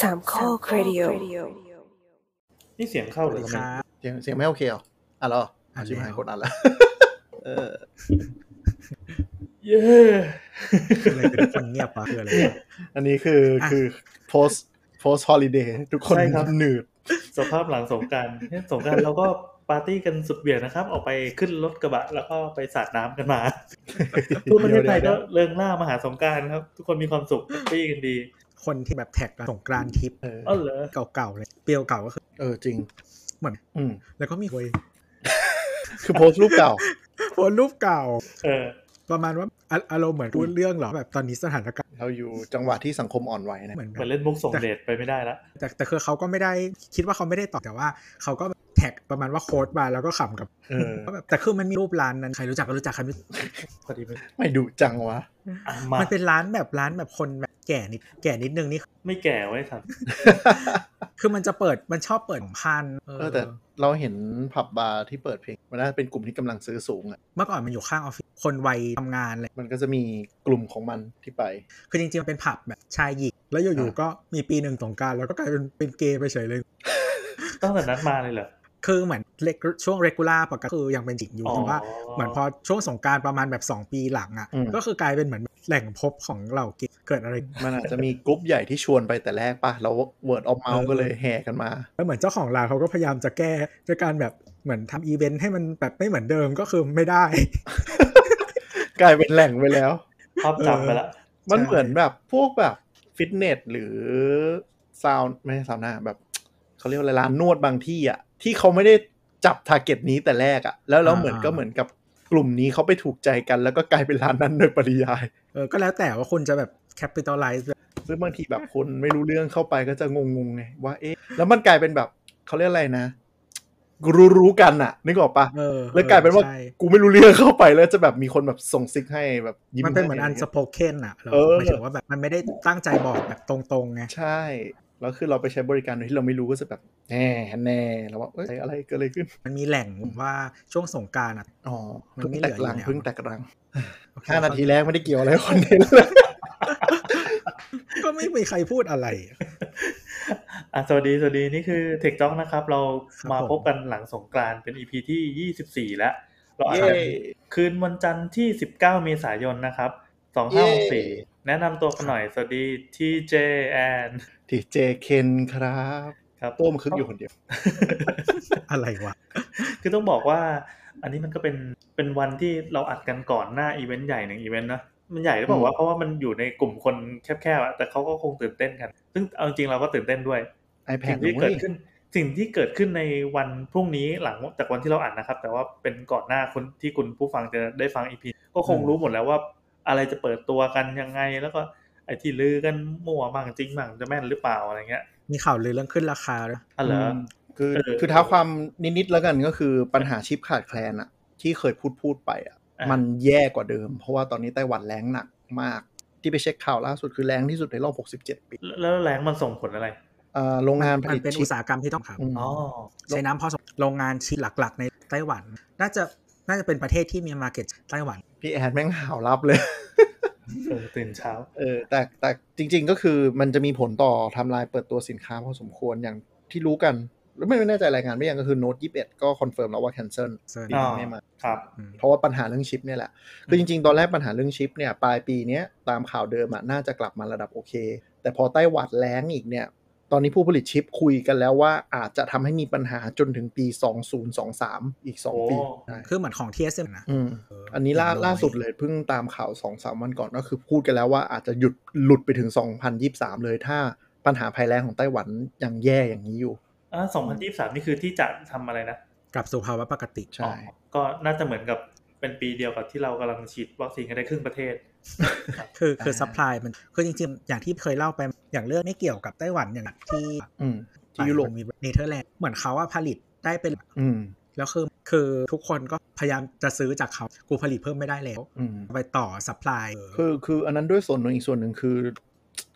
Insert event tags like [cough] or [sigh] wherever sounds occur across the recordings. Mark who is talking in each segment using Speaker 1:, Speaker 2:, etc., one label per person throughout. Speaker 1: สามข้อครดิโอ
Speaker 2: นี่เสียงเข้าห
Speaker 3: สวัส
Speaker 2: รือ
Speaker 3: ดี
Speaker 2: ทำไม
Speaker 3: ครับ
Speaker 4: เสียงเสียงไม่โอเคเหรออ่ะเหรอ
Speaker 3: อ่ะ
Speaker 4: อ่ะชิบหาย
Speaker 3: แล้ว
Speaker 4: กดอันแล้ว เออ
Speaker 2: เย้
Speaker 3: คืออะไรเป็นทุกคนเงียบวะคืออะไรวะ
Speaker 4: อันนี้คือ
Speaker 3: อ่ะ
Speaker 4: คือ post post holiday ทุกคนหนืด
Speaker 2: สภาพหลังสงกรารสงกรารเราก็ปาร์ตี้กันสุดเหวี่ยงนะครับ ออกไปขึ้นรถกระบะ แล้วก็ไปสาดน้ำกันมาทั่วประเทศไทยก็เริงล่ามหาสงกรารครับ ทุกคนมีความสุขแฮปปี้กันดี
Speaker 3: คนที่แบบแท็กสงกรานต์ทิป
Speaker 4: เออ
Speaker 2: อ๋อเหรอ
Speaker 3: เก่าๆเลยเปรียวเก่าก็คือ
Speaker 4: เออจริง
Speaker 3: เหมือน
Speaker 4: อืม
Speaker 3: แล้วก็มีเว้ย [laughs]
Speaker 4: คือโพสรูป [laughs] เก่า
Speaker 3: โพสต์รูปเก่า
Speaker 2: เออ
Speaker 3: ประมาณว่าอ่ะอารมณ์เหมือนพูดเรื่องเหรอแบบตอนนี้สถานการณ์
Speaker 4: เราอยู่จังหวะที่สังคมอ่อนไหวนะ
Speaker 3: เหมือนแบ
Speaker 2: เหมือบ นเล่นมุกส่งเดชไปไม่ได้ละ
Speaker 3: แต่แต่คือเขาก็ไม่ได้คิดว่าเขาไม่ได้ตอบแต่ว่าเขาก็แท็กประมาณว่าโค้ดมาแล้วก็ขำกับ
Speaker 4: เออ
Speaker 3: ก็แบบแต่คือมันมีรูปร้านนั้นใครรู้จักก็รู้จักใครไม่
Speaker 2: พอดีมัน
Speaker 4: ไม่ดุจังวะ
Speaker 2: อ่ะมา
Speaker 3: มันเป็นร้านแบบร้านแบบคนแบบแก่นิดแก่นิดนึงนี่
Speaker 2: ไม่แก่ไว้ครับ
Speaker 3: คือมันจะเปิดมันชอบเปิดของพันเออ
Speaker 4: เออแต่เราเห็นผับบาร์ที่เปิดเพลง มันน่าจะเป็นกลุ่มที่กำลังซื้อสูงอ่ะ
Speaker 3: เมื่อก่อนมันอยู่ข้างออฟฟิศคนวัยทำงานเลย
Speaker 4: มันก็จะมีกลุ่มของมันที่ไป
Speaker 3: คือจริงๆมันเป็นผับแบบชายหญิง แล้วอยู่
Speaker 4: อ่า
Speaker 3: ๆก็มีปีหนึ่งสงกรารแล้วก็กลายเป็นเป็นเกย์ไปเฉยเลย
Speaker 2: ตั้งแต่นั้นมาเลยเหรอ
Speaker 3: คือเหมือนเล็กช่วงเรกูล่าปกติคือยังเป็นหญิงอยู่แต่ว่าเหมือนพอช่วงสงกรารประมาณแบบ 2 ปีหลังอ่ะ
Speaker 4: อืม
Speaker 3: ก็คือกลายเป็นเหมือนแหล่งพบของเหล่าเกย์เกิดอะไร
Speaker 4: มันอาจจะมีกลุ่มใหญ่ที่ชวนไปแต่แรกป่ะ เราเวิร์ดออฟเมาก็เลยแห่กันมา
Speaker 3: แล้วเหมือนเจ้าของร้านเขาก็พยายามจะแก้ด้วยการแบบเหมือนทำอีเวนต์ให้มันแบบไม่เหมือนเดิมก็คือไม่ได้
Speaker 4: กลายเป็นแหล่งไปแล้ว
Speaker 2: ภาพจำไปละ
Speaker 4: มัน
Speaker 3: ใช่
Speaker 4: เหมือนแบบพวกแบบฟิตเนสหรือซาวน์ไม่ใช่ซาวน่าแบบเขาเรียกว่าอะไรร้านนวดบางที่อ่ะที่เขาไม่ได้จับทาร์เก็ตนี้แต่แรกอ่ะ แล้วเราเหมือน
Speaker 3: อ่า
Speaker 4: ก็เหมือนกับกลุ่มนี้เขาไปถูกใจกัน แล้วก็กลายเป็นร้านนั้นโดยปริยาย
Speaker 3: เออก็แล้วแต่ว่าคุณจะแบบแคปิตอลไลซ์
Speaker 4: ซึ่งบางทีแบบคนไม่รู้เรื่องเข้าไปก็จะงงๆไงว่าเอ๊ะแล้วมันกลายเป็นแบบเขาเรียกอะไรนะรู้รู้ๆกันอ่ะนึกออกปะ
Speaker 3: เออ
Speaker 4: แล้วกลายเป็นว่า
Speaker 3: ใช่
Speaker 4: กูไม่รู้เรื่องเข้าไปแล้วจะแบบมีคนแบบส่งซิกให้แบบยิ้ม
Speaker 3: มันเป็นเหมือนอัน
Speaker 4: ให้ะ
Speaker 3: ส
Speaker 4: ไรย่างงี้ย
Speaker 3: โปเคนอ่ะเรา
Speaker 4: เออ
Speaker 3: หมายถึงว่าแบบมันไม่ได้ตั้งใจบอกแบบตรงๆไง
Speaker 4: ใช่ แล้วคือเราไปใช้บริการโดยที่เราไม่รู้ก็จะแบบแน่แน่แล้วว่าเอ้ยอะไรเกิดอะไรขึ้น
Speaker 3: มันมีแหล่งผมว่าช่วงสงกรารอ่ะ
Speaker 4: อ๋อ
Speaker 3: มัน
Speaker 4: เพิ่ง
Speaker 3: ไม่เห
Speaker 4: แต
Speaker 3: ลือก อยู่
Speaker 4: รัง
Speaker 3: แล้ว
Speaker 4: เพิ่งแตกรัง
Speaker 3: โอเค
Speaker 4: ห้านาทีแรกไม่ได้เกี่ยวอะไรกับคอนเทนต์เลย
Speaker 3: ก็ไม่มีใครพูดอะไร
Speaker 2: อ่ะสวัสดีสวัสดีนี่คือเทคจ็อกนะครับ เรา
Speaker 3: ครับ
Speaker 2: มา
Speaker 3: ผม
Speaker 2: พบกันหลังสงกรานต์เป็น EP ที่ 24 แล้ว เราอาจจะคืนวันจันทร์ที่ 19 เมษายนนะครับ 2564 แนะนำตัวกันหน่อย สวัสดีทีเจแอน
Speaker 4: ทีเจเคนครับ
Speaker 2: ครับ
Speaker 4: โต้มคึกอยู่คนเดียว
Speaker 3: อะไรวะ
Speaker 2: คือต้องบอกว่าอันนี้มันก็เป็นเป็นวันที่เราอัดกันก่อนหน้าอีเวนต์ใหญ่หนึ่งอีเวนต์นะมันใหญ่หรือเปล่า
Speaker 4: อืม
Speaker 2: วะเพราะว่ามันอยู่ในกลุ่มคนแคบๆอะแต่เขาก็คงตื่นเต้นกัน ซึ่งเอาจริงๆเราก็ตื่นเต้นด้วย สิ่
Speaker 4: iPad
Speaker 2: ง
Speaker 4: หนู
Speaker 2: ที่เกิ
Speaker 4: เว้
Speaker 2: ด
Speaker 4: ย
Speaker 2: ขึ้นสิ่งที่เกิดขึ้นในวันพรุ่งนี้หลังจากวันที่เราอ่านนะครับ แต่ว่าเป็นก่อนหน้าคนที่คุณผู้ฟังจะได้ฟังอีพีก็คงรู้หมดแล้วว่าอะไรจะเปิดตัวกันยังไง แล้วก็ไอ้ที่ลือกันมั่วมั่งจริงมั่งจะแม่นหรือเปล่าอะไรเงี้ย
Speaker 3: มีข่าวลือเรื่องขึ้นราคาด้วย
Speaker 2: อ๋อเหรออ
Speaker 4: มคือ
Speaker 2: เออ
Speaker 4: คือเท้าความนิดๆแล้วกันก็คือปัญหาชิปขาดแคลนอะที่เคยพูดพูดๆไปอะ
Speaker 2: อ่ะ
Speaker 4: มันแย่กว่าเดิม เพราะว่าตอนนี้ไต้หวันแรงหนักมาก ที่ไปเช็คข่าวล่าสุดคือแรงที่สุดในรอบ 67 ปี
Speaker 2: แล้วแล้วแรงมันส่งผลอะไร
Speaker 4: เอ่อโรงงานผ
Speaker 3: มัน
Speaker 4: ลิต
Speaker 3: เป็น
Speaker 4: ชิ
Speaker 3: อุ
Speaker 4: ป
Speaker 3: ตสาหกรรมที่ต้องขับ
Speaker 4: ม
Speaker 2: อ๋อ
Speaker 3: ใช้น้ำพอสมโรงงานชิปหลักๆ ในไต้หวัน น่าจะน่าจะเป็นประเทศที่มีมาเก็ตไต้หวัน
Speaker 4: พี่แอดแม่งห่าวรับเลย [laughs]
Speaker 2: เออตื่นเช้า
Speaker 4: เออแต่แต่จริงๆก็คือมันจะมีผลต่อไทำลายเปิดตัวสินค้าพอสมควรอย่างที่รู้กัน แล้วไม่แน่ใจรายงานไม่ยังก็คือโน้ต21 ก็คอนเฟิร์มแล้วว่าแคนเซิล
Speaker 3: Cancel
Speaker 4: ปีหน้า
Speaker 2: อ่า
Speaker 4: ไม่มา
Speaker 2: ครับ
Speaker 3: อืม
Speaker 4: เพราะว่าปัญหาเรื่องชิปเนี่ยแหละ คือจริงๆ ตอนแรกปัญหาเรื่องชิปเนี่ยปลายปีเนี้ยตามข่าวเดิมอะน่าจะกลับมาระดับโอเค แต่พอไต้หวัดแล้งอีกเนี่ย ตอนนี้ผู้ผลิตชิปคุยกันแล้วว่าอาจจะทำให้มีปัญหาจนถึงปี 2023 อีกสองปี
Speaker 2: โอ้
Speaker 4: ใช่
Speaker 3: คือเหมือนของ TSM นะ
Speaker 4: อืม
Speaker 3: เ
Speaker 4: อันนี้ล่า
Speaker 3: ย่งย
Speaker 4: ล่าสุดเลยเพิ่งตามข่าวสองสามวันก่อนก็คือพูดกันแล้วว่าอาจจะหยุดหลุดไปถึง 2023 เลยถ้าปัญหาภัยแล้งของไต้หวันยังแย่อย่างนี้อยู่
Speaker 2: อ่าสองพันยี่สามนี่คือที่จะทำอะไรนะ
Speaker 3: กลับสู่ภาวะปกติ
Speaker 4: ใช่
Speaker 2: อ๋อก็น่าจะเหมือนกับเป็นปีเดียวกับที่เรากำลังฉีดวัคซีนกันได้ครึ่งประเทศ
Speaker 3: คือคือซัพพลายมันคือจริงๆ อย่างที่เคยเล่าไปอย่างเรื่องไม่เกี่ยวกับไต้หวันอย่างที่
Speaker 4: อืมที่ยุโรป
Speaker 3: มีเนเธอร์แลนด์เหมือนเขาว่าผลิตได้เป็น
Speaker 4: อืม
Speaker 3: แล้วคือคือทุกคนก็พยายามจะซื้อจากเขากูผลิตเพิ่มไม่ได้แล้ว
Speaker 4: อืม
Speaker 3: ไปต่อซัพพลาย
Speaker 4: คือคืออันนั้นด้วยส่วนหนึ่งอีกส่วนหนึ่งคือ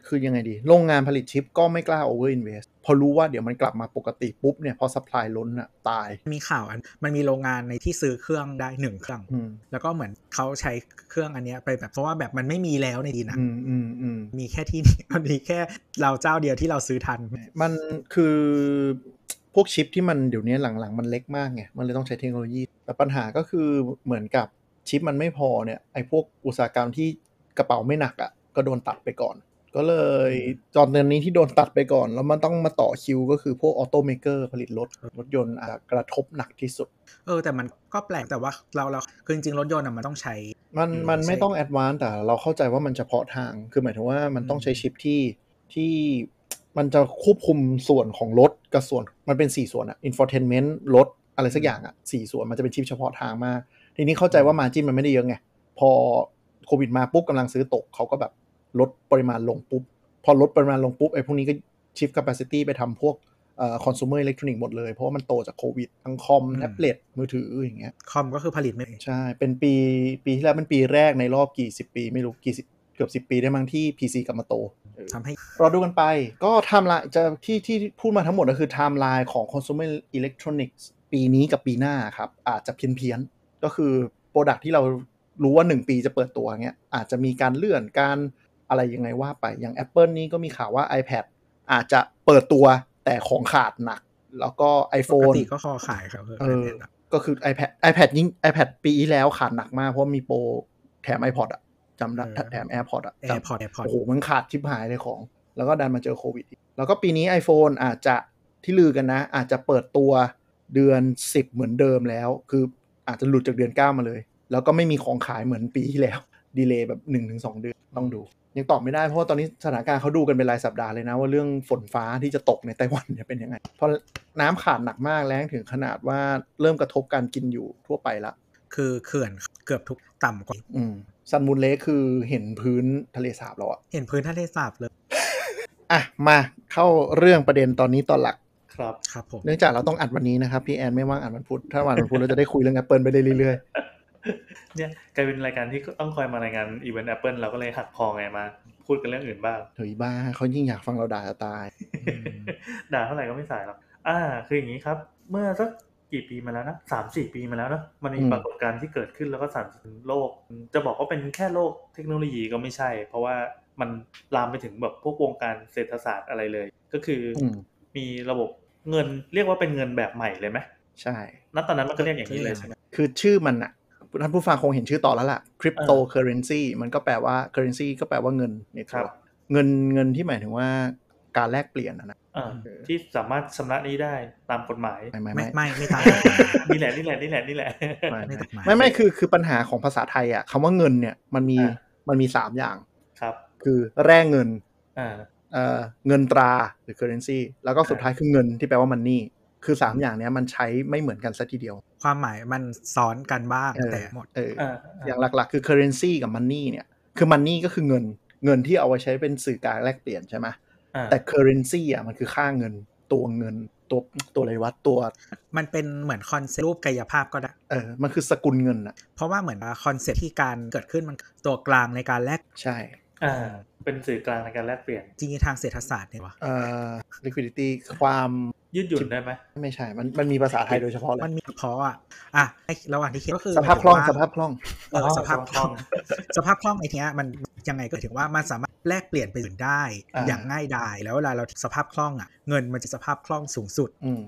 Speaker 4: คือยังไงดี โรงงานผลิตชิปก็ไม่กล้า over invest พอรู้ว่าเดี๋ยวมันกลับมาปกติปุ๊บเนี่ยพอ supply ล้นอะตาย
Speaker 3: มีข่าวอันมันมีโรงงานในที่ซื้อเครื่องได้หนึ่งเครื่อง
Speaker 4: อืม
Speaker 3: แล้วก็เหมือนเขาใช้เครื่องอันเนี้ยไปแบบเพราะว่าแบบมันไม่มีแล้วในดีนอะ
Speaker 4: อืมอืมอืม
Speaker 3: มีแค่ที่ [laughs] นี่มันมีแค่เราเจ้าเดียวที่เราซื้อทัน
Speaker 4: มันคือพวกชิปที่มันเดี๋ยวนี้หลังๆ มันเล็กมากไง มันเลยต้องใช้เทคโนโลยี แต่ปัญหาก็คือเหมือนกับชิปมันไม่พอเนี่ย ไอ้พวกอุตสาหกรรมที่กระเป๋าไม่หนักอะ่ะ ก็โดนตัดไปก่อน ก็เลยจอนเดือนนี้ที่โดนตัดไปก่อน แล้วมันต้องมาต่อคิวก็คือพวกออโตเมเกอร์ผลิตรถ รถยนต์อาจกระทบหนักที่สุด
Speaker 3: เออแต่มันก็แปลกแต่ว่าเราเราคือจริงๆรถยนต์อะมันต้องใช้
Speaker 4: มัน
Speaker 3: อืม
Speaker 4: มันไม่
Speaker 3: ใช่
Speaker 4: ต้องแอดวานซ์แต่เราเข้าใจว่ามันเฉพาะทาง คือหมายถึงว่ามันต้องใช้
Speaker 3: อืม
Speaker 4: ชิปที่ที่มันจะควบคุมส่วนของรถกับส่วนมันเป็น 4 ส่วนอะอินฟอร์เทนเมนต์รถอะไรสักอย่างอะสี่ส่วนมันจะเป็นชิปเฉพาะทางมาก ทีนี้เข้าใจว่ามาจิ้นมันไม่ได้เยอะไง พอโควิดมาปุ๊บกำลังซื้อตกเขาก็แบบลดปริมาณลงปุ๊บ พอลดปริมาณลงปุ๊บไอ้พวกนี้ก็ชิฟต์ capacity ไปทำพวกเอ่อคอน sumer electronic หมดเลย เพราะว่ามันโตจากโควิดทั้งคอม
Speaker 3: อืม
Speaker 4: แท็บเล็ตมือถืออย่างเงี้ย
Speaker 3: คอมก็คือผลิตไม่
Speaker 4: ใช่ เป็นปีปีที่แล้วเป็นปีแรกในรอบกี่สิบปี ไม่รู้กี่สิบเกือบสิบปีได้มั้งที่ PC กลับมาโตเออ
Speaker 3: ทำให้
Speaker 4: รอดูกันไป ก็ไทม์ไลน์จะที่ที่พูดมาทั้งหมดก็คือไทม์ไลน์ของ consumer electronics ปีนี้กับปีหน้าครับ อาจจะเพี้ยนเพี้ยนๆก็คือโปรดักที่เรารู้ว่า 1 ปีจะเปิดตัวเงี้ยอาจจะมีการเลื่อนการอะไรยังไงว่าไป อย่าง Apple นี่ก็มีข่าวว่า iPad อาจจะเปิดตัวแต่ของขาดหนัก แล้วก็
Speaker 3: ปก
Speaker 4: iPhone
Speaker 3: ติก็คอขายครับ
Speaker 4: เอ
Speaker 3: เอ
Speaker 4: อ
Speaker 3: อ
Speaker 4: ก็คือ iPad iPad ยิ่ง iPad ปีที่แล้วขาดหนักมาก เพราะมีโปรแถม iPod อะจำได้แถม AirPod อะ
Speaker 3: แอ
Speaker 4: จำ
Speaker 3: ร์พอร์ตแอร์พอร์ต
Speaker 4: โอ้โห มันขาดชิบหายเลยของ แล้วก็ดันมาเจอโควิดอีกแล้วก็ปีนี้ iPhone อาจจะที่ลือกันนะ อาจจะเปิดตัวเดือน 10 เหมือนเดิมแล้ว คืออาจจะหลุดจากเดือน 9 มาเลย แล้วก็ไม่มีของขายเหมือนปีที่แล้ว [laughs] ดีเลย์แบบ 1-2 เดือนต้องดู ยังตอบไม่ได้เพราะว่าตอนนี้สถานการณ์เขาดูกันเป็นรายสัปดาห์เลยนะว่าเรื่องฝนฟ้าที่จะตกในไต้หวันเนี่ยเป็นยังไง เพราะน้ำขาดหนักมากแล้งถึงขนาดว่าเริ่มกระทบการกินอยู่ทั่วไปละ
Speaker 3: คือเขื่อนเกือบทุกต่ำกว่า
Speaker 4: อืมซันมูนเลคคือเห็นพื้นทะเลสาบแล้วอะ
Speaker 3: เห็นพื้นทะเลสาบเลย
Speaker 4: อ่ะมาเข้าเรื่องประเด็นตอนนี้ตอนหลัก
Speaker 2: ครับ
Speaker 3: ครับผม
Speaker 4: เนื่องจากเราต้องอัดวันนี้นะครับ พี่แอนไม่ว่างอัดวันพุธถ้าวันพุธเราจะได้คุยเรื่องแอปเปิลไปได้เรื่อย
Speaker 2: เนี่ยกลายเป็นรายการที่ต้องคอยมารายงานอีเวนต์แอปเปิลเราก็เลยหักคอไงมา พูดกันเรื่องอื่นบ้าง
Speaker 4: ๆเฮ้ยบ้าเขายิ่งอยากฟังเราด่าจะตาย
Speaker 3: อืม
Speaker 2: ด่าเท่าไหร่ก็ไม่สายหรอก อ่า คืออย่างนี้ครับ เมื่อสักกี่ปีมาแล้วนะสามสี่ปีมาแล้วเนอะมันมี
Speaker 4: อืม
Speaker 2: ปรากฏการณ์ที่เกิดขึ้นแล้วก็สั่นสะเทือนโลก จะบอกว่าเป็นแค่โลกเทคโนโลยีก็ไม่ใช่ เพราะว่ามันลามไปถึงแบบพวกวงการเศรษฐศาสตร์อะไรเลย ก็คือ
Speaker 4: อืม
Speaker 2: มีระบบเงินเรียกว่าเป็นเงินแบบใหม่เลยไหม
Speaker 4: ใช่
Speaker 2: ณตอนนั้นมันก็เรียกอย่างนี้เลยใช่ไหม
Speaker 4: คือชื่อมันอะท่านผู้ฟังคงเห็นชื่อต่อแล้วล่ะคริปโตเคอเรนซีมันก็แปลว่าเคอเรนซีก็แปลว่าเงินใน
Speaker 2: ครั
Speaker 4: ตัว
Speaker 2: บ
Speaker 4: เงินเงินที่หมายถึงว่าการแลกเปลี่ยนอะนะ
Speaker 2: อ่า
Speaker 4: เออ
Speaker 2: ที่สามารถชำระหนี้ได้ตามกฎหมาย
Speaker 4: ไม่ [laughs] ไม่
Speaker 3: ไม่
Speaker 4: ไม่
Speaker 3: ไม่ไม่ตาม
Speaker 2: นี่แหละนี่แหละนี่แหละนี่แหละ
Speaker 4: ไม่
Speaker 3: ไม่
Speaker 4: ไม่
Speaker 3: ตามหมาย
Speaker 4: ไม่ไม่คือคือปัญหาของภาษาไทยอะคำว่าเงินเนี่ยมันมี
Speaker 2: อ่ะ
Speaker 4: มันมีสามอย่าง
Speaker 2: ครับ
Speaker 4: คือแร่เงิน
Speaker 2: อ่า
Speaker 4: เอ่อเงินตราหรือ currency แล้วก็สุด
Speaker 2: อ่ะ
Speaker 4: ท้ายคือเงินที่แปลว่ามันนี่ คือ 3 อย่างเนี้ยมันใช้ไม่เหมือนกันซะทีเดียว
Speaker 3: ความหมายมันซ้อนกันบ้าง
Speaker 4: เออ
Speaker 3: แต่หมด
Speaker 4: เอออ
Speaker 2: อ่า
Speaker 4: อย่างหลักๆ คือ currency กับ money เนี่ย คือ money ก็คือเงิน เงินที่เอาไว้ใช้เป็นสื่อกลางแลกเปลี่ยนใช่ไหม
Speaker 2: อ่า
Speaker 4: แต่ currency อ่ะมันคือค่าเงิน ตัวเงิน ตัวตัวอะไรวะ ตัว
Speaker 3: มันเป็นเหมือนคอนเซปต์รูปกายภาพก็ได้
Speaker 4: เออ มันคือสกุลเงินอ่ะ
Speaker 3: เพราะว่าเหมือนคอนเซปต์ที่การเกิดขึ้นมันตัวกลางในการแลก
Speaker 4: ใช่
Speaker 2: อ่า เป็นสื่อกลางในการแลกเปลี่ยน
Speaker 3: จริงๆทางเศรษฐศาสตร์เนี่ยวะ
Speaker 4: เอ่อ liquidity ความ
Speaker 2: ยืดหยุ่นได้ไหม
Speaker 4: ไม่ใช่ มันมันมีภาษาไทยโดยเฉพาะเล
Speaker 3: มัน
Speaker 4: ย
Speaker 3: มีเพราะอ่ะอ่ะไอ้ระหว่างที่คิดก็คือ
Speaker 4: สภาพคล่อง
Speaker 3: หมย
Speaker 4: ส
Speaker 3: ถึว่
Speaker 4: ภาพคล่อง
Speaker 3: เออสภาพคล่อง
Speaker 2: อ๋อ
Speaker 3: สภาพคล่องไอ้เนี้ยมันยังไงก็ถึงว่ามันสามารถแลกเปลี่ยนไปอื่นได้
Speaker 4: อ่า
Speaker 3: อย่างง่ายดายแล้วเวลาเราสภาพคล่องอ่ะเงินมันจะสภาพคล่องสูงสุด
Speaker 4: อืม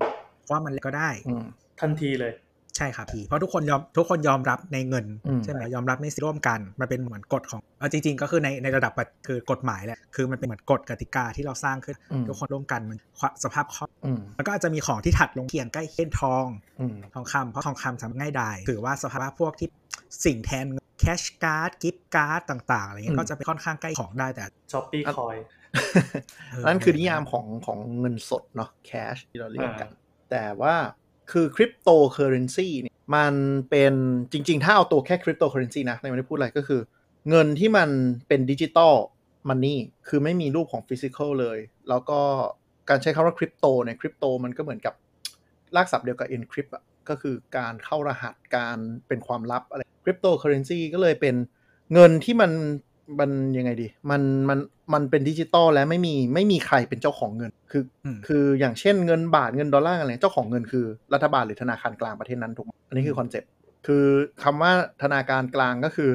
Speaker 3: เพราะว่ามันแลกก็ได้
Speaker 4: อืม
Speaker 2: ทันทีเลย
Speaker 3: ใช่ครับพี่เพราะทุกคนยอมทุกคนยอมรับในเงิน
Speaker 4: อืม
Speaker 3: ใช่ไหมยอมรับในสิ่งร่วมกันมันเป็นเหมือนกฎของเอาจริง ๆ ก็คือในในระดับปฏิคือกฎหมายแหละคือมันเป็นเหมือนกฎกติกาที่เราสร้างขึ้น
Speaker 4: อืม
Speaker 3: ทุกคนร่วมกันมันสภาพคล่อง
Speaker 4: อืม
Speaker 3: มันก็อาจจะมีของที่ถัดลงเคียงใกล้เช่นทอง
Speaker 4: อืม
Speaker 3: ทองคำเพราะทองคำทำง่ายดายถือว่าสภาพพวกที่สิ่งแทนแคชการ์ดกิฟต์การ์ดต่างๆอะไรเงี้
Speaker 4: อื
Speaker 3: ย
Speaker 4: ม
Speaker 3: ก็จะเป็นค่อนข้างใกล้ของได้แต่
Speaker 2: ช้อปปี้
Speaker 4: อ่ะ
Speaker 2: คอย
Speaker 3: เ
Speaker 4: นั่นคือนิยามของของเงินสดเนาะแคชที่เราเรียกกัน แต่ว่าคือคริปโตเคอเรนซีเนี่ยมันเป็นจริง ๆ ถ้าเอาตัวแค่คริปโตเคอเรนซีนะในไม่ได้พูดอะไรก็คือ เงินที่มันเป็นดิจิตอลมันนี่คือไม่มีรูปของฟิสิก a l เลย แล้วก็การใช้คำว่าคริปโตเนี่ยคริปโตมันก็เหมือนกับรากศัพท์เดียวกับ encrypt อะก็คือการเข้ารหัสการเป็นความลับอะไรคริปโตเคอเรนซีก็เลยเป็น เงินที่มันมันยังไงดี มันมัน มันเป็นดิจิตอลและไม่มีไม่มีใครเป็นเจ้าของเงิน คืออ
Speaker 3: ม
Speaker 4: คืออย่างเช่นเงินบาทเงินดอลลาร์อะไรเจ้าของเงินคือรัฐบาลหรือธนาคารกลางประเทศนั้นถูกไหมอันนี้คือคอนเซ็ปต์คือคำว่าธนาคารกลางก็คือ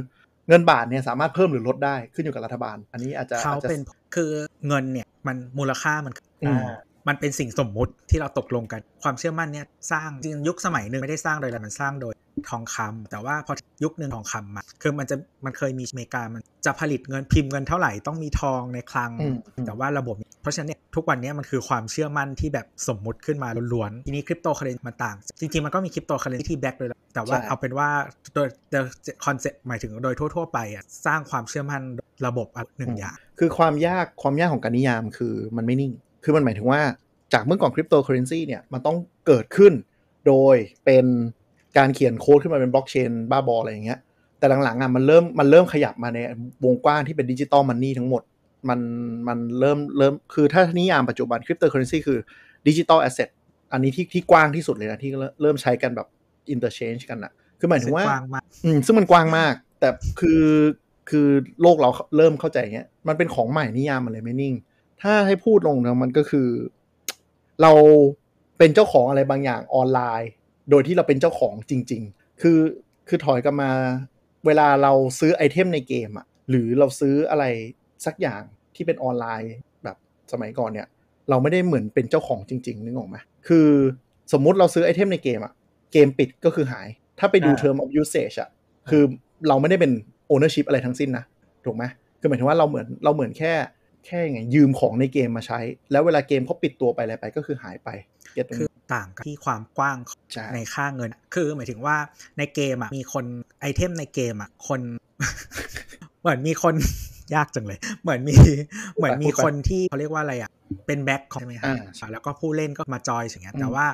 Speaker 4: เงินบาทเนี่ยสามารถเพิ่มหรือลดได้ขึ้นอยู่กับรัฐบาล อันนี้อาจจะ
Speaker 3: เขา
Speaker 4: อาจจะ
Speaker 3: เป็นคือเงินเนี่ยมันมูลค่ามัน
Speaker 4: อืม
Speaker 3: มันเป็นสิ่งสมมุติที่เราตกลงกัน ความเชื่อมั่นเนี่ยสร้างจริงยุคสมัยหนึ่งไม่ได้สร้างโดยอะไรมันสร้างโดยทองคำแต่ว่าพอยุคหนึ่งทองคำมาคือมันจะมันเคยมีอเมริกามันจะผลิตเงินพิมพ์เงินเท่าไหร่ต้องมีทองในคลัง
Speaker 4: อืม
Speaker 3: แต่ว่าระบบเพราะฉะนั้นเนี่ยทุกวันเนี้มันคือความเชื่อมั่นที่แบบสมมุติขึ้นมาล้วนๆทีนี้คริปโตเคอเรนมันต่าง จริงๆ มันก็มีคริปโตเคอเรนที่แบ็กเลยแหละแต่ว่า
Speaker 4: ใช่
Speaker 3: เอาเป็นว่าโดยคอนเซ็ปต์หมายถึงโดยทั่ว ๆ ไปอ่ะสร้างความเชื่อมั่นระบบอันหนึ่งอย่าง
Speaker 4: คือความยากความยากของการนิยามคือมันไม่นิ่ง คือมันหมายถึงว่าจากเมื่อก่อนคริปโตเคอเรนซีเนี่ยมันต้องเกิดขึ้น โดยเป็นการเขียนโค้ดขึ้นมาเป็นบล็อกเชนบ้าบออะไรอย่างเงี้ย แต่หลังๆอ่ะมันเริ่มมันเริ่มขยับมาในวงกว้างที่เป็นดิจิตอลมันนี่ทั้งหมด มันมันเริ่มเริ่มคือถ้านิยามปัจจุบันคริปโตเคอเรนซีคือดิจิตอลแอสเซทอันนี้ที่ที่กว้างที่สุดเลยนะที่เริ่มเริ่มใช้กันแบบอินเตอร์เชนจ์กันอนะคือหมายถึงว่า
Speaker 3: กว้างมาก
Speaker 4: อืมซึ่งมันกว้างมาก แต่คือคือโลกเราเริ่มเข้าใจอย่างเงี้ยมันเป็นของใหม่นิยามมันเลยไม่นิ่ง ถ้าให้พูดลงนะมันก็คือ เราเป็นเจ้าของอะไรบางอย่างออนไลน์ โดยที่เราเป็นเจ้าของจริง ๆ คือคือถอยกลับมา เวลาเราซื้อไอเทมในเกมอะหรือเราซื้ออะไรสักอย่างที่เป็นออนไลน์แบบสมัยก่อนเนี่ย เราไม่ได้เหมือนเป็นเจ้าของจริง ๆ นึกออกไหมคือสมมุติเราซื้อไอเทมในเกมอะเกมปิดก็คือหาย ถ้าไปดู
Speaker 2: อ่า
Speaker 4: term of usage อะคือเราไม่ได้เป็น ownership อะไรทั้งสิ้นนะ ถูกไหมคือหมายถึงว่าเราเหมือนเราเหมือนแค่แค่ยังไงยืมของในเกมมาใช้ แล้วเวลาเกมเขาปิดตัวไปอะไรไปก็คือหายไปเก็ตตรง
Speaker 3: คือ
Speaker 4: นี้
Speaker 3: ต่างกันที่ความกว้างของ
Speaker 4: ใช่
Speaker 3: ในค่าเงิน คือหมายถึงว่าในเกมอ่ะมีคนไอเทมในเกมอ่ะคน [laughs] เหมือนมีคน [laughs] ยากจังเลย เหมือนมี [laughs] เหมือนมีคนที่เขาเรียกว่าอะไรอ่ะเป็นแบ็คของใช่ไหมฮะ
Speaker 4: อ่า
Speaker 3: อ่าแล้วก็ผู้เล่นก็มาจอยอย่างเงี้ย
Speaker 4: อืม
Speaker 3: แต่ว่า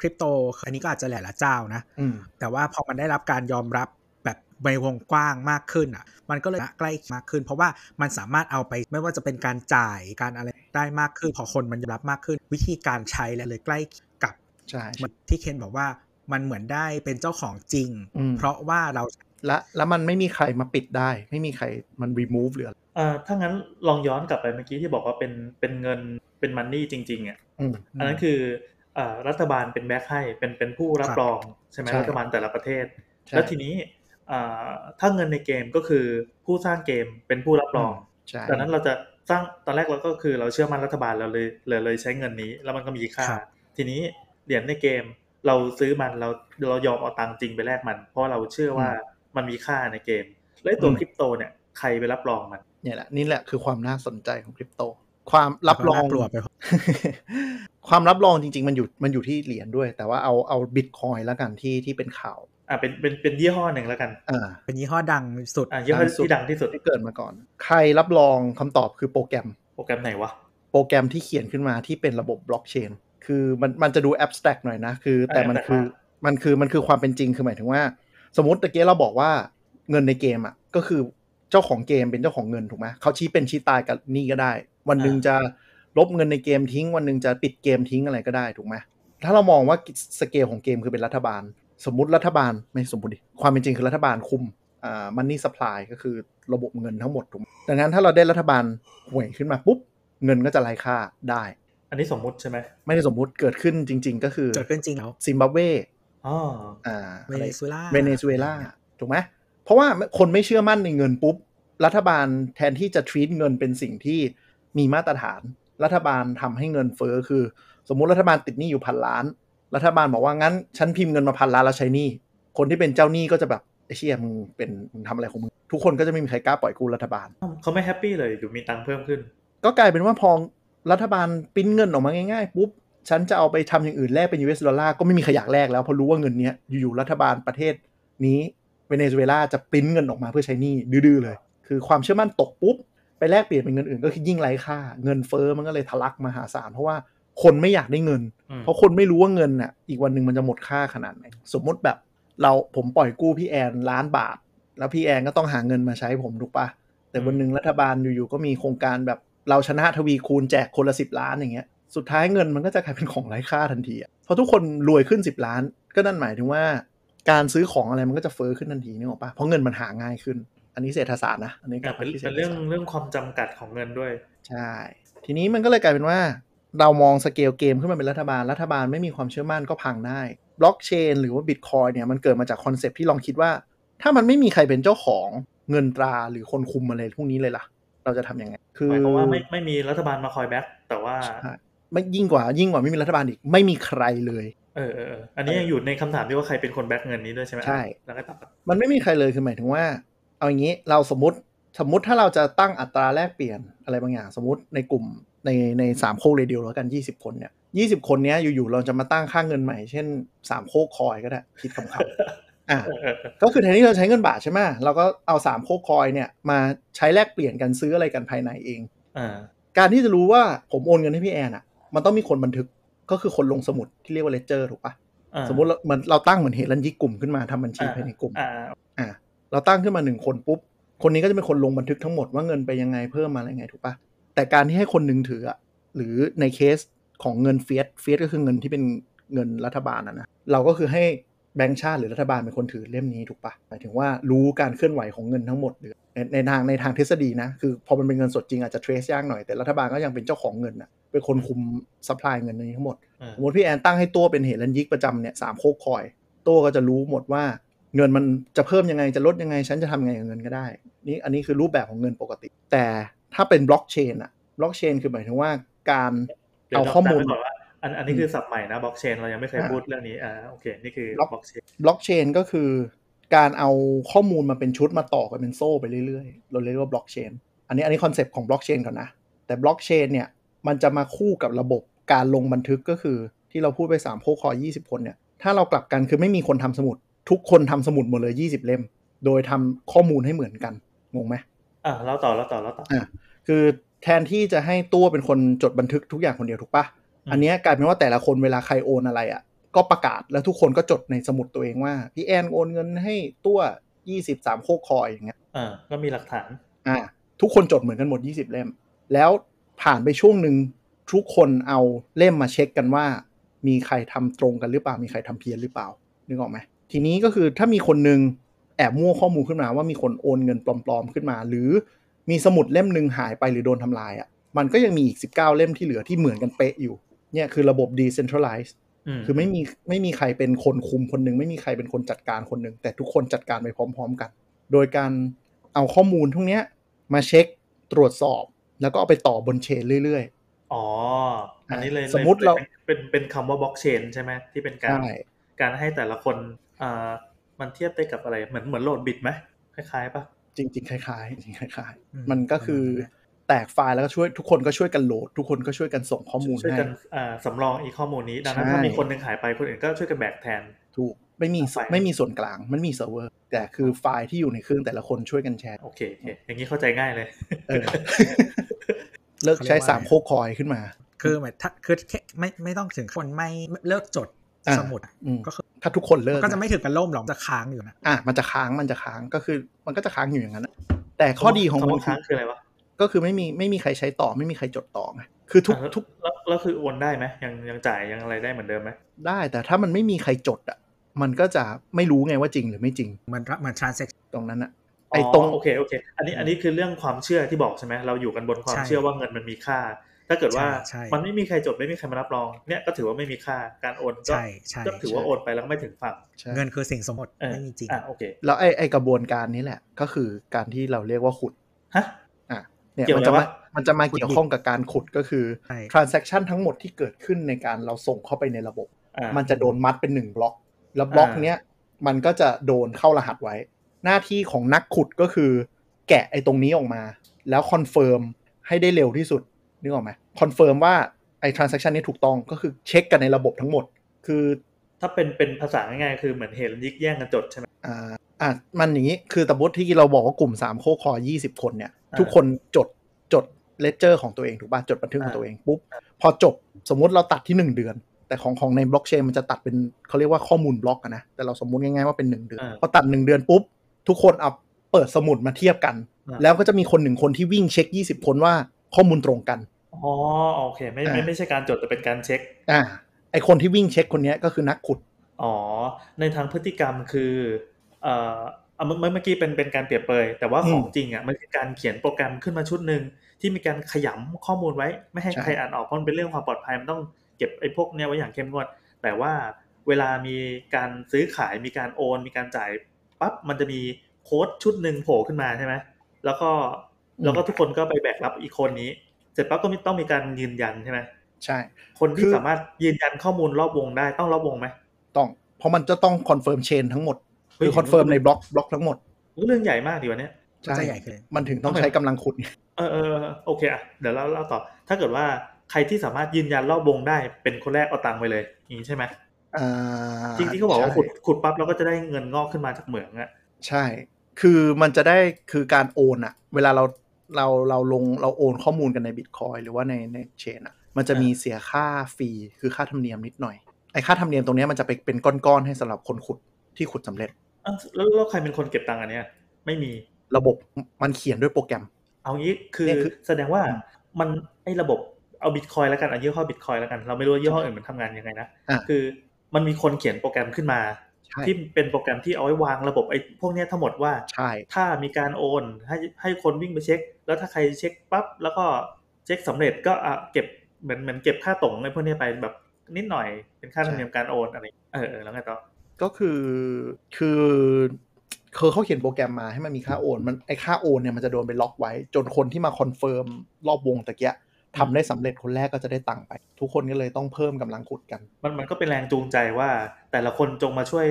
Speaker 3: คริปโตอันนี้ก็อาจจะหลายๆเจ้านะ
Speaker 4: อืม
Speaker 3: แต่ว่าพอมันได้รับการยอมรับแบบในวงกว้างมากขึ้นอ่ะ มันก็เลยใกล้มากขึ้น เพราะว่ามันสามารถเอาไปไม่ว่าจะเป็นการจ่ายการอะไรได้มากขึ้น พอคนมันยอมรับมากขึ้น วิธีการใช้และเลยใกล้กับ
Speaker 4: ใช่
Speaker 3: เหมือนที่เคนบอกว่ามันเหมือนได้เป็นเจ้าของจริง
Speaker 4: อืม
Speaker 3: เพราะว่าเรา
Speaker 4: และแล้วมันไม่มีใครมาปิดได้ ไม่มีใครมัน remove หรืออะไร
Speaker 2: อ่าถ้างั้นลองย้อนกลับไปเมื่อกี้ที่บอกว่าเป็นเป็นเงินเป็นมันนี่จริงๆอ่ะ
Speaker 4: อืม
Speaker 2: อันนั้นคืออ่ารัฐบาลเป็นแบ็คให้เป็นเป็นผู้รับ
Speaker 3: ครับ
Speaker 2: รองใช่ไหม
Speaker 4: ใช่
Speaker 2: รัฐบาลแต่ละประเทศ
Speaker 4: ใช่
Speaker 2: แล้วทีนี้อ่าถ้าเงินในเกมก็คือผู้สร้างเกมเป็นผู้รับรอง
Speaker 4: ใช่
Speaker 2: ดังนั้นเราจะสร้างตอนแรกเราก็คือเราเชื่อมั่นรัฐบาลเราเลยเลยเลยใช้เงินนี้ แล้วมันก็มีค่า
Speaker 3: ครับ
Speaker 2: ทีนี้เหรียญในเกมเราซื้อมันเราเรายอมเอาตังค์จริงไปแลกมัน เพราะเราเชื่อว่ามันมีค่าในเกม และตัวคริปโตเนี่ยใครไปรับรองมัน
Speaker 4: เนี่ยแหละนี่แหละคือความน่าสนใจของคริปโต ความรับรอง
Speaker 3: น่ากลัวไป
Speaker 4: [laughs] ความรับรองจริง ๆ มันอยู่มันอยู่ที่เหรียญด้วย แต่ว่าเอาเอาบิตคอยแล้วกันที่ที่เป็นข่าว
Speaker 2: อ่าเป็นเป็นเป็นยี่ห้อหนึ่งแล้วกัน
Speaker 4: อ่า
Speaker 3: เป็นยี่ห้อดังสุด
Speaker 2: อ่ายี่ห้อ
Speaker 4: ดังสุด
Speaker 2: ที่ดังที่สุด
Speaker 4: ที่เกิดมาก่อน ใครรับรองคำตอบคือโปรแกรม
Speaker 2: โปรแกรมไหนวะ
Speaker 4: โปรแกรมที่เขียนขึ้นมาที่เป็นระบบบล็อกเชน คือมันมันจะดูแอบสแต็กหน่อยนะ คือแต่มันคือ
Speaker 2: อ่า
Speaker 4: มันคือมันคือความเป็นจริงคือหมายถึงว่า สมมติตะเกียเราบอกว่าเงินในเกมอ่ะก็คือเจ้าของเกมเป็นเจ้าของเงินถูกไหมเขาชี้เป็นชี้ตายกับหนี่ก็ได้ วันหนึ่งจะลบเงินในเกมทิ้ง วันหนึ่งจะปิดเกมทิ้งอะไรก็ได้ถูกไหมถ้าเรามองว่าสเกลของเกมคือเป็นรัฐบาล สมมติรัฐบาลไม่สมมติดิความเป็นจริงคือรัฐบาลคุมอ่ามันนี่สป라이ก็คือระบบเงินทั้งหมดถูกไหมดังนั้นถ้าเราได้รัฐบาลห่วยขึ้นมาปุ๊บ เงินก็จะไร้ค่าได้
Speaker 2: อันนี้สมมุติใช่ไหม
Speaker 4: ไม่ได้สมมุติเกิดขึ้นจริง ๆ ก็คือ
Speaker 3: เกิดขึ้นจริงแล้ว
Speaker 4: ซิมบับเว
Speaker 2: อ๋อ
Speaker 4: อ่า
Speaker 3: เว
Speaker 4: อะไร
Speaker 3: เนซุเอลา
Speaker 4: เวเนซุเอลาถูกไหมเพราะว่าคนไม่เชื่อมั่นในเงินปุ๊บ รัฐบาลแทนที่จะ treat เงินเป็นสิ่งที่มีมาตรฐาน รัฐบาลทำให้เงินเฟ้อคือ สมมุติรัฐบาลติดหนี้อยู่พันล้าน รัฐบาลบอกว่างั้น ฉันพิมพ์เงินมาพันล้านแล้วใช้หนี้ คนที่เป็นเจ้าหนี้ก็จะแบบไอ้เชี่ยมึงเป็นมึงทำอะไรของมึงทุกคนก็จะไม่มีใครกล้าปล่อยกู้รัฐบาล
Speaker 2: เขาไม่แฮปปี้เลยอยู่มีตังค์เพิ่มขึ้น
Speaker 4: ก็กลายเป็นว่าพอรัฐบาลปริ้นเงินออกมาง่ายๆปุ๊บ ฉันจะเอาไปทำอย่างอื่นแลกเป็น US ดอลลาร์ก็ไม่มีใครอยากแลกแล้วเพราะรู้ว่าเงินเนี้ยอยู่ๆรัฐบาลประเทศนี้เวเนซุเอลาจะปริ้นเงินออกมาเพื่อใช้หนี้ดื้อๆเลย คือความเชื่อมั่นตกปุ๊บ ไปแลกเปลี่ยนเป็นเงินอื่นก็คือยิ่งไร้ค่า เงินเฟ้อมันก็เลยทะลักมหาศาลเพราะว่าคนไม่อยากได้เงิน
Speaker 2: อืม
Speaker 4: เพราะคนไม่รู้ว่าเงินน่ะอีกวันหนึ่งมันจะหมดค่าขนาดไหนสมมติแบบเราผมปล่อยกู้พี่แอนล้านบาท แล้วพี่แอนก็ต้องหาเงินมาใช้ผมถูกปะ แต่วันหนึ่งรัฐบาลอยู่ๆก็มีโครงการแบบเราชนะทวีคูณแจกคนละสิบล้านอย่างเงี้ยสุดท้ายเงินมันก็จะกลายเป็นของไร้ค่าทันทีอะเพราะทุกคนรวยขึ้น 10 ล้าน ก็นั่นหมายถึงว่า การซื้อของอะไรมันก็จะเฟ้อขึ้นทันทีนึกออกปะเพราะเงินมันหาง่ายขึ้น อันนี้เศรษฐศาสตร์นะอันนี้กลับ
Speaker 2: เป็
Speaker 4: มาน ที่ศษฐศาสต
Speaker 2: เป็นเรื่องเรื่องความจำกัดของเงินด้วย
Speaker 4: ใช่ ทีนี้มันก็เลยกลายเป็นว่า เรามองสเกลเกมขึ้นมาเป็นรัฐบาล รัฐบาลไม่มีความเชื่อมั่นก็พังได้บล็อกเชนหรือว่าบิตคอยเนี่ยมันเกิดมาจากคอนเซปต์ที่ลองคิดว่า ถ้ามันไม่มีใครเป็นเจ้าของเงินตราหรือคนคุมอะไรพวกนี้เลยล่ะ เราจะทำยังไง คือ
Speaker 2: หมายความว่าไม่ไม่มีรัฐบาลมาคอยแบ็กแต่ว่า
Speaker 4: ใช่ไม่ยิ่งกว่ายิ่งกว่าไม่มีรัฐบาลอีกไม่มีใครเลย
Speaker 2: เออเออเอออันนี้ยังอยู่ในคำถามที่ว่าใครเป็นคนแบ็กเงินนี้ด้วยใช่ไหม
Speaker 4: ใช่
Speaker 2: แล้วก็ตัดครับ
Speaker 4: มันไม่มีใครเลยคือหมายถึงว่า เอาอย่างนี้เราสมมติสมมติถ้าเราจะตั้งอัตราแลกเปลี่ยนอะไรบางอย่าง สมมติในกลุ่มในในสามโคกเรดิโอแล้วกัน 20 คนเนี่ยยีคนเนี้ยอยู่ๆเราจะมาตั้งค่าเงินใหม่เช่น 3 โคกคอยก็ได้ คิดคำๆ [laughs] อ่ะ
Speaker 2: เออเออเออ
Speaker 4: ก็คือแทนที่เราใช้เงินบาทใช่ไหมเราก็เอา 3 โคกคอยเนี่ยมาใช้แลกเปลี่ยนกันซื้ออะไรกันภายในเอง
Speaker 2: อ่า
Speaker 4: การที่จะรู้ว่าผมโอนเงินให้พี่แอนอ่ะมันต้องมีคนบันทึกก็คือคนลงสมุดที่เรียกว่าเลเจอร์ถูกปะ
Speaker 2: อ่า
Speaker 4: สมมติเราเหมือนเราตั้งเหมือนเหตุรันยิกกลุ่มขึ้นมาทำบัญชีภายในกลุ่ม
Speaker 2: อ่า
Speaker 4: อ่ะเราตั้งขึ้นมาหนึ่งคนปุ๊บ คนนี้ก็จะเป็นคนลงบันทึกทั้งหมดว่าเงินไปยังไงเพิ่มมาอะไรไงถูกปะแต่การที่ให้คนหนึ่งถืออะหรือในเคสของเงินเฟียสเฟียสก็คือเงินที่เป็นเงินรัฐบาลนะนะเราก็คือให้แบงก์ชาติหรือรัฐบาลเป็นคนถือเล่มนี้ถูกปะหมายถึงว่ารู้การเคลื่อนไหวของเงินทั้งหมดหรือในในทางในทางทฤษฎีนะคือพอมันเป็นเงินสดจริงอาจจะ trace ยากหน่อยแต่รัฐบาลก็ยังเป็นเจ้าของเงินนะเป็นคนคุม supply เงินนี้ทั้งหมด
Speaker 2: อ่า
Speaker 4: สมมติพี่แอนตั้งให้ตัวเป็นเหรันยิกประจำเนี่ยสามโคกคอย ตัวก็จะรู้หมดว่า เงินมันจะเพิ่มยังไงจะลดยังไง ฉันจะทำยังไงกับเงินก็ได้ นี่อันนี้คือรูปแบบของเงินปกติ แต่ถ้าเป็นบล็อกเชนอะบล็อกเชนคือหมายถึงว่าการ
Speaker 2: เดี๋ยว
Speaker 4: เอาข้อมูล
Speaker 2: จำไว้ก่อนว่าอันอันนี้คือสับใหม่นะบล็อกเชนเรายังไม่เคย
Speaker 4: อ่า
Speaker 2: พูดเรื่องนี้อ่าโอเคนี่คือ
Speaker 4: block-
Speaker 2: บล็อกเชน
Speaker 4: บล็อกเชนก็คือการเอาข้อมูลมาเป็นชุดมาต่อกันเป็นโซ่ไปเรื่อยๆ เราเรียกว่าบล็อกเชนอันนี้อันนี้คอนเซปต์ของบล็อกเชนก่อนนะ แต่บล็อกเชนเนี่ยมันจะมาคู่กับระบบการลงบันทึกก็คือที่เราพูดไป3ามโคคอ20 คนเนี่ยถ้าเรากลับกันคือไม่มีคนทำสมุด ทุกคนทำสมุดหมดเลย 20 เล่ม โดยทำข้อมูลให้เหมือนกันงงไหม
Speaker 2: อ่าเราต่อเราต่อเราต่อ
Speaker 4: คือแทนที่จะให้ตัวเป็นคนจดบันทึกทุกอย่างคนเดียวถูกปะ
Speaker 2: อืม
Speaker 4: อันเนี้ยกลายเป็นว่าแต่ละคนเวลาใครโอนอะไรอะ่ะ ก็ประกาศแล้วทุกคนก็จดในสมุดตัวเองว่า พี่แอนโอนเงินให้ตัว20 3โคกคอยอย่างเงี้ย
Speaker 2: อ่าก็มีหลักฐาน
Speaker 4: อ่าทุกคนจดเหมือนกันหมด 20 เล่ม แล้วผ่านไปช่วงหนึ่งทุกคนเอาเล่มมาเช็คกันว่า มีใครทำตรงกันหรือเปล่ามีใครทำเพี้ยนหรือเปล่านึกออกไหมทีนี้ก็คือถ้ามีคนหนึ่งแอบมั่วข้อมูลขึ้นมาว่ามีคนโอนเงินปลอมๆขึ้นมา หรือ มีสมุดเล่มหนึ่งหายไปหรือโดนทำลายอ่ะ มันก็ยังมีอีก 19 เล่มที่เหลือที่เหมือนกันเป๊ะอยู่ เนี่ยคือระบบ decentralized คือไม่มีไม่มีใครเป็นคนคุมคนหนึ่งไม่มีใครเป็นคนจัดการคนหนึ่งแต่ทุกคนจัดการไปพร้อม ๆ กัน โดยการเอาข้อมูลทุกเนี้ยมาเช็คตรวจสอบ แล้วก็เอาไปต่อบนเชนเรื่อย
Speaker 2: อ๋ออันนี้เลย
Speaker 4: สมมุติเรา
Speaker 2: เป็นเป็นคำว่าบล็อกเชนใช่ไหมที่เป็น
Speaker 4: ๆ
Speaker 2: การ
Speaker 4: ใช่
Speaker 2: การให้แต่ละคนอ่ามันเทียบได้กับอะไร เหมือนเหมือนโหลดบิตไหมคล้ายๆปะ
Speaker 4: จริง ๆ คล้ายๆจริงๆคล้าย
Speaker 3: อื
Speaker 4: ๆ มันก็คือแตกไฟล์แล้วก็ช่วยทุกคนก็ช่วยกันโหลด ทุกคนก็ช่วยกันส่งข้อมูล
Speaker 2: ช่วย
Speaker 4: ให้
Speaker 2: กันอ่าสำรองอีกข้อมูลนี้ ดังนั้น
Speaker 4: ใช่
Speaker 2: ถ้ามีคนหนึ่งหายไปคนอื่นก็ช่วยกันแบกแทน
Speaker 4: ถูกไม่มี
Speaker 2: ไฟล์
Speaker 4: ไม่มีส่วนกลางมันมีเซิร์ฟเวอร์แต่คือไฟล์ที่อยู่ในเครื่องแต่ละคนช่วยกันแชร์
Speaker 2: โอเคโอเคอย่างนี้เข้าใจง่ายเลย
Speaker 4: เออ เลิกใช้สามโคกคอยขึ้นมา
Speaker 3: คือหมายถ้าคือแค่ไม่ไม่ต้องถึงคนไม่ไม่เลิกจด
Speaker 4: อ่า
Speaker 3: สมุดอะ
Speaker 4: อืมถ้าทุกคนเลิก
Speaker 3: ก็จะไม่ถึงกันล่มหรอกจะค้างอยู่นะ
Speaker 4: อ่ะมันจะค้างมันจะค้างก็คือมันก็จะค้างอยู่อย่างนั้นนะแต่ข้อดีของมัน
Speaker 2: คำว่า
Speaker 4: คื
Speaker 2: ค้าง
Speaker 4: อ
Speaker 2: คืออะไรวะ
Speaker 4: ก็คือไม่มีไม่มีใครใช้ต่อไม่มีใครจดต่อไงคือทุก
Speaker 2: อ่ะ
Speaker 4: ทุก
Speaker 2: แล้วแล้วแล้วคือโอนได้ไหมยังยังจ่ายยังอะไรได้เหมือนเดิมไหม
Speaker 4: ได้ แต่ถ้ามันไม่มีใครจดอ่ะ มันก็จะไม่รู้ไงว่าจริงหรือไม่จริง
Speaker 3: เหมือนเหมือนทรานเซ็ค
Speaker 4: ตรงนั้นอ่ะ
Speaker 2: อ๋
Speaker 4: ไอ้
Speaker 2: อ
Speaker 4: ตรง
Speaker 2: โอเคโอเค อันนี้อันนี้คือเรื่องความเชื่อที่บอกใช่ไหมเราอยู่กันบนความ
Speaker 3: ใช่
Speaker 2: เชื่อว่าเงินมันมีค่า ถ้าเกิดว่า
Speaker 3: ใช่ใช่
Speaker 2: มันไม่มีใครจดไม่มีใครมารับรองเนี่ยก็ถือว่าไม่มีค่าการโอนก็
Speaker 3: ใช่ใช่
Speaker 2: ก็ถือว่าโอนไปแล้วก็ไม่ถึงฝั่ง
Speaker 4: ใช่
Speaker 3: เงินคือสิ่งสมมติ
Speaker 2: เออ
Speaker 3: ไม่มีจริง
Speaker 2: อ่ะโอเค
Speaker 4: แล้วไอ้ไอ้กระบวนการนี้แหละ ก็คือการที่เราเรียกว่าขุด
Speaker 2: ฮะ
Speaker 4: อ่ะเนี่ย
Speaker 2: เกี่ยว
Speaker 4: มัน
Speaker 2: อะไร
Speaker 4: จะมาว
Speaker 2: ะ
Speaker 4: มันจะมา
Speaker 3: ขุดดิ
Speaker 4: เกี่ยวข้องกับการขุดก็คือ
Speaker 3: ใช่
Speaker 4: transaction ทั้งหมดที่เกิดขึ้นในการเราส่งเข้าไปในระบบ
Speaker 2: อ่า
Speaker 4: มันจะโดนมัดเป็นหนึ่งบล็อก แล้วบล็อก
Speaker 2: อ่า
Speaker 4: เนี้ยมันก็จะโดนเข้ารหัสไว้ หน้าที่ของนักขุดก็คือ แกะไอ้ตรงนี้ออกมา แล้วคอนเฟิร์มให้ได้เร็วที่สุดนึกออกไหมคอนเฟิร์มว่าไอ้ transaction นี้ถูกต้องก็คือเช็คกันในระบบทั้งหมด คือ
Speaker 2: ถ้าเป็นเป็นภาษาง่ายๆคือเหมือนเห็นยิกแย่งกันจดใช่ไหม
Speaker 4: อ่าอ่ะมันอย่างนี้คือตะบดที่เราบอกว่ากลุ่มสามโคคอ20 คนเนี่ย
Speaker 2: อ่า
Speaker 4: ทุกคนจดจดเลเจอร์ของตัวเองถูกป่ะจดบันทึกของตัวเองปุ๊บพอจบสมมติเราตัดที่ 1 เดือน แต่ของของในบล็อกเชนมันจะตัดเป็นเขาเรียกว่าข้อมูลบล็อกอะนะแต่เราสมมุติง่ายๆว่าเป็น 1 เดือน
Speaker 2: อ่า
Speaker 4: พอตัด 1 เดือนปุ๊บ ทุกคนเอาเปิดสมุดมาเทียบกัน
Speaker 2: อ่า
Speaker 4: แล้วก็จะมีคนหนึ่งคนที่วิ่งเช็ค 20 คนว่าข้อมูลตรงกัน
Speaker 2: อ๋อโอเคไม่ไม่
Speaker 4: อ่า
Speaker 2: ไม่ใช่การจดแต่เป็นการเช็ค
Speaker 4: อ่าไอคนที่วิ่งเช็คคนเนี้ยก็คือนักขุด
Speaker 2: อ๋อ ในทางพฤติกรรมคือเอ่อ อ่ะเมื่อเมื่อเมื่อกี้เป็นเป็นการเปรียบเปรยแต่ว่า
Speaker 4: อืม
Speaker 2: ของจริงอ่ะมันคือการเขียนโปรแกรมขึ้นมาชุดหนึ่งที่มีการขยำข้อมูลไว้ ไม่ให้
Speaker 4: ใช่
Speaker 2: ใครอ่านออกเพราะมันเป็นเรื่องความปลอดภัยมันต้องเก็บไอ้พวกเนี้ยไว้อย่างเข้มงวด แต่ว่าเวลามีการซื้อขายมีการโอน มีการจ่ายปั๊บมันจะมีโค้ดชุดหนึ่งโผล่ขึ้นมาใช่ไหมแล้วก็แล้วก็ทุกคนก็ไปแบกรับอีกโคนนี้ เสร็จปั๊บก็มีต้องมีการยืนยันใช่ไหม
Speaker 4: ใช่
Speaker 2: คนที่
Speaker 4: คือ
Speaker 2: สามารถยืนยันข้อมูลรอบวงได้ต้องรอบวงไหม
Speaker 4: ต้อง เพราะมันจะต้องคอนเฟิร์มเชนทั้งหมด หรือคอนเฟิร์มในบล็อกบล็อกทั้งหมด
Speaker 2: เรื่องใหญ่มากดีวันเนี้ย
Speaker 3: มันจะใหญ่ขึ้นเลย
Speaker 4: มันถึงต้อง
Speaker 2: ทำไม
Speaker 4: ใช้กำลังขุด
Speaker 2: เออเออเออโอเคอ่ะเดี๋ยวเราเล่าต่อ ถ้าเกิดว่าใครที่สามารถยืนยันรอบวงได้เป็นคนแรกเอาตังค์ไปเลยอย่างนี้ใช่ไหม
Speaker 4: อ่า
Speaker 2: จริงๆเขาบอกว่า
Speaker 4: ใช่
Speaker 2: ขุดขุดปั๊บเราก็จะได้เงินงอกขึ้นมาจากเหมืองอ่ะ
Speaker 4: ใช่ คือมันจะได้คือการโอนอะเวลาเราเราเราลงเราโอนข้อมูลกันในบิตคอยหรือว่าในในเชนอะมันจะมีเสียค่าฟรีคือค่าธรรมเนียมนิดหน่อยไอ้ค่าธรรมเนียมตรงเนี้ยมันจะไปเป็นก้อนๆให้สำหรับคนขุดที่ขุดสำเร็จ
Speaker 2: เอ้าแล้วแล้วใครเป็นคนเก็บตังค์อันเนี้ยไม่มี
Speaker 4: ระบบมันเขียนด้วยโปรแกรม
Speaker 2: เอางี้คือ
Speaker 4: เนี่ยคือ
Speaker 2: แสดงว่า
Speaker 4: อืม
Speaker 2: มันไอ้ระบบเอาบิตคอยแล้วกันเอายี่ห้อบิตคอยแล้วกัน เราไม่รู้ว่ายี่ห้ออื่นมันทำงานยังไงนะ
Speaker 4: อ่ะ
Speaker 2: คือมันมีคนเขียนโปรแกรมขึ้นมา
Speaker 4: ใช่
Speaker 2: ที่เป็นโปรแกรมที่เอาไว้วางระบบไอ้พวกเนี้ยทั้งหมดว่า
Speaker 4: ใช่
Speaker 2: ถ้ามีการโอนให้ให้คนวิ่งไปเช็ค แล้วถ้าใครเช็คปั๊บแล้วก็เช็คสำเร็จก็อ่ะเก็บเหมือนเหมือนเก็บค่าตรงอะไรพวกเนี้ยไปแบบนิดหน่อยเป็นค่าธรรมเนียมการโอนอะไรเออเออแล้วไงต่อ
Speaker 4: ก็คือคือคือเขาเขียนโปรแกรมมาให้มันมีค่าโอน มันไอค่าโอนเนี่ยมันจะโดนไปล็อกไว้ จนคนที่มาคอนเฟิร์มรอบวงตะเกียทำได้สำเร็จคนแรกก็จะได้ตังค์ไป ทุกคนก็เลยต้องเพิ่มกำลังขุดกัน
Speaker 2: มันมันก็เป็นแรงจูงใจว่า แต่ละคนจงมาช่วย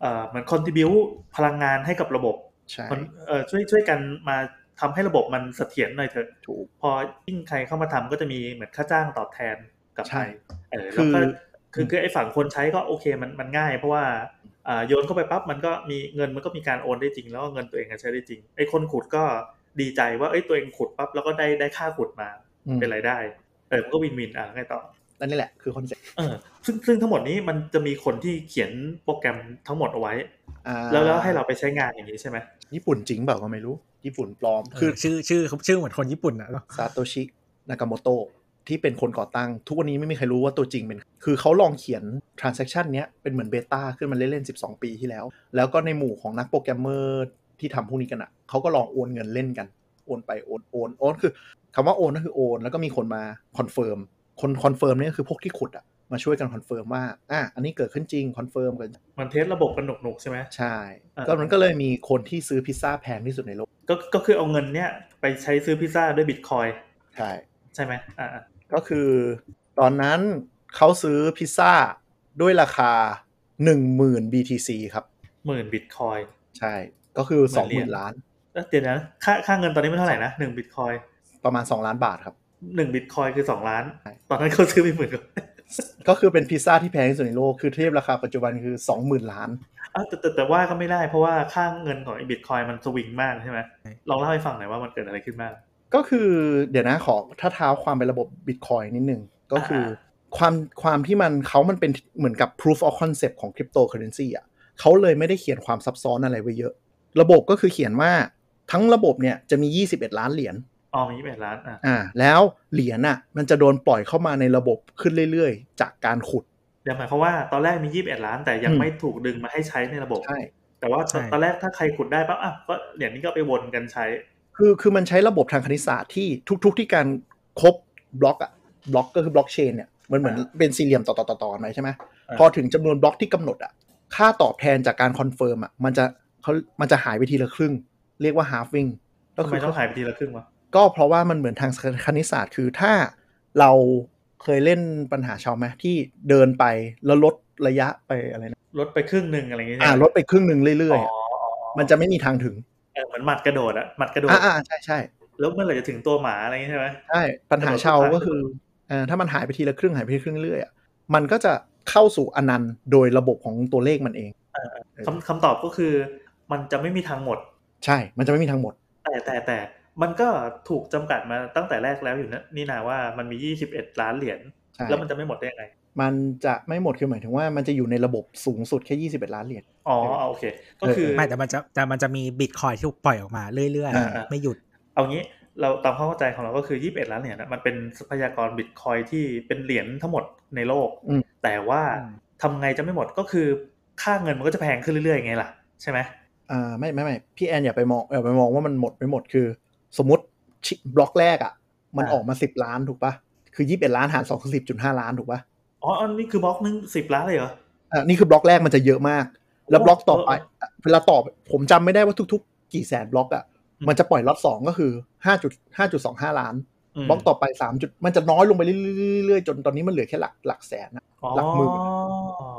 Speaker 2: เอ่อเหมือนคอนทิบิวพลังงานให้กับระบบ
Speaker 4: ใช่
Speaker 2: มันเอ่อช่วยช่วยกันมาทำให้ระบบมันเสถียรหน่อยเถอะ
Speaker 4: ถูก
Speaker 2: พอยิ่งใครเข้ามาทำก็จะมีเหมือนค่าจ้างตอบแทนกลับ
Speaker 4: ใช่
Speaker 2: ไปเออแล้
Speaker 4: คื
Speaker 2: ว
Speaker 4: อ
Speaker 2: ก็ คือคือไอ้ฝั่งคนใช้ก็โอเคมันมันง่าย เพราะว่าอ่าโยนเข้าไปปั๊บมันก็มีเงินมันก็มีการโอนได้จริง แล้วก็เงินตัวเองก็ใช้ได้จริงไอ้คนขุดก็ดีใจว่าเอ้ยตัวเองขุดปั๊บแล้วก็ได้ได้ค่าขุดมา
Speaker 4: อืม
Speaker 2: เป็นรายได้เออมันก็วินวินอ่ะไงต่อ
Speaker 4: นั่นนี่แหละคือคอนเซ็ปต์
Speaker 2: เออซึ่งซึ่งทั้งหมดนี้มันจะมีคนที่เขียนโปรแกรมทั้งหมดเอาไว้
Speaker 4: อ่า
Speaker 2: แล้วแล้วให้เราไปใช้งานอย่างนี้ใช่ไหม
Speaker 4: ญี่ปุ่นจริงเปล่าก็ไม่รู้ ญี่ปุ่นปลอม
Speaker 3: คื
Speaker 4: คือ อ
Speaker 3: ชื่อชื่อชื่อเหมือนคนญี่ปุ่นอะเนอะ
Speaker 4: ซาโตชินากาโมโตะที่เป็นคนก่อตั้ง ทุกวันนี้ไม่มีใครรู้ว่าตัวจริงเป็น คือเขาลองเขียน transaction เนี้ยเป็นเหมือนเบต้าขึ้นมาเล่นๆ12 ปีที่แล้ว แล้วก็ในหมู่ของนักโปรแกรมเมอร์ที่ทำพวกนี้กันอ่ะเขาก็ลองโอนเงินเล่นกัน โอนไปโอนโอนโอนคือคำว่าโอนก็คือโอน แล้วก็มีคนมาคอนเฟิร์มคนคอนเฟิร์มเนี่ยก็คือพวกที่ขุดอ่ะมาช่วยกันคอนเฟิร์มว่าอ่ะอันนี้เกิดขึ้นจริงคอนเฟิร์มกัน
Speaker 2: มันเทสระบบกันหนุกหนุกๆใช่ไหม
Speaker 4: ใช่
Speaker 2: อ่า
Speaker 4: ก็มันก็เลยมีคนที่ซื้อพิซซ่าแพงที่สุดในโลก
Speaker 2: ก็ก็คือเอาเงินเนี้ยไปใช้ซื้อพิซซ่าด้วยบิตคอย
Speaker 4: ใช่
Speaker 2: ใช่ไหมอ่าอ่า
Speaker 4: ก็คือตอนนั้นเขาซื้อพิซซ่าด้วยราคา 10,000 BTC ครับ
Speaker 2: หมื่นบิตคอย
Speaker 4: ใช่ ก็คือ
Speaker 2: เหมือนเหรียญ
Speaker 4: 20,000 ล้าน
Speaker 2: แล้วเดี๋ยวนะค่าค่าเงินตอนนี้มันเท่าไหร่นะหนึ่งบิตคอย
Speaker 4: ประมาณ 2 ล้านบาทครับ
Speaker 2: หนึ่งบิตคอยคือสองล้าน
Speaker 4: ใช่
Speaker 2: ตอนนั้นเขาซื้อไปหมื่นกว่า [laughs]
Speaker 4: ก็คือเป็นพิซซ่าที่แพงที่สุดในโลก คือเทียบราคาปัจจุบันคือ 20,000 ล้าน
Speaker 2: อ้าวแต่แต่แต่ว่าก็ไม่ได้เพราะว่าค่าเงินของไอ้บิตคอยมันสวิงมากใช่ไหมลองเล่าให้ฟังหน่อยว่ามันเกิดอะไรขึ้นบ้าง
Speaker 4: ก็คือเดี๋ยวนะขอถ้าเท้าความไประบบ Bitcoin นิดนึง ก็คือ
Speaker 2: อ่า
Speaker 4: ความความที่มันเขามันเป็นเหมือนกับ proof of concept ของ cryptocurrency อ่ะเขาเลยไม่ได้เขียนความซับซ้อนอะไรไว้เยอะ ระบบก็คือเขียนว่าทั้งระบบเนี่ยจะมี 21 ล้านเหรียญ
Speaker 2: อ๋อมียี่สิบล้านอ่ะ
Speaker 4: อ่าแล้วเหรียญอ่ะมันจะโดนปล่อยเข้ามาในระบบขึ้นเรื่อยๆ จากการขุด
Speaker 2: เดี๋ยวหมายความว่าตอนแรกมียี่สิบล้าน แต่ยัง
Speaker 4: อืม
Speaker 2: ไม่ถูกดึงมาให้ใช้ในระบบ
Speaker 4: ใช่
Speaker 2: แต่ว่าตอนตอนแรกถ้าใครขุดได้ปั๊บอ่ะก็เหรียญนี้ก็ไปวนกันใช้
Speaker 4: คือคือมันใช้ระบบทางคณิตศาสตร์ที่ทุกๆที่การครบบล็อกอ่ะบล็อกก็คือบล็อกเชนเนี่ยมันเหมือน
Speaker 2: อ่า
Speaker 4: เป็นสี่เหลี่ยมต่อต่อต่อต่อกันไปใช่ไหม
Speaker 2: อ่า
Speaker 4: พอถึงจำนวนบล็อกที่กำหนดอ่ะค่าตอบแทนจากการคอนเฟิร์มอ่ะมันจะเขามันจะหายไปทีละครึ่ง เรียกว่า halving ก็
Speaker 2: ทำ
Speaker 4: คื
Speaker 2: ไม
Speaker 4: อ
Speaker 2: ต้องหายไปทีละครึ่งวะ
Speaker 4: ก็เพราะว่ามันเหมือนทางคณิตศาสตร์คือถ้าเราเคยเล่นปัญหาชาวไหมที่เดินไปแล้วลดระยะไปอะไรนะ
Speaker 2: ลดไปครึ่งหนึ่งอะไรอย่างเงี้ย
Speaker 4: อ่าลดไปครึ่งหนึ่งเรื่อยๆ
Speaker 2: อ๋อ
Speaker 4: อะมันจะไม่มีทางถึง
Speaker 2: เออเหมือนหมัดกระโดดอะหมัดกระโดด
Speaker 4: อ่าอ่าใช่ใช่
Speaker 2: แล้วเมื่อไหร่จะถึงตัวหมาอะไรอย่างเงี้ยใช่ไหม
Speaker 4: ใช่ปัญหาชาวก็คือเอ่อถ้ามันหายไปทีละครึ่งหายไปทีละครึ่งเรื่อยๆอ่ะมันก็จะเข้าสู่อนันต์โดยระบบของตัวเลขมันเอง
Speaker 2: คำคำตอบก็คือมันจะไม่มีทางหมด
Speaker 4: ใช่ มันจะไม่มีทางหมด
Speaker 2: แต่แต่แต่มันก็ถูกจำกัดมาตั้งแต่แรกแล้วอยู่นะนี่นาว่ามันมี 21 ล้านเหรียญ
Speaker 4: ใช่
Speaker 2: แล้วมันจะไม่หมดได้ยังไง
Speaker 4: มันจะไม่หมดคือหมายถึงว่ามันจะอยู่ในระบบสูงสุดแค่21 ล้านเหรียญ
Speaker 2: อ๋อเอาโอเค ก็คือ
Speaker 3: ไม่แต่มันจะแต่มันจะมีบิตคอยที่ถูกปล่อยออกมาเรื่อย
Speaker 4: อ่า
Speaker 3: ๆ ไม่หยุด
Speaker 2: เอางี้เราตามความเข้าใจของเราก็คือ 21 ล้านเหรียญน่ะมันเป็นทรัพยากรบิตคอยที่เป็นเหรียญทั้งหมดในโลก
Speaker 4: อืม
Speaker 2: แต่ว่า
Speaker 3: อืม
Speaker 2: ทำไงจะไม่หมดก็คือค่าเงินมันก็จะแพงขึ้นเรื่อยๆไงล่ะใช่ไหม
Speaker 4: อ่าไม่ไม่ไม่พี่แอนอย่าไปมองอย่าไปมองว่ามันหมดไม่หมดคือ สมมติชิบล็อกแรกอะ่ะ มัน
Speaker 3: อ่า
Speaker 4: ออกมาสิบล้านถูกปะคือยี่สิบเอ็ดล้านหารสองสิบจุดห้าล้านถูกปะ
Speaker 2: อ๋ออันนี้คือบล็อกหนึงสิบล้านเลยเหรอ
Speaker 4: อ่านี่คือบล็อกแรกมันจะเยอะมาก แล้วบล็อกต่อไปเวลาต่อผมจำไม่ได้ว่าทุก ๆ กี่แสนบล็อกอะ่ะ
Speaker 2: อืม
Speaker 4: มันจะปล่อยล็อตสองก็คือห้าจุดห้าจุดสองห้าล้าน บล็อกต่อไปสามจุดมันจะน้อยลงไปเรื่อยๆจนตอนนี้มันเหลือแค่หลักหลักแสนอะ หลักหมื่น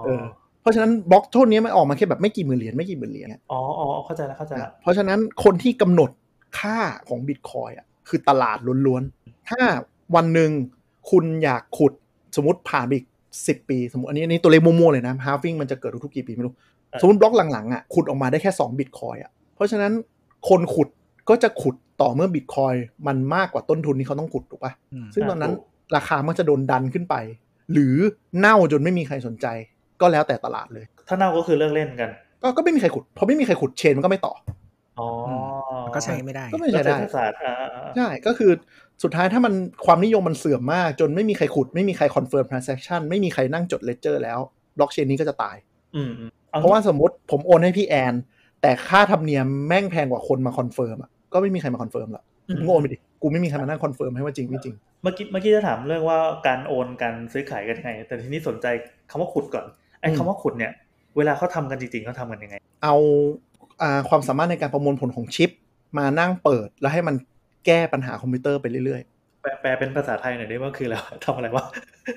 Speaker 4: เออเพราะฉะนั้นบล็อกเท่านี้มันออกมาแค่แบบไม่กี่หมื่นเหรียญไม่กี่หมื่นเหรียญ
Speaker 2: อ๋ออ๋อเข้าใจแล้วเข้าใจแล้ว
Speaker 4: เพราะฉะนั้นคนที่กำหนดค่าของบิตคอยอ่ะคือตลาดล้วนๆ ถ้าวันหนึ่งคุณอยากขุดสมมติผ่านไปอีกสิปี สมมติอันนี้อันนี้ตัวเลขมั่วๆเลยนะฮาร์ฟิงมันจะเกิดทุกๆกี่ปีไม่รู้ สมมติบล็อกหลังๆอ่ะขุดออกมาได้แค่2บิตคอยอ่ะเพราะฉะนั้นคนขุดก็จะขุดต่อเมื่อบิตคอยมันมากกว่าต้นทุนที่เขาต้องขุดถูกปะ
Speaker 3: อืม
Speaker 4: ซึ่งตอนนั้นราคามันจะโดนดันขึ้นไป หรือเน่าจนไม่มีใครสนใจ ก็แล้วแต่ตลาดเลย
Speaker 2: ถ้าเน่าก็คือเลิกเล่นกัน
Speaker 4: ก็ก็ไม่มีใครขุดพอไม่มีใครขุดเชนมันก็ไม่ต่อ
Speaker 2: อ๋อ
Speaker 3: มันก็ใช้ไม่ได้
Speaker 4: ก็ไม่ใช่
Speaker 2: เศรษ
Speaker 4: ได้
Speaker 2: ฐศาสตร์อ่าอ่าอ่า
Speaker 4: ใช่ ก็คือสุดท้ายถ้ามันความนิยมมันเสื่อมมาก จนไม่มีใครขุด ไม่มีใครคอนเฟิร์มทรานเซ็คชันไม่มีใครนั่งจดเลเจอร์แล้วบล็อกเชนนี้ก็จะตาย
Speaker 2: อืมอืมอ
Speaker 4: เพราะว่าสมมติผมโอนให้พี่แอน แต่ค่าธรรมเนียมแม่งแพงกว่าคนมาคอนเฟิร์มอ่ะก็ไม่มีใครมาคอนเฟิร์มหรอก
Speaker 2: อืม
Speaker 4: มึงโอนไปดิกูไม่มีใครมานั่งคอนเฟิร์มให้ว่าจริงไม่จริง
Speaker 2: เมื่อกี้เมื่อกี้จะถามเรื่องว่าการโอนการซื้อขายกันยังไง แต่ทีนี้สนใจคำว่าขุดก่อนไอ้
Speaker 4: อืม
Speaker 2: คำว่าขุดเนี่ย เวลาเขาทำกันจริงๆเขาทำกันยังไง
Speaker 4: เอาอ่าความสามารถในการประมวลผลของชิป มานั่งเปิดแล้วให้มันแก้ปัญหาคอมพิวเตอร์ไปเรื่อย
Speaker 2: แปลแปลเป็นภาษาไทยหน่อยได้ว่าคืออะไรวะ ทำอะไรวะ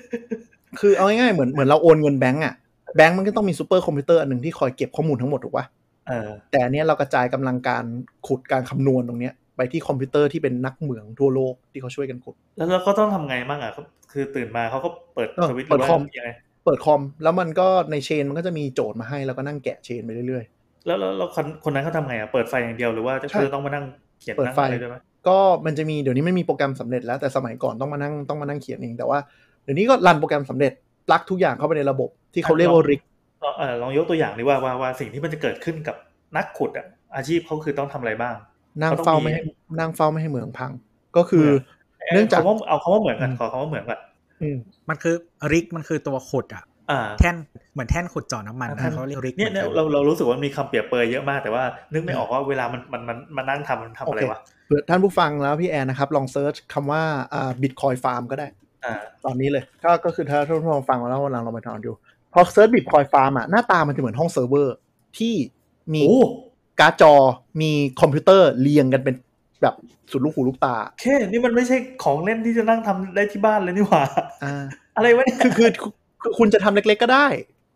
Speaker 2: [laughs]
Speaker 4: ๆ คือเอาง่ายๆเหมือนเหมือนเราโอนเงินแบงก์อ่ะแบงก์มันก็ต้องมีซูเปอร์คอมพิวเตอร์อันหนึ่งที่คอยเก็บข้อมูลทั้งหมดถูกปะ
Speaker 2: เออ
Speaker 4: แต่อันเนี้ยเรากระจายกำลังการขุดการคำนวณตรงเนี้ยไปที่คอมพิวเตอร์ที่เป็นนักเหมืองทั่วโลกที่เขาช่วยกันขุด
Speaker 2: แล้วเราก็ต้องทำไงบ้างอ่ะก็คือตื่นมาเขาก็เปิด
Speaker 4: เออ
Speaker 2: สวิตช์ห
Speaker 4: เปิ
Speaker 2: รือ
Speaker 4: ด
Speaker 2: ว่า
Speaker 4: คอม
Speaker 2: ยังไง
Speaker 4: เปิดคอม แล้วมันก็ในเชนมันก็จะมีโจทย์มาให้แล้วก็นั่งแกะเชนไปเรื่อย
Speaker 2: แล้วแล้วแล้วคนคนนั้นเขาทำไงอ่ะเปิดไฟอย่างเดียวหรือว่าจะ
Speaker 4: ใช่
Speaker 2: คือต้องมานั่งเขียน
Speaker 4: เปิด
Speaker 2: นั่ง
Speaker 4: ไฟ
Speaker 2: อะไรด้วยไหม
Speaker 4: ๆ ก็มันจะมีเดี๋ยวนี้ไม่มีโปรแกรมสำเร็จแล้วแต่สมัยก่อนต้องมานั่งต้องมานั่งเขียนเองแต่ว่าเดี๋ยวนี้ก็รันโปรแกรมสำเร็จปลักทุกอย่างเข้าไปในระบบที่เขาเรียกว่าริก
Speaker 2: ลองเออลองยกตัวอย่างดีว่าว่าว่าสิ่งที่มันจะเกิดขึ้นกับนักขุดอ่ะอาชีพเขาคือต้องทำอะไรบ้าง
Speaker 4: นั่งเฝ้าไม่ให้นั่งเฝ้าไม่ให้เหมืองพัง ก็คือ เนื่องจาก
Speaker 2: คำว่เอาคำว่าเหมือนกันขอคำว่าเหมือนก่อน
Speaker 4: อืม
Speaker 3: มันคือริกมันคือตัวขุดอ่ะ
Speaker 2: อ่า
Speaker 3: แท่นเหมือนแท่นขุดเจาะน้ำมัน
Speaker 2: อ่ะ
Speaker 3: นะ
Speaker 2: ท่าน
Speaker 3: เขาเรียกริก
Speaker 2: เนี่ย
Speaker 3: หมื
Speaker 2: เนี่ย
Speaker 3: อกั
Speaker 2: เราเรารู้สึกว่ามีคำเปรียบเปรยเยอะมากแต่ว่านึกไม่ออกว่าเวลามันมันมันมันนั่งทำมันทำอะไร
Speaker 4: โอเค
Speaker 2: วะ
Speaker 4: เผื่อท่านผู้ฟังแล้วพี่แอนนะครับลองเซิร์ชคำว่าอ่าบิตคอยฟาร์มก็ได้
Speaker 2: อ่า
Speaker 4: ตอนนี้เลยก็ก็คือถ้าท่านผู้ชมฟังมาแล้ววันหลังเราไปนอนดู พอเซิร์ชบิตคอยฟาร์มอ่ะ หน้าตามันจะเหมือนห้องเซิร์ฟเวอร์ ที่มี
Speaker 2: โอ้
Speaker 4: การ์ดจอมีคอมพิวเตอร์เรียงกันเป็นแบบสุดลูกหูลูกตา
Speaker 2: เคนี่มันไม่ใช่ของเล่นที่จะนั่งทำได้ที่บ้านเลยนี่หว่า [laughs]
Speaker 4: อ่า
Speaker 2: อะไรวะเนี่ย
Speaker 4: คือคือคือคือคุณจะทำเล็กๆก็ได้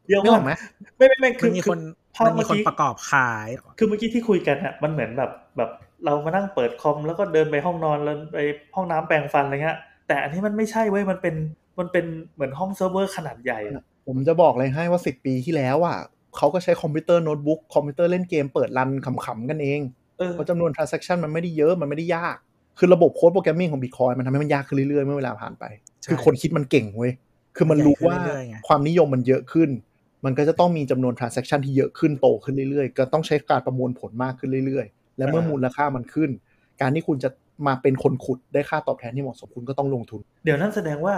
Speaker 2: เดี๋ยว
Speaker 4: นึก
Speaker 2: ก่
Speaker 4: อ
Speaker 2: อน
Speaker 4: อกไหม
Speaker 2: ไม่ไม่ไม่คื
Speaker 3: มั
Speaker 2: อน
Speaker 3: มีคน
Speaker 2: ภา
Speaker 3: มั
Speaker 2: พ
Speaker 3: นมี
Speaker 2: เมื่อ
Speaker 3: คน
Speaker 2: กี้
Speaker 3: ประกอบขาย
Speaker 2: คือเมื่อกี้ที่คุยกันอะมันเหมือนแบบแบบเรามานั่งเปิดคอมแล้วก็เดินไปห้องนอนแล้วไปห้องน้ำแปรงฟันอะไรเงี้ยแต่อันนี้มันไม่ใช่เว้ยมันเป็นมันเป็นเหมือนห้องเซิร์ฟเวอร์ขนาดใหญ่อะ
Speaker 4: ผมจะบอกเลยให้ว่า 10 ปีที่แล้วอ่ะเขาก็ใช้คอมพิวเตอร์โน้ตบุ๊กคอมพิวเตอร์เล่นเกมเปิดรันขำๆกันเอง
Speaker 2: เออ
Speaker 4: เพราะจำนวน transaction มันไม่ได้เยอะมันไม่ได้ยาก คือระบบโค้ดโปรแกรมมิ่งของ Bitcoin มันทำให้มันยากขึ้นเรื่อยๆ เมื่อเวลาผ่านไป
Speaker 3: ใช่
Speaker 4: คือคนคิดมันเก่งเว้ย คือมัน
Speaker 3: ใหญ่
Speaker 4: รู้
Speaker 3: ขึ้น
Speaker 4: ว่า
Speaker 3: เรื่อยๆไง
Speaker 4: ความนิยมมันเยอะขึ้น มันก็จะต้องมีจำนวน transaction ที่เยอะขึ้นโตขึ้นเรื่อยๆ ก็ต้องใช้การประมวลผลมากขึ้นเรื่อยๆ และเมื่อ
Speaker 2: อ่า
Speaker 4: มูลค่ามันขึ้น การที่คุณจะมาเป็นคนขุดได้ค่าตอบแทนที่เหมาะสมคุณก็ต้องลงทุน
Speaker 2: เดี๋ยวนั่นแสดงว่า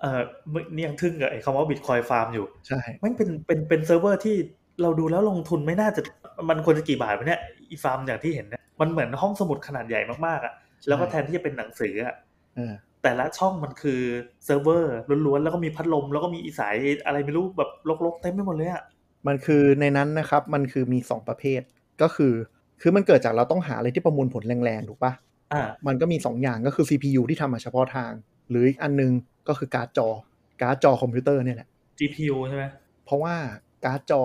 Speaker 2: เออมึงนี่ยังทึ่งกับไอ้คำว่าบิตคอยฟาร์มอยู่
Speaker 4: ใช่
Speaker 2: มันเป็นเป็นเป็นเซิร์ฟเวอร์ที่เราดูแล้วลงทุนไม่น่าจะมันควรจะกี่บาทวะเนี่ยอีฟาร์มอย่างที่เห็นเนี่ยมันเหมือนห้องสมุดขนาดใหญ่มากๆอะ่ะแล้วก็แทนที่จะเป็นหนังสืออะ
Speaker 4: เออ
Speaker 2: แต่ละช่องมันคือเซิร์ฟเวอร์ล้วนๆแล้วก็มีพัดลมแล้วก็มีอีสายอะไรไม่รู้แบบลกๆเต็มไปหมดเลยอะ่ะ
Speaker 4: มันคือในนั้นนะครับ มันคือมีสองประเภท ก็คือ คือมันเกิดจากเราต้องหาอะไรที่ประมวลผลแรงๆ ถูกปะ
Speaker 2: อ่า
Speaker 4: มันก็มี 2 อย่างก็คือ CPU ที่ทำมาเฉพาะทาง หรืออีกอันนึงก็คือการ์ดจอ การ์ดจอคอมพิวเตอร์เนี่ยแหละ
Speaker 2: GPU ใช่ไหม
Speaker 4: เพราะว่าการ์ดจอ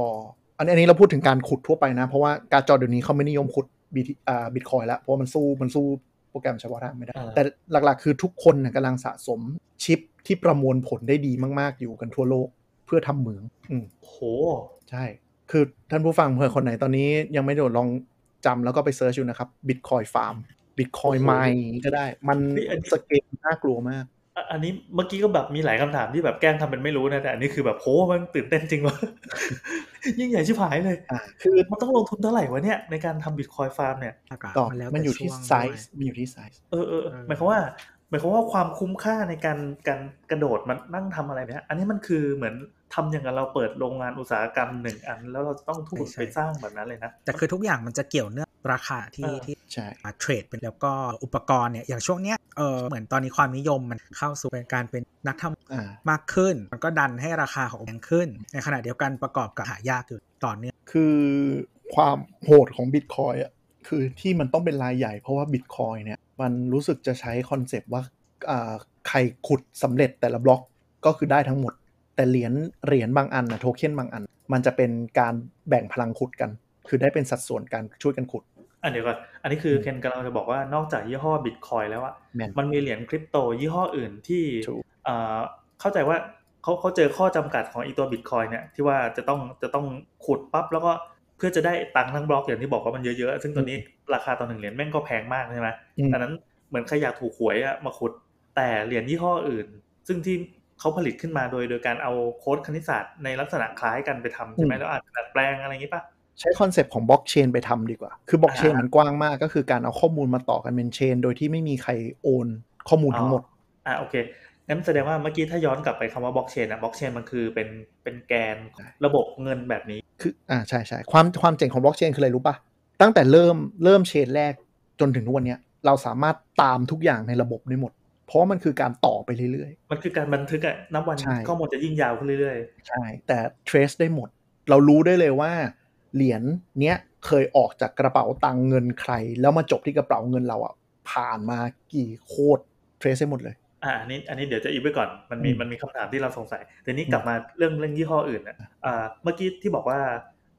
Speaker 4: อันนี้อันนี้เราพูดถึงการขุดทั่วไปนะ เพราะว่าการ์ดจอเดี๋ยวนี้เขาไม่นิยมขุดบิตอ่าบิตคอยแล้ว เพราะว่ามันสู้มันสู้โปรแกรมเฉพาะทางไม่ได้
Speaker 2: อ่า
Speaker 4: แต่หลักๆ คือทุกคนนะกำลังสะสมชิปที่ประมวลผลได้ดีมากๆ อยู่กันทั่วโลกเพื่อทำเหมืองอืม
Speaker 2: โห
Speaker 4: ใช่ คือท่านผู้ฟังเผื่อคนไหนตอนนี้ยังไม่โดดลองจำแล้วก็ไปเซิร์ชอยู่นะครับ Bitcoin Farm Bitcoin
Speaker 2: โอ้โห
Speaker 4: Mine ก็ได้ มันสเกลน่ากลัวมาก
Speaker 2: อ่ะอันนี้เมื่อกี้ก็แบบมีหลายคำถามที่แบบแกล้งทำเป็นไม่รู้นะแต่อันนี้คือแบบโหมันตื่นเต้นจริงวะ [laughs] ยิ่งใหญ่ชิบหายเลย
Speaker 4: อ่า คือ
Speaker 2: มันต้องลงทุนเท่าไหร่วะเนี่ยในการทำบิตคอยฟาร์มเนี่ย
Speaker 3: อากาศ
Speaker 4: ต่อ
Speaker 3: แล้ว
Speaker 4: มันอยู่
Speaker 3: แต่
Speaker 4: ที่
Speaker 3: ช่วง
Speaker 4: ไซ
Speaker 3: ด้วย
Speaker 4: ส์มันอยู่ที่ไซส์
Speaker 2: เออเออเออ
Speaker 3: เออ
Speaker 2: หมายความว่าหมายความว่าความคุ้มค่าในการการกระโดดมันนั่งทำอะไรเนี่ยอันนี้มันคือเหมือน ทำอย่างกับเราเปิดโรงงานอุตสาหกรรมหนึ่งอัน แล้วเราจะต้องทุน
Speaker 3: ใช่
Speaker 2: ไปสร้างแบบนั้นเลยนะ
Speaker 3: แต่คือทุกอย่างมันจะเกี่ยวเนื่องราคาที่
Speaker 2: เออ
Speaker 3: ที่
Speaker 4: ใช่
Speaker 3: อ่าเทรดเป็นแล้วก็อุปกรณ์เนี่ยอย่างช่วงเนี้ยเออเหมือนตอนนี้ความนิยมมันเข้าสู่เป็นการเป็นนักทำ
Speaker 4: อ่า
Speaker 3: มากขึ้น มันก็ดันให้ราคาของแพงขึ้น ในขณะเดียวกันประกอบกับหายากอยู่ต่อเนื่อง
Speaker 4: คือความโหดของบิตคอยอ่ะคือที่มันต้องเป็นรายใหญ่เพราะว่าบิตคอยเนี่ยมันรู้สึกจะใช้คอนเซปต์ว่าอ่าใครขุดสำเร็จแต่ละบล็อกก็คือได้ทั้งหมด แต่เหรียญเหรียญบางอันนะโทเค็นบางอัน มันจะเป็นการแบ่งพลังขุดกัน คือได้เป็นสัดส่วนการช่วยกันขุด
Speaker 2: อันเดียวกันอันนี้คือเคนกำลังจะบอกว่านอกจากยี่ห้อบิตคอยแล้วอะ
Speaker 4: แม่น
Speaker 2: มันมีเหรียญคริปโตยี่ห้ออื่นที่
Speaker 4: ถูก
Speaker 2: เอ่อเข้าใจว่าเขาเขาเจอข้อจำกัดของไอีตัวบิตคอยเนี่ยที่ว่าจะต้องจะต้องขุดปั๊บแล้วก็เพื่อจะได้ตังค์ทั้งบล็อกอย่างที่บอกว่ามันเยอะๆ ซึ่งตัวนี้ราคาต่อหนึ่งเหรียญแม่งก็แพงมากใช่ไหม
Speaker 4: อืม
Speaker 2: ดังนั้นเหมือนใครอยากถูกหวยอะมาขุดแต่เหรียญยี่ห้ออื่น ซึ่งที่เขาผลิตขึ้นมาโดยโดยการเอาโค้ดคณิตศาสตร์ในลักษณะคล้ายกันไปทำใช่ไหมแล้วอาจจะดัดแปลงอะไรอย่างนี้ป่ะ
Speaker 4: ใช้คอนเซปต์ของบล็อกเชนไปทำดีกว่า คือบล็อกเชน
Speaker 2: อ่ามั
Speaker 4: มันกว้างมากก็คือการเอาข้อมูลมาต่อกันเป็นเชน โดยที่ไม่มีใครโอนข้อมูลทั้งหมด
Speaker 2: อ่าโอเคงั้นแสดงว่าเมื่อกี้ถ้าย้อนกลับไปคำว่าบล็อกเชนอะบล็อกเชนมันคือเป็นเป็นแกนของระบบเงินแบบนี้
Speaker 4: คืออ่าใช่ใช่ความความเจ๋งของบล็อกเชนคืออะไรรู้ปะตั้งแต่เริ่มเริ่มเชนแรกจนถึงทุกวันเนี้ยเราสามารถตามทุกอย่างในระบบได้หมด เพราะมันคือการต่อไปเรื่อย
Speaker 2: มันคือการบันทึกอะนับวัน
Speaker 4: ใช่
Speaker 2: ข้อมูลจะยิ่งยาวขึ้นเรื่อย
Speaker 4: ๆ ใช่ แต่ trace ได้หมด เรารู้ได้เลยว่า เหรียญเนี้ยเคยออกจากกระเป๋าตังค์เงินใคร แล้วมาจบที่กระเป๋าเงินเราอ่ะผ่านมากี่โคตร trace ได้หมดเลย
Speaker 2: ๆอ่าอันนี้อันนี้เดี๋ยวจะอีกไว้ก่อนมันมี
Speaker 4: อืม
Speaker 2: มันมีคำถามที่เราสงสัยแต่นี้กลับมาเรื่องเรื่องยี่ห้ออื่นอะอ่าเมื่อกี้ที่บอกว่า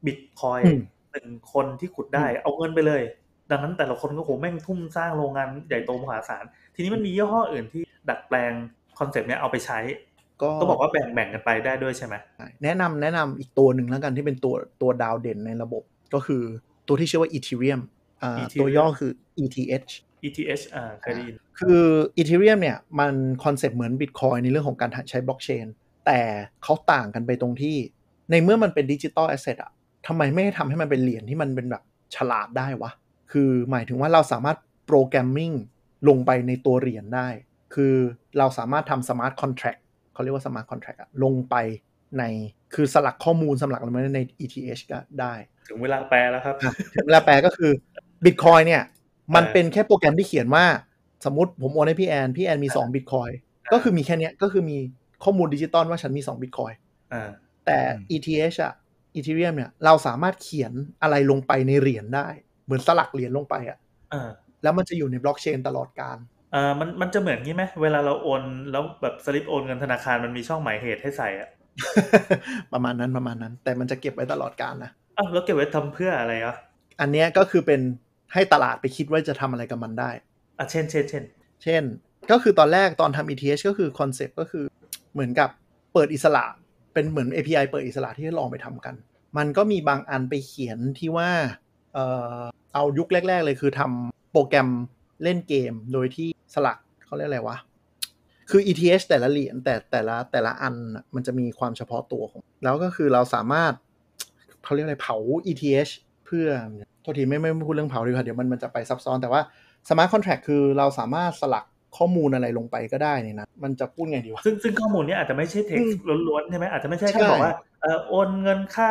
Speaker 2: บิตคอย
Speaker 4: อืม
Speaker 2: หนึ่งคนที่ขุดได้เอาเงินไปเลย ดังนั้นแต่ละคนก็โหแม่งทุ่มสร้างโรงงานใหญ่โตมหาศาล ทีนี้มันมียี่ห้ออื่นที่ดัดแปลงคอนเซปต์เนี้ยเอาไปใช้
Speaker 4: ก็
Speaker 2: ก็บอกว่าแบ่งแบ่งกันไปได้ด้วยใช่ไหม
Speaker 4: แนะนำแนะนำอีกตัวหนึ่งแล้วกันที่เป็นตัวตัวดาวเด่นในระบบ ก็คือตัวที่ชื่อว่า Ethereum อ่าตัวย่อคือ ETH
Speaker 2: ETH อ่าเคยได้ยิน
Speaker 4: คือ Ethereum เนี่ยมันคอนเซปต์เหมือน Bitcoin ในเรื่องของการใช้บล็อกเชนแต่เขาต่างกันไปตรงที่ ในเมื่อมันเป็นดิจิตอลแอสเซทอะทำไมไม่ทำให้มันเป็นเหรียญที่มันเป็นแบบฉลาดได้วะ คือหมายถึงว่าเราสามารถโปรแกรมมิ่งลงไปในตัวเหรียญได้ คือเราสามารถทำสมาร์ทคอนแท็กเขาเรียกว่าสมาร์ทคอนแท็กอะลงไปในคือสลักข้อมูลสลักอะไรใน ETH ก็ได้
Speaker 2: ถึงเวลาแปลแล้วครับ
Speaker 4: ถึงเวลาแปลก็คือ Bitcoin เนี่ย มันเป็นแค่โปรแกรมที่เขียนว่า สมมติผมโอนให้พี่แอน พี่แอนมี 2 Bitcoin ก็คือมีแค่เนี้ยก็คือมีข้อมูลดิจิตอลว่าฉันมี 2 Bitcoin
Speaker 2: อ่า
Speaker 4: แต่ ETH อะ Ethereum เนี่ย เราสามารถเขียนอะไรลงไปในเหรียญได้ เหมือนสลักเหรียญลงไปอะ
Speaker 2: อ่า
Speaker 4: แล้วมันจะอยู่ในบล็อกเชนตล [laughs] อดการ
Speaker 2: อ่ามันมันจะเหมือนงี้ไหมเวลาเราโอนแล้วแบบสลิปโอนเงินธนาคารมันมีช่องหมายเหตุให้ใส่อะ
Speaker 4: ประมาณนั้นประมาณนั้น แต่มันจะเก็บไว้ตลอดการนะ
Speaker 2: อ้าวแล้วเก็บไว้ทำเพื่ออะไรอ่ะ
Speaker 4: อันเนี้ยก็คือเป็นให้ตลาดไปคิดว่าจะทำอะไรกับมันได้
Speaker 2: อ่ะเช่นเช่นเช่น
Speaker 4: เช่น ก็คือตอนแรกตอนทำ ETH ก็คือคอนเซปต์ก็คือเหมือนกับเปิดอิสระ เป็นเหมือน API เปิดอิสระที่ให้ลองไปทำกัน มันก็มีบางอันไปเขียนที่ว่าเอ่อเอายุคแรก ๆ เลยคือทำโปรแกรมเล่นเกมโดยที่สลักเขาเรียกอะไรวะ คือ ETH แต่ละเหรียญแต่แต่ละแต่ละอันน่ะมันจะมีความเฉพาะตัวของ แล้วก็คือเราสามารถเขาเรียกอะไรเผา ETH เพื่อโทษทีไม่ไม่ไม่พูดเรื่องเผาดีกว่าเดี๋ยวมันมันจะไปซับซ้อนแต่ว่า สมาร์ทคอนแท็กคือเราสามารถสลักข้อมูลอะไรลงไปก็ได้นี่นะ มันจะพูดไงดีวะ
Speaker 2: ซึ่งซึ่งข้อมูลเนี้ยอาจจะไม่ใช่เท็ก
Speaker 4: อื
Speaker 2: ซ์ล้วนๆใช่ไหมอาจจะไม่ใช่แค่
Speaker 4: ใช่
Speaker 2: บอกว่าเออโอนเงินค่า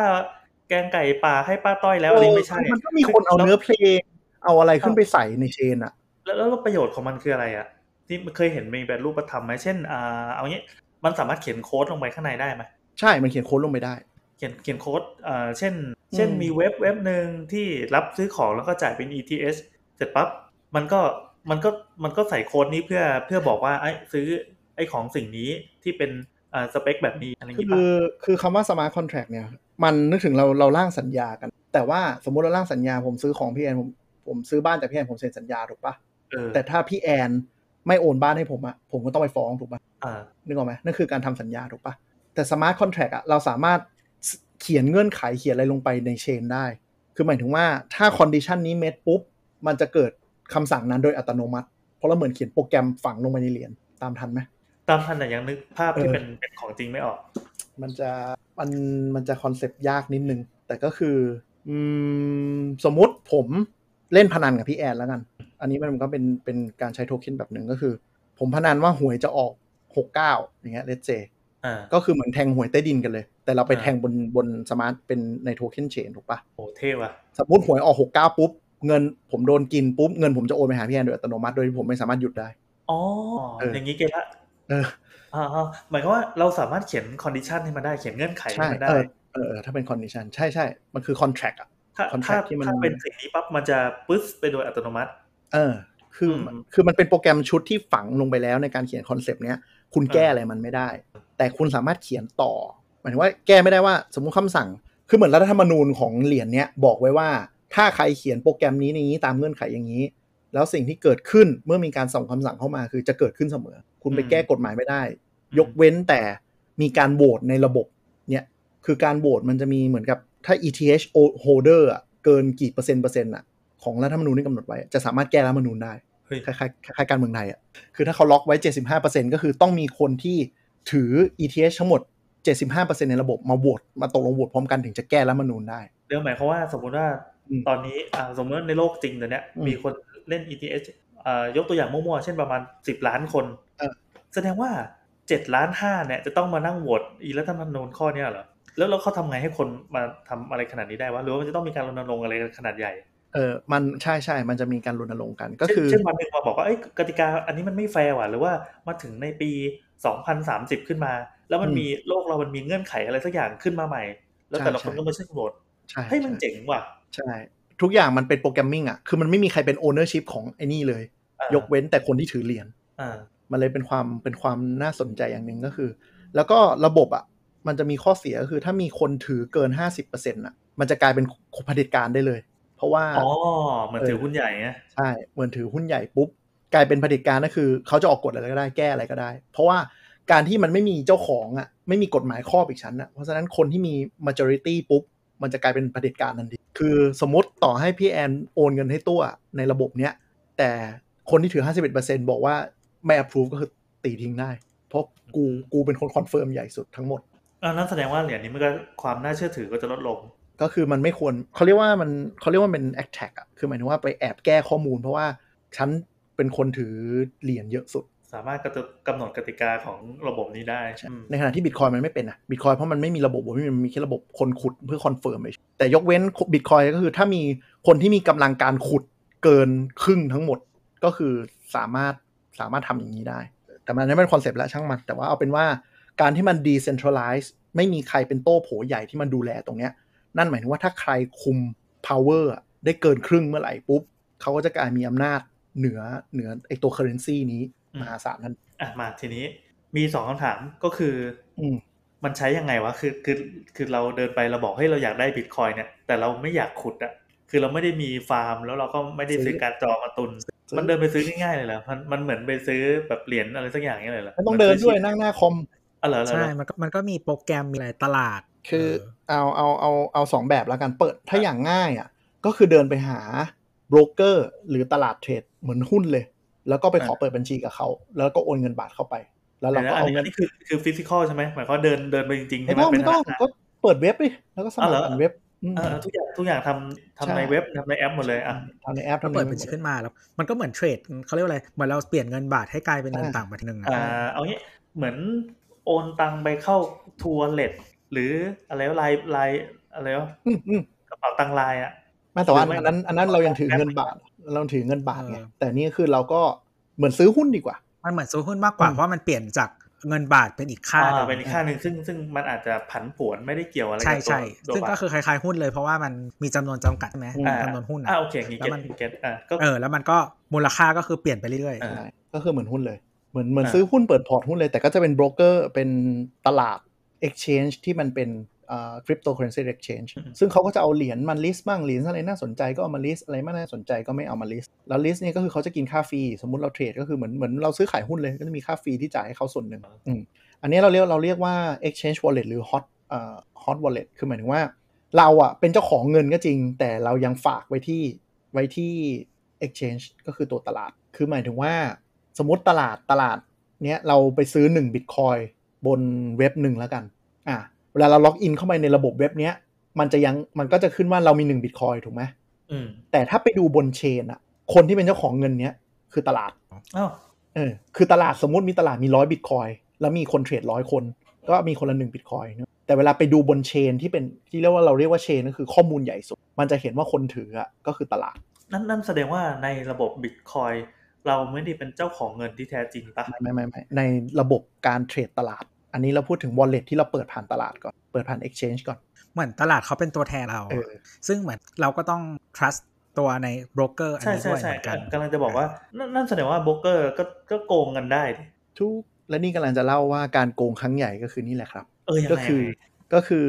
Speaker 2: แกงไก่ป่าให้ป้าต้อยแล้วอะไรไม่ใช่
Speaker 4: เออมันก็มีคนเอาเนื้อเพลง เอาอะไรขึ้นไปใส่ในเชนอะ
Speaker 2: แล้วแล้วประโยชน์ของมันคืออะไรอะที่เคยเห็นมีแบบรูปธรรมไหมเช่นอ่าเอางี้มันสามารถเขียนโค้ดลงไปข้างในได้ไหม
Speaker 4: ใช่มันเขียนโค้ดลงไปได้
Speaker 2: เขียนเขียนโค้ดอ่าเช่น เช่น
Speaker 4: อืม
Speaker 2: มีเว็บเว็บหนึ่งที่รับซื้อของแล้วก็จ่ายเป็น ETS เสร็จปั๊บมันก็มันก็มันก็ใส่โค้ดนี้เพื่อเพื่อบอกว่าไอ้ซื้อไอ้ของสิ่งนี้ที่เป็นอ่าสเปคแบบนี้อะไรอย่างงี้
Speaker 4: คื
Speaker 2: ป่ะ
Speaker 4: อคือคำว่าสมาร์ทคอนแท็กเนี่ย มันนึกถึงเราเราร่างสัญญากัน แต่ว่าสมมติเราร่างสัญญาผมซื้อของพี่แอนผมผมซื้อบ้านจากพี่แอนผมเซ็นสัญญาถูกปะ
Speaker 2: เออ
Speaker 4: แต่ถ้าพี่แอนไม่โอนบ้านให้ผมอะผมก็ต้องไปฟ้องถูกปะ
Speaker 2: อ่า
Speaker 4: นึกออกไหมนั่นคือการทำสัญญาถูกปะแต่สมาร์ทคอนแท็กอะเราสามารถสเขียนเงื่อนไขเขียนอะไรลงไปในเชนได้ คือหมายถึงว่าถ้าคอนดิชันนี้เม็ดปุ๊บ มันจะเกิดคำสั่งนั้นโดยอัตโนมัติ เพราะเราเหมือนเขียนโปรแกรมฝังลงไปในเหรียญตามทันไหม
Speaker 2: ตามทันแต่ยังนึกภาพที่
Speaker 4: เออ
Speaker 2: เป็นเป็นของจริงไม่ออก
Speaker 4: มันจะมันมันจะคอนเซปต์ยากนิดนึง แต่ก็คืออืมสมมุติผมเล่นพนันกับพี่แอนแล้วกัน อันนี้มันก็เป็นเป็นการใช้โทเค็นแบบหนึ่งก็คือ ผมพนันว่าหวยจะออก 69อย่างเงี้ยเลเจ
Speaker 2: อ่า
Speaker 4: ก็คือเหมือนแทงหวยใต้ดินกันเลย แต่เราไป
Speaker 2: อ่า
Speaker 4: แทงบนบนสมาร์ทเป็นในโทเค็นเชนถูกปะ
Speaker 2: โอ้เท่ว่ะ
Speaker 4: สมมติหวยออกหกเก้าปุ๊บ เงินผมโดนกินปุ๊บ เงินผมจะโอนไปหาพี่แอนโดยอัตโนมัติโดยที่ผมไม่สามารถหยุดได้
Speaker 2: อ๋อ
Speaker 4: เออ
Speaker 2: อ
Speaker 4: อ
Speaker 2: ย่างนี้เก็ตละ
Speaker 4: เออ
Speaker 2: อ่าอ่าหมายความว่าเราสามารถเขียนคอนดิชันให้มันได้ เขียนเงื่อนไขให้
Speaker 4: ใช่
Speaker 2: มันได้
Speaker 4: เออเออเออถ้าเป็นคอนดิชันใช่ใช่มันคือคอนแท c t อะ
Speaker 2: ถ้า
Speaker 4: contract
Speaker 2: ถ้า
Speaker 4: ที่มัน
Speaker 2: ถ้าเป็นสิ่งนี้ปั๊บมันจะปึ๊บไปโดยอัตโนมัติ
Speaker 4: เออ คืออ
Speaker 2: ม
Speaker 4: คือมันเป็นโปรแกรมชุดที่ฝังลงไปแล้วในการเขียนคอนเซปต์เนี้ย คุณแก้
Speaker 2: อ่า
Speaker 4: อะไรมันไม่ได้ แต่คุณสามารถเขียนต่อ หมายถึงว่าแก้ไม่ได้ว่า สมมุติคำสั่ง คือเหมือนรัฐธรรมนูญของเหรียญเนี้ยบอกไว้ว่า ถ้าใครเขียนโปรแกรมนี้ในนี้ตามเงื่อนไขอย่างนี้ แล้วสิ่งที่เกิดขึ้นเมื่อมีการส่งคำสั่งเข้ามาคือจะเกิดขึ้นเสมอ คุณไปแก้กฎหมายไม่ได้ ยกเว้นแต่มีการโหวตในระบบเนี่ย คือการโหวตมันจะมีเหมือนกับถ้า ETH holder อะเกินกี่เปอร์เซ็นต์เปอร์เซ็นต์อะของรัฐธรรมนูญที่กำหนดไว้อะจะสามารถแก้รัฐธรรมนูญได้
Speaker 2: เฮ้ย
Speaker 4: คล้ายๆคล้ายๆการเมืองไทยอ่ะ คือถ้าเขาล็อกไว้ 75%ก็คือต้องมีคนที่ถือ ETH ทั้งหมด 75%ในระบบมาโหวตมาตกลงโหวตพร้อมกันถึงจะแก้รัฐธรรมนูญได้
Speaker 2: เดี๋ยวหมายความว่าสมมุติว่า
Speaker 4: อืม
Speaker 2: ตอนนี้อ่าสมมติว่าในโลกจริงเดี๋ยวเนี้ย
Speaker 4: อืม
Speaker 2: มีคนเล่น ETH อ่ายกตัวอย่างมั่วๆ เช่นประมาณ 10 ล้านคน
Speaker 4: เออ
Speaker 2: แสดงว่า7ล้าน5เนี่ยจะต้องมานั่งโหวตอีรัฐธรรมนูญข้อเนี้ยเหรอ แล้วแล้วเขาทำไงให้คนมาทำอะไรขนาดนี้ได้วะหรือว่ามันจะต้องมีการรณรงค์อะไรขนาดใหญ่
Speaker 4: เออมันใช่ใช่มันจะมีการรณรงค์กัน ก็
Speaker 2: เช่น
Speaker 4: คือ
Speaker 2: เช่นวันหนึ่งมาบอกว่าเอ้ยกติกาอันนี้มันไม่แฟร์ว่ะหรือว่ามาถึงในปี 2030 ขึ้นมา แล้วมันมีโลกเรามันมีเงื่อนไขอะไรสักอย่างขึ้นมาใหม่ แล้วแต่ละคนก็มาช่วยโหวต
Speaker 4: ใช่
Speaker 2: เฮ้ยมันเจ๋งว่ะ
Speaker 4: ใช่ ทุกอย่างมันเป็นโปรแกรมมิ่งอ่ะ คือมันไม่มีใครเป็นโอเนอร์ชิพของไอ้นี่เลย
Speaker 2: อ่าย
Speaker 4: กเว้นแต่คนที่ถือเหรียญ
Speaker 2: อ่า
Speaker 4: มันเลยเป็นความเป็นความน่าสนใจอย่างหนึ่งก็คือ แล้วก็ระบบอ่ะ มันจะมีข้อเสียก็คือถ้ามีคนถือเกิน 50%อ่ะ มันจะกลายเป็นเผด็จการได้เลย เพราะว่า
Speaker 2: อ๋อเหมือนถือหุ้นใหญ่ไง
Speaker 4: ใช่เหมือนถือหุ้นใหญ่ปุ๊บ กลายเป็นเผด็จการก็คือเขาจะออกกฎอะไรก็ได้แก้อะไรก็ได้ เพราะว่าการที่มันไม่มีเจ้าของอ่ะไม่มีกฎหมายครอบอีกชั้นอ่ะเพราะฉะนั้นคนที่มี majority ปุ๊บ มันจะกลายเป็นเผด็จการทันทีคือสมมติต่อให้พี่แอนโอนเงินให้ตัวในระบบเนี้ยแต่คนที่ถือ 51%บอกว่าไม่ approve ก็คือตีทิ้งได้ เพราะกูกูเป็นคนคอนเฟิร์มใหญ่สุดทั้งหมด
Speaker 2: อ่านั่นแสดงว่าเหรียญนี้มันก็ความน่าเชื่อถือก็จะลดลง
Speaker 4: ก็คือมันไม่ควรเขาเรียกว่ามันเขาเรียกว่าเป็น a t t a c k อ่ะคือหมายถึงว่าไปแอบแก้ข้อมูล เพราะว่าฉันเป็นคนถือเหรียญเยอะสุด
Speaker 2: สามารถกระตุกำหนดกติกาของระบบนี้ได้อืม
Speaker 4: ในขณะที่บิตคอยมันไม่เป็นอ่ะบิตคอยเพราะมันไม่มีระบบไม่มันมีแค่ระบบคนขุดเพื่อคอนเฟิร์มแต่ยกเว้นบิตคอยก็คือถ้ามีคนที่มีกำลังการขุดเกินครึ่งทั้งหมดก็คือสามารถสามารถทำอย่างนี้ได้ แต่มันอันนั้นเป็นคอนเซปต์และช่างมันแต่ว่าเอาเป็นว่าการที่มัน decentralize ไม่มีใครเป็นโต้โผใหญ่ที่มันดูแลตรงเนี้ยนั่นหมายถึงว่าถ้าใครคุม power อะได้เกินครึ่งเมื่อไหร่ปุ๊บเขาก็จะกลายมีอำนาจเหนือเหนือไอตัว currency นี้มหาศาลนั่น
Speaker 2: อ่ะมาทีนี้มีสองคำถามก็คืออ
Speaker 4: ม
Speaker 2: มันใช้ยังไงวะคือคือคือเราเดินไปเราบอกให้ยเราอยากได้บิตคอยเนี่ยแต่เราไม่อยากขุดอะคือเราไม่ได้มีฟาร์ม แล้วเราก็ไม่ได้ซื้อการดจอมาตุน มันเดินไปซื้อง่ายๆเลยเหรอมันมันเหมือนไปซื้อแบบเหรียญอะไรสักอย่างเงี้ยเลยเหรอ
Speaker 4: มันต้องเดินด้วยนั่งหน้าคอม
Speaker 2: อ๋อเหรอเหรอ
Speaker 3: ใช่
Speaker 2: เหรอ
Speaker 3: มันก็มันก็มีโปรแกรมมีอะไรตลาด
Speaker 4: คือ
Speaker 3: เ
Speaker 4: เอาเอาเอาเอาสองแบบแล้วกันเปิดถ้าอย่างง่ายอ่ะก็คือเดินไปหาโบรกเกอร์หรือตลาดเทรดเหมือนหุ้นเลย แล้วก็ไปขอเปิดบัญชีกับเขา แล้วก็โอนเงินบาทเข้าไป แล้วเรา
Speaker 2: เดี๋ยว
Speaker 4: ก็
Speaker 2: นะอัน
Speaker 4: เอา
Speaker 2: นี้
Speaker 4: เงิ
Speaker 2: อัน
Speaker 4: น
Speaker 2: นี้คือคือฟิสิกอลใช่ไหมหมายความว่าเดินเดินไปจริงๆใช่ไหม
Speaker 4: ไม่ต้อง
Speaker 2: เป็น
Speaker 4: ไม่ต้อง
Speaker 2: ธนาคาร
Speaker 4: ก็เปิดเว็บดิแล้วก็ส
Speaker 2: อ๋
Speaker 4: มัค
Speaker 2: อเหร
Speaker 4: ร
Speaker 2: อ
Speaker 4: ผ่านเว็บอืม
Speaker 2: เออทุกอย่างทุกอย่างทำ
Speaker 4: ใช่
Speaker 2: ทำในเว็บทำในแอปหมดเลยอ่ะ
Speaker 4: ทำในแอป
Speaker 3: ก็
Speaker 4: ทำใน
Speaker 3: เปิด
Speaker 4: เว็
Speaker 3: บัญ
Speaker 4: บ
Speaker 3: ชีขึ้นมาแล้วมันก็เหมือนเทรดเขาเรียกว่าอะไรเหมือนเราเปลี่ยนเงินบาทให้กลายเป็นเงิน
Speaker 4: อ่า
Speaker 3: ต่างประเทศหนึ่งอะ
Speaker 2: อ่าเอางี้เหมือนโอนตังไปเข้าทัวร์เลทหรืออะไรวะลายลายอะไรวะ
Speaker 4: อืมอืม
Speaker 2: กระเป๋าตังลายอ่ะ
Speaker 4: ไม่แต่ว่า
Speaker 2: หรือไม่
Speaker 4: อันนั้นอันนั้นเรายังถือเงินบาท เราถือเงินบาทไงแต่นี่คือเราก็เหมือนซื้อหุ้นดีกว่า
Speaker 3: มันเหมือนซื้อหุ้นมากกว่า
Speaker 4: อืม
Speaker 3: เพราะมันเปลี่ยนจากเงินบาทเป็นอีกค่า
Speaker 2: ่า
Speaker 3: หนึ่ง
Speaker 2: เป็นอีกค่าหนึ่งซึ่งซึ่งมันอาจจะผันผวนไม่ได้เกี่ยวอะไร
Speaker 3: ใช่
Speaker 2: กับตัว
Speaker 3: ใช่
Speaker 2: ตัว
Speaker 3: ซึ่ง
Speaker 2: บา
Speaker 3: ก็
Speaker 2: ท
Speaker 3: คือคล้ายๆหุ้นเลยเพราะว่ามันมีจำนวนจำกัดใช่ไหม
Speaker 4: อืม
Speaker 2: อ่า
Speaker 3: จำนวนหุ้นอะ
Speaker 2: อ่าโอเคงี้
Speaker 3: แล้
Speaker 2: เก็
Speaker 3: วมัน
Speaker 2: ตเก็ตอ่าก็
Speaker 3: เออแล้วมันก็มูลค่าก็คือเปลี่ยนไปเรื่อย
Speaker 2: อ่า
Speaker 4: ใช่ก็คือเหมือนหุ้นเลย เหมือนเหมือน
Speaker 2: อ่า
Speaker 4: ซื้อหุ้นเปิดพอร์ตหุ้นเลย แต่ก็จะเป็นโบรกเกอร์เป็นตลาด Exchange ที่มันเป็นคริปโตเคอเรนซี Exchange ซึ่งเขาก็จะเอาเหรียญมาลิสต์บ้างเหรียญอะไรน่าสนใจก็เอามาลิสต์อะไรไม่น่าสนใจก็ไม่เอามาลิสต์แล้วลิสต์นี่ยก็คือเขาจะกินค่าฟรีสมมติเราเทรดก็คือเหมือนเหมือนเราซื้อขายหุ้นเลยก็จะมีค่าฟรีที่จ่ายให้เขาส่วนหนึ่งอืมอันนี้เราเรียกเราเรียกว่า Exchange Wallet หรือ Hot เอ่อ Hot Wallet คือหมายถึงว่า เราอะเป็นเจ้าของเงินก็จริง แต่เรายังฝากไว้ที่ไว้ที่ exchange ก็คือตัวตลาด คือหมายถึงว่า สมมติตลาดตลาดเนี้ยเราไปซื้อ1 Bitcoin บนเว็บหนึ่งแล้วกันอ่ะเวลาเราล็อกอินเข้าไปในระบบเว็บเนี้ยมันจะยังมันก็จะขึ้นว่าเรามี1 Bitcoin ถูกไหม
Speaker 2: อืม
Speaker 4: แต่ถ้าไปดูบนเชนอะคนที่เป็นเจ้าของเงินเนี้ยคือตลาด
Speaker 2: อ้าว
Speaker 4: เออคือตลาดสมมติมีตลาดมีร้อยบิตคอยแล้วมีคนเทรดร้อยคน ก็มีคนละหนึ่งบิตคอย แต่เวลาไปดูบนเชนที่เป็นที่เรียกว่าเราเรียกว่าเชนก็คือข้อมูลใหญ่สุด มันจะเห็นว่าคนถืออะก็คือตลาด
Speaker 2: นั่นนั่นแสดงว่าในระบบบิตคอยเราไม่ได้เป็นเจ้าของเงินที่แท้จริงปะ
Speaker 4: ไม่ไม่ไม่ไม่ในระบบการเทรดตลาด อันนี้เราพูดถึง wallet ที่เราเปิดผ่านตลาดก่อนเปิดผ่าน exchange ก่อน
Speaker 3: เหมือนตลาดเขาเป็นตัวแทนเรา
Speaker 4: เออ
Speaker 3: ซึ่งเหมือนเราก็ต้อง trust ตัวใน broker อัน
Speaker 2: ใช่
Speaker 3: นี้
Speaker 2: ใช่
Speaker 3: ด้วย
Speaker 2: ใช่
Speaker 3: เหมือนกัน
Speaker 2: กำลังจะบอกว่านั่นนั่นแสดงว่าโบรกเกอร์ก็ก็โกงกันได้ดิ
Speaker 4: ทุกและนี่กำลังจะเล่าว่าการโกงครั้งใหญ่ก็คือนี่แหละครับ
Speaker 2: เออยังไง
Speaker 4: ก็คือก็คือ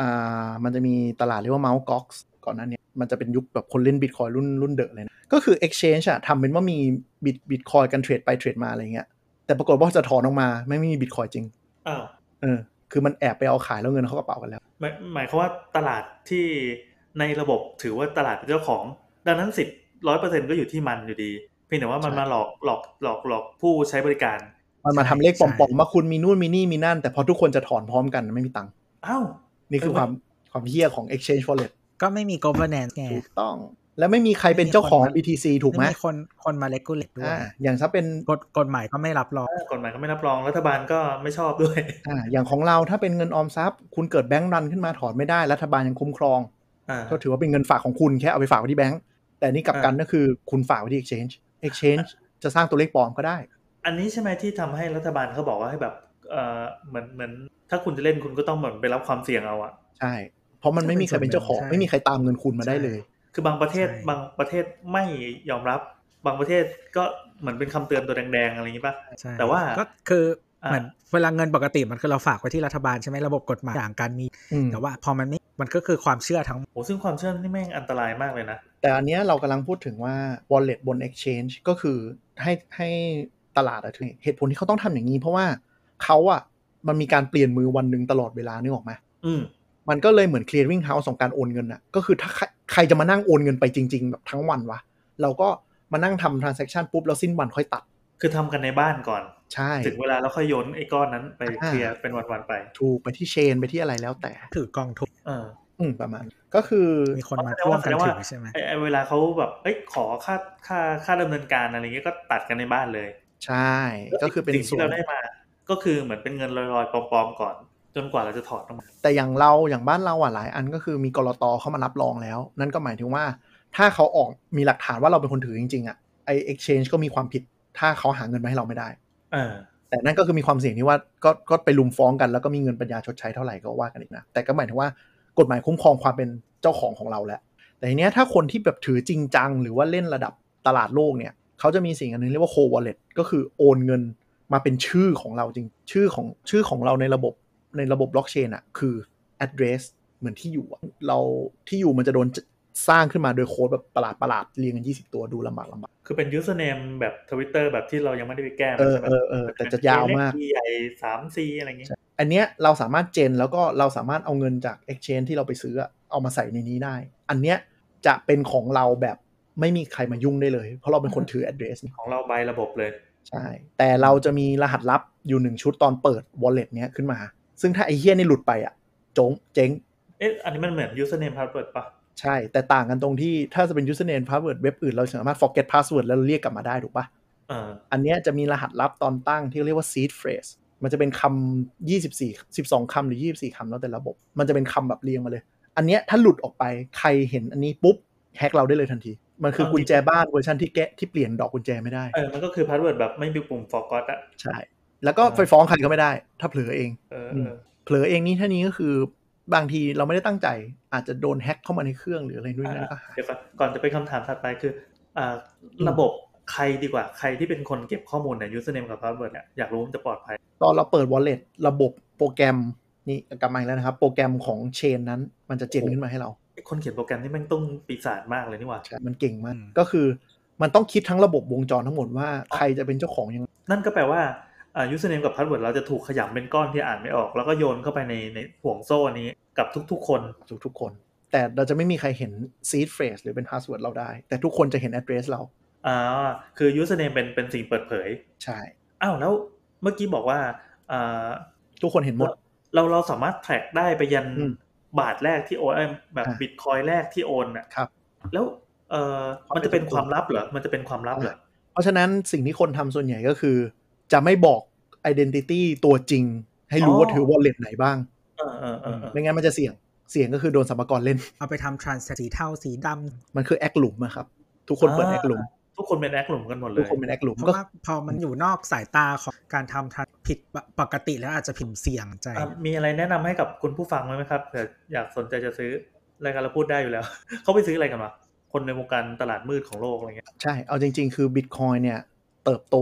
Speaker 4: อ่ามันจะมีตลาดเรียกว่า Mt. Gox ก่อนหน้าเนี้ยมันจะเป็นยุคแบบคนเล่นบิตคอยรุ่นรุ่นเดอะเลยนะ ก็คือ Exchange อะทำเป็นว่ามีบิตบิตคอยกันเทรดไปเทรดมาอะไรเงี้ยแต่ปรากฏว่าจะถอนออกมาไม่มีบิตคอยจริง
Speaker 2: อ้าว
Speaker 4: เออคือมันแอบไปเอาขายแล้วเงินเข้ากระเป๋ากันแล้ว
Speaker 2: หมายหมายความว่าตลาดที่ในระบบถือว่าตลาดเป็นเจ้าของ ดังนั้นสิทธิ์ร้อยเปอร์เซ็นก็อยู่ที่มันอยู่ดี เพียงแต่ว่ามัน
Speaker 4: ใช่
Speaker 2: มาหลอกหลอกหลอกหลอกผู้ใช้บริการ
Speaker 4: มันมาทำเลข
Speaker 3: ใช่
Speaker 4: ปลอมๆมาคุณมีนู่นมีนี่มีนั่น แต่พอทุกคนจะถอนพร้อมกันไม่มีตังค์
Speaker 2: อ้าว
Speaker 4: นี่คือ
Speaker 2: เออ
Speaker 4: ความความเหี้ยของ Exchange Wallet
Speaker 3: ก็ไม่มี governance ไง
Speaker 4: ถูกต้อง และไม่มีใครเป็นเจ้าของ
Speaker 3: ไม่มีคนมา
Speaker 4: BTC ถูกไหม
Speaker 3: ไม่มีคนคนมา regulate ด้วย
Speaker 4: อ่าอย่างถ้าเป็น
Speaker 3: กฎกฎหมายก็ไม่รับรอง
Speaker 2: กฎหมายก็ไม่รับรองรัฐบาลก็ไม่ชอบด้วย
Speaker 4: อ่าอย่างของเราถ้าเป็นเงินออมทรัพย์ คุณเกิดแบงก์รันขึ้นมาถอนไม่ได้ รัฐบาลยังคุ้มครอง
Speaker 2: อ่า
Speaker 4: ก็ถือว่าเป็นเงินฝากของคุณแค่เอาไปฝากไว้ที่แบงก์แต่นี่กลับกันก็คือคุณฝากไว้ที่ exchange exchange จะสร้างตัวเลขปลอมก็ได้
Speaker 2: อันนี้ใช่ไหมที่ทำให้รัฐบาลเขาบอกว่าให้แบบเออเหมือนเหมือนถ้าคุณจะเล่นคุณก็ต้องเหมือนไปรับความเสี่ยงเอาอะ
Speaker 4: ใช่ เพราะมันไม่มีใครเป็นเจ้าของ
Speaker 3: ใช่
Speaker 4: ไม่มีใครตามเงินคุณมาได้เลย
Speaker 2: คือบางประเทศ
Speaker 3: ใช่
Speaker 2: บางประเทศไม่ยอมรับ บางประเทศก็เหมือนเป็นคำเตือนตัวแดงๆอะไรอย่างนี้ป่ะ
Speaker 3: ใช่
Speaker 2: แต่ว่า
Speaker 3: ก็คืออา เหมือนเวลาเงินปกติมันคือเราฝากไว้ที่รัฐบาลใช่ไหมระบบกฎหมายต่างกันมี
Speaker 4: อืม
Speaker 3: แต่ว่าพอมันไม่มันก็คือความเชื่อทั้ง
Speaker 2: โหซึ่งความเชื่อนี่แม่งอันตรายมากเลยนะ
Speaker 4: แต่อันเนี้ยเรากำลังพูดถึงว่า wallet บน exchange ก็คือให้ให้ตลาดอะถึงเหตุผลที่เขาต้องทำอย่างนี้ เพราะว่าเขาอะมันมีการเปลี่ยนมือวันหนึ่งตลอดเวลานึกออกไหม
Speaker 2: อืม
Speaker 4: มันก็เลยเหมือน clearing house ของการโอนเงินน่ะ ก็คือถ้าใครใครจะมานั่งโอนเงินไปจริง ๆ แบบทั้งวันวะ เราก็มานั่งทำ transaction ปุ๊บ แล้วสิ้นวันค่อยตัด
Speaker 2: คือทำกันในบ้านก่อน
Speaker 4: ใช่
Speaker 2: ถึงเวลาแล้วค่อยโยนไอ้ก้อนนั้นไปเค
Speaker 4: อ่า
Speaker 2: ลียร์เป็นวันๆไป
Speaker 4: ถูกไปที่เชนไปที่อะไรแล้วแต่
Speaker 3: ถือกองทุน
Speaker 2: เออ
Speaker 4: อืมประมาณ ก็คือ
Speaker 3: มีคนมาร่วมกัน
Speaker 2: แสดงว่า
Speaker 3: ถือใช่ไหม
Speaker 2: ไอ้ไอ้เวลาเขาแบบเอ้ยขอค่าค่าค่าดำเนินการอะไรอย่างเงี้ยก็ตัดกันในบ้านเลย
Speaker 4: ใช่ ก็คือเป็น
Speaker 2: สิ่ง
Speaker 4: ส่
Speaker 2: ที่
Speaker 4: วน
Speaker 2: เราได้มา ก็คือเหมือนเป็นเงินลอยๆปลอมๆก่อน จนกว่าเราจะถอดออกมา
Speaker 4: แต่อย่างเราอย่างบ้านเราอ่ะหลายอันก็คือมีกรตเข้ามารับรองแล้ว นั่นก็หมายถึงว่า ถ้าเขาออกมีหลักฐานว่าเราเป็นคนถือจริงๆอ่ะไอ exchange ก็มีความผิด ถ้าเขาหาเงินมาให้เราไม่ได้
Speaker 2: เออ
Speaker 4: แต่นั่นก็คือมีความเสี่ยงที่ว่าก็ก็ไปลุมฟ้องกันแล้วก็มีเงินปัญญาชดใช้เท่าไหร่ก็ว่ากันอีกนะ แต่ก็หมายถึงว่ากฎหมายคุ้มครองความเป็นเจ้าของของเราแหละแต่ทีเนี้ยถ้าคนที่แบบถือจริงจัง หรือว่าเล่นระดับตลาดโลกเนี่ย เขาจะมีสิ่งอันหนึงเรียกว่า co wallet ก็คือโอนเงินมาเป็นชื่อของเราจริง ชื่อของชื่อของเราในระบบในระบบบล็อกเชนอะคือ address เหมือนที่อยู่อะเราที่อยู่มันจะโดนสร้างขึ้นมาโดยโค้ดแบบประหลาดประหลาดๆเรียงกัน 20 ตัวดูลำบากลำบาก
Speaker 2: คือเป็น username แบบ Twitter แบบที่เรายังไม่ได้ไปแก้มัน
Speaker 4: เออ
Speaker 2: ใช่ไหม
Speaker 4: เออเออแต่จะยาวมาก
Speaker 2: เป็นเลขใหญ่สามซีอะไรอย่างงี้
Speaker 4: อันเนี้ยเราสามารถเจนแล้วก็เราสามารถเอาเงินจาก Exchange ที่เราไปซื้ออะเอามาใส่ในนี้ได้ อันเนี้ยจะเป็นของเราแบบไม่มีใครมายุ่งได้เลย เพราะเราเป็นคนถือ address นี่
Speaker 2: ของเราใบระบบเลย
Speaker 4: ใช่ แต่เราจะมีรหัสลับอยู่หนึ่งชุดตอนเปิด wallet เนี้ยขึ้นมา ซึ่งถ้าไอ้เฮี้ยนี่หลุดไปอะจงเจ๊ง
Speaker 2: เอ๊ะ อันนี้มันเหมือน username password ปะ
Speaker 4: ใช่ แต่ต่างกันตรงที่ถ้าจะเป็น username password เว็บอื่นเราสามารถ forget password แล้วเรียกกลับมาได้ถูกปะ
Speaker 2: เออ
Speaker 4: อันเนี้ยจะมีรหัสลับตอนตั้งที่เรียกว่า seed phrase มันจะเป็นคำ24 12คำหรือ 24คำแล้วแต่ระบบ มันจะเป็นคำแบบเรียงมาเลย อันเนี้ยถ้าหลุดออกไปใครเห็นอันนี้ปุ๊บแฮกเราได้เลยทันที มันคือ
Speaker 2: เอาจริง
Speaker 4: กุญแจบ้านเวอร์ชันที่แกะที่เปลี่ยนดอกกุญแจไม่ได้
Speaker 2: เออ มันก็คือ password แบบไม่มีปุ่ม forgot อะ
Speaker 4: ใช่ แล้วก็ไปฟ้องใครก็ไม่ได้ ถ้าเผลอเอง
Speaker 2: เออ
Speaker 4: อื
Speaker 2: เอ
Speaker 4: ม
Speaker 2: อ
Speaker 4: เผลอเองนี่ท่านี้ก็คือบางทีเราไม่ได้ตั้งใจ อาจจะโดนแฮ็กเข้ามาในเครื่องหรืออะไรด้วยนั่นก็หาย
Speaker 2: เดี๋ยวก่อนก่อนจะไปคำถามถัดไปคืออ่าระบบใครดีกว่า ใครที่เป็นคนเก็บข้อมูลใน username กับ password เนี่ย อยากรู้มันจะปลอดภัย
Speaker 4: ตอนเราเปิด wallet ระบบโปรแกรมนี่กลับมาอีกแล้วนะครับ โปรแกรมของเชนนั้น มันจะเจนขึ้นมาให้เรา
Speaker 2: ไอ้คนเขียนโปรแกรมนี่แม่งต้องปีศาจมากเลยนี่หว่า
Speaker 4: ใช่มันเก่งมาก
Speaker 3: อืม
Speaker 4: ก็คือมันต้องคิดทั้งระบบวงจรทั้งหมดว่าใครจะเป็นเจ้าของยังไง
Speaker 2: นั่นก็แปลว่าอ่า username กับ password เราจะถูกขยำเป็นก้อนที่อ่านไม่ออก แล้วก็โยนเข้าไปในในห่วงโซ่นี้กับทุกๆ คน
Speaker 4: ทุกทุกๆคน แต่เราจะไม่มีใครเห็น seed phrase หรือเป็น password เราได้ แต่ทุกคนจะเห็น address เรา
Speaker 2: อ่า คือ username เป็นเป็นสิ่งเปิดเผย
Speaker 4: ใช่
Speaker 2: อ้าว แล้วเมื่อกี้บอกว่าอ่า
Speaker 4: ทุกคนเห็นหมด
Speaker 2: เราเราสามารถ track ได้ไปยัน
Speaker 4: อืม
Speaker 2: บาทแรกที่โอนเอ้ยแบบ
Speaker 4: อ่ะ
Speaker 2: บิตคอยแรกที่โอนอ่ะ
Speaker 4: ครับ
Speaker 2: แล้วเออ
Speaker 4: ความ
Speaker 2: มันจะเป็น
Speaker 4: เป็นส่
Speaker 2: ค
Speaker 4: วนตัว
Speaker 2: วามลับเหรอ มันจะเป็นความลับเหรอ
Speaker 4: อ่ะ เพราะฉะนั้นสิ่งที่คนทำส่วนใหญ่ก็คือ จะไม่บอก identity ตัวจริง ให้รู้ว่า
Speaker 2: อ๋อ
Speaker 4: ถือ wallet ไหนบ้าง
Speaker 2: เออเออเออเออ
Speaker 4: ไม่งั้นมันจะเสี่ยง เสี่ยงก็คือโดนสมกรเล่น
Speaker 3: เอาไปทำทรานสีเทาสีดำ
Speaker 4: มันคือแอคหลุมอะครับ ทุกคนเปิดแอคหลุม
Speaker 2: ทุกคนเป็นแอคหลุมกันหมดเล
Speaker 4: ทุก
Speaker 2: ย
Speaker 4: คนเป็นแอคหลุม
Speaker 3: เพราะ
Speaker 4: ก็
Speaker 3: ว่าพอมันอยู่นอกสายตาของการทำทรานผิดปกติแล้วอาจจะผิดเสี่ยงใจ
Speaker 2: อ่ะมีอะไรแนะนำให้กับคุณผู้ฟังไหมครับเผื่ออยากสนใจจะซื้อรายการเราพูดได้อยู่แล้ว [laughs] เขาไปซื้ออะไรกันวะคนในวงการตลาดมืดของโลกอะไรเงี้ย
Speaker 4: ใช่ เอาจริง ๆ คือบิตคอยเนี่ย เติบโต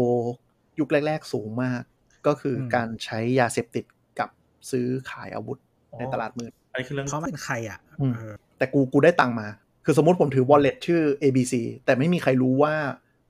Speaker 4: ยุคแรก ๆ สูงมาก ก็คืออ
Speaker 3: ม
Speaker 4: การใช้ยาเสพติดกับซื้อขายอาวุธในตลาดมืด
Speaker 2: อันนี้คือเรื่อง
Speaker 3: เพราะมันเป็นใครอ่ะ
Speaker 4: อืม
Speaker 3: เออ
Speaker 4: แต่กูกูได้ตังค์มา คือสมมติผมถือ wallet ชื่อ ABC แต่ไม่มีใครรู้ว่า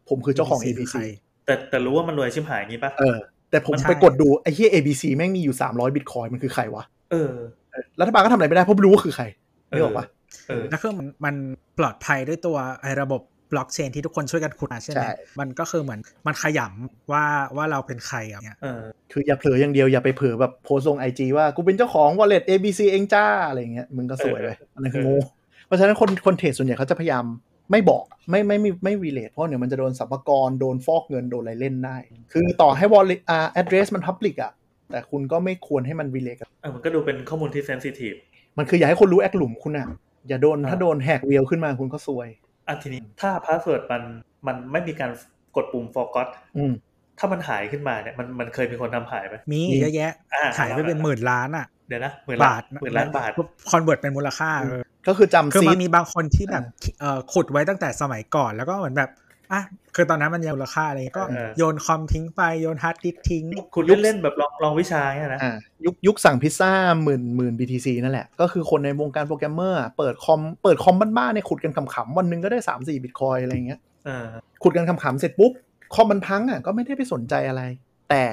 Speaker 4: ผมคือเจ้าของ
Speaker 3: คือ
Speaker 4: ABC
Speaker 3: ใคร
Speaker 2: แต่แต่รู้ว่ามันรวยชิมหายอย่างงี้ปะ
Speaker 4: เออ แต่ผม
Speaker 3: ใช่
Speaker 4: ไปกดดูไอ้เหี้ย ABC แม่งมีอยู่ 300บิตคอยมันคือใครวะ
Speaker 2: เออ
Speaker 4: เออรัฐบาลก็ทำอะไรไม่ได้เพราะไม่รู้ว่าคือใครนึกออกปะ
Speaker 2: เออ
Speaker 3: แล้วคือมันมันปลอดภัยด้วยตัวไอ้ระบบบล็อกเชนที่ทุกคนช่วยกันขุดหาใช่ไหม
Speaker 4: ใช่
Speaker 3: มันก็คือเหมือนมันขยำว่าว่าเราเป็นใครอ่ะเนี่ย
Speaker 2: เออ
Speaker 4: คืออย่าเผลออย่างเดียวอย่าไปเผลอแบบโพสต์ลงไอจว่ากูเป็นเจ้าของ wallet ABC เองจ้าอะไรอย่างเงี้ยมึงก็สวยเลยอันนั้นคือโงูเพราะฉะนั้นคนคนเทรดส่วนใหญ่เขาจะพยายามไม่บอกไม่ไม่ไม่ไม่รีเลทเพราะเดี๋ยวมันจะโดนสรรพากรโดนฟอกเงินโดนอะไรเล่นได้ คือต่อให้ wallet อ่า address มัน public อ่ะแต่คุณก็ไม่ควรให้มันรีเลท
Speaker 2: เออ มันก็ดูเป็นข้อมูลที่เซนซิทีฟ
Speaker 4: มันคืออย่าให้คนรู้แอคหลุมคุณอะอย่าโดน
Speaker 2: อ่า
Speaker 4: ถ้าโดนแหกเวียวขึ้นมาคุณก็ซวย
Speaker 2: อ่ะทีนี้ถ้าพาสเวิร์ดมันมันไม่มีการกดปุ่ม forgot
Speaker 4: อืม
Speaker 2: ถ้ามันหายขึ้นมาเนี่ยมันมันเคยมีคนทำหายไหม
Speaker 3: มี
Speaker 4: มี
Speaker 3: เยอะแยะ
Speaker 2: อ่า
Speaker 3: ขายไปเป็นหมื่นล้านอ่ะ
Speaker 2: เดี๋ยวนะหมื่น
Speaker 3: บา
Speaker 2: ล้า
Speaker 3: ท
Speaker 2: นหมื่นล้านบาท
Speaker 3: คอนเวิร์ตเป็นมูลค่าเออ
Speaker 4: ก็คือ
Speaker 3: คื
Speaker 4: จำ
Speaker 3: อ
Speaker 4: ซี
Speaker 3: มั
Speaker 4: ด
Speaker 3: นมีบางคนที่แบบเอ่อขุดไว้ตั้งแต่สมัยก่อนแล้วก็เหมือนแบบอ่ะคือตอนนั้นมันยังมูลค่าอะไรก็
Speaker 2: เออ
Speaker 3: โยนคอมทิ้งไปโยนฮาร์ดดิสก์ทิ้ง
Speaker 2: คุณเล่นเล่นๆแบบลองลองวิชาเนี่ยนะ
Speaker 4: อ่ายุคยุคสั่งพิซซ่าหมื่นหมื่น BTC นั่นแหละ ก็คือคนในวงการโปรแกรมเมอร์อะเปิดคอมเปิดคอมบ้านๆเนี่ยขุดกันขำๆ วันหนึงก็ได้ 3 4บิตคอยอะไรอย่างเงี้ย
Speaker 2: เออ
Speaker 4: ขุดกันขำๆ เสร็จปุ๊บ คอมมันพังอ่ะก็ไม่ได้ไปสนใจอะไร แต่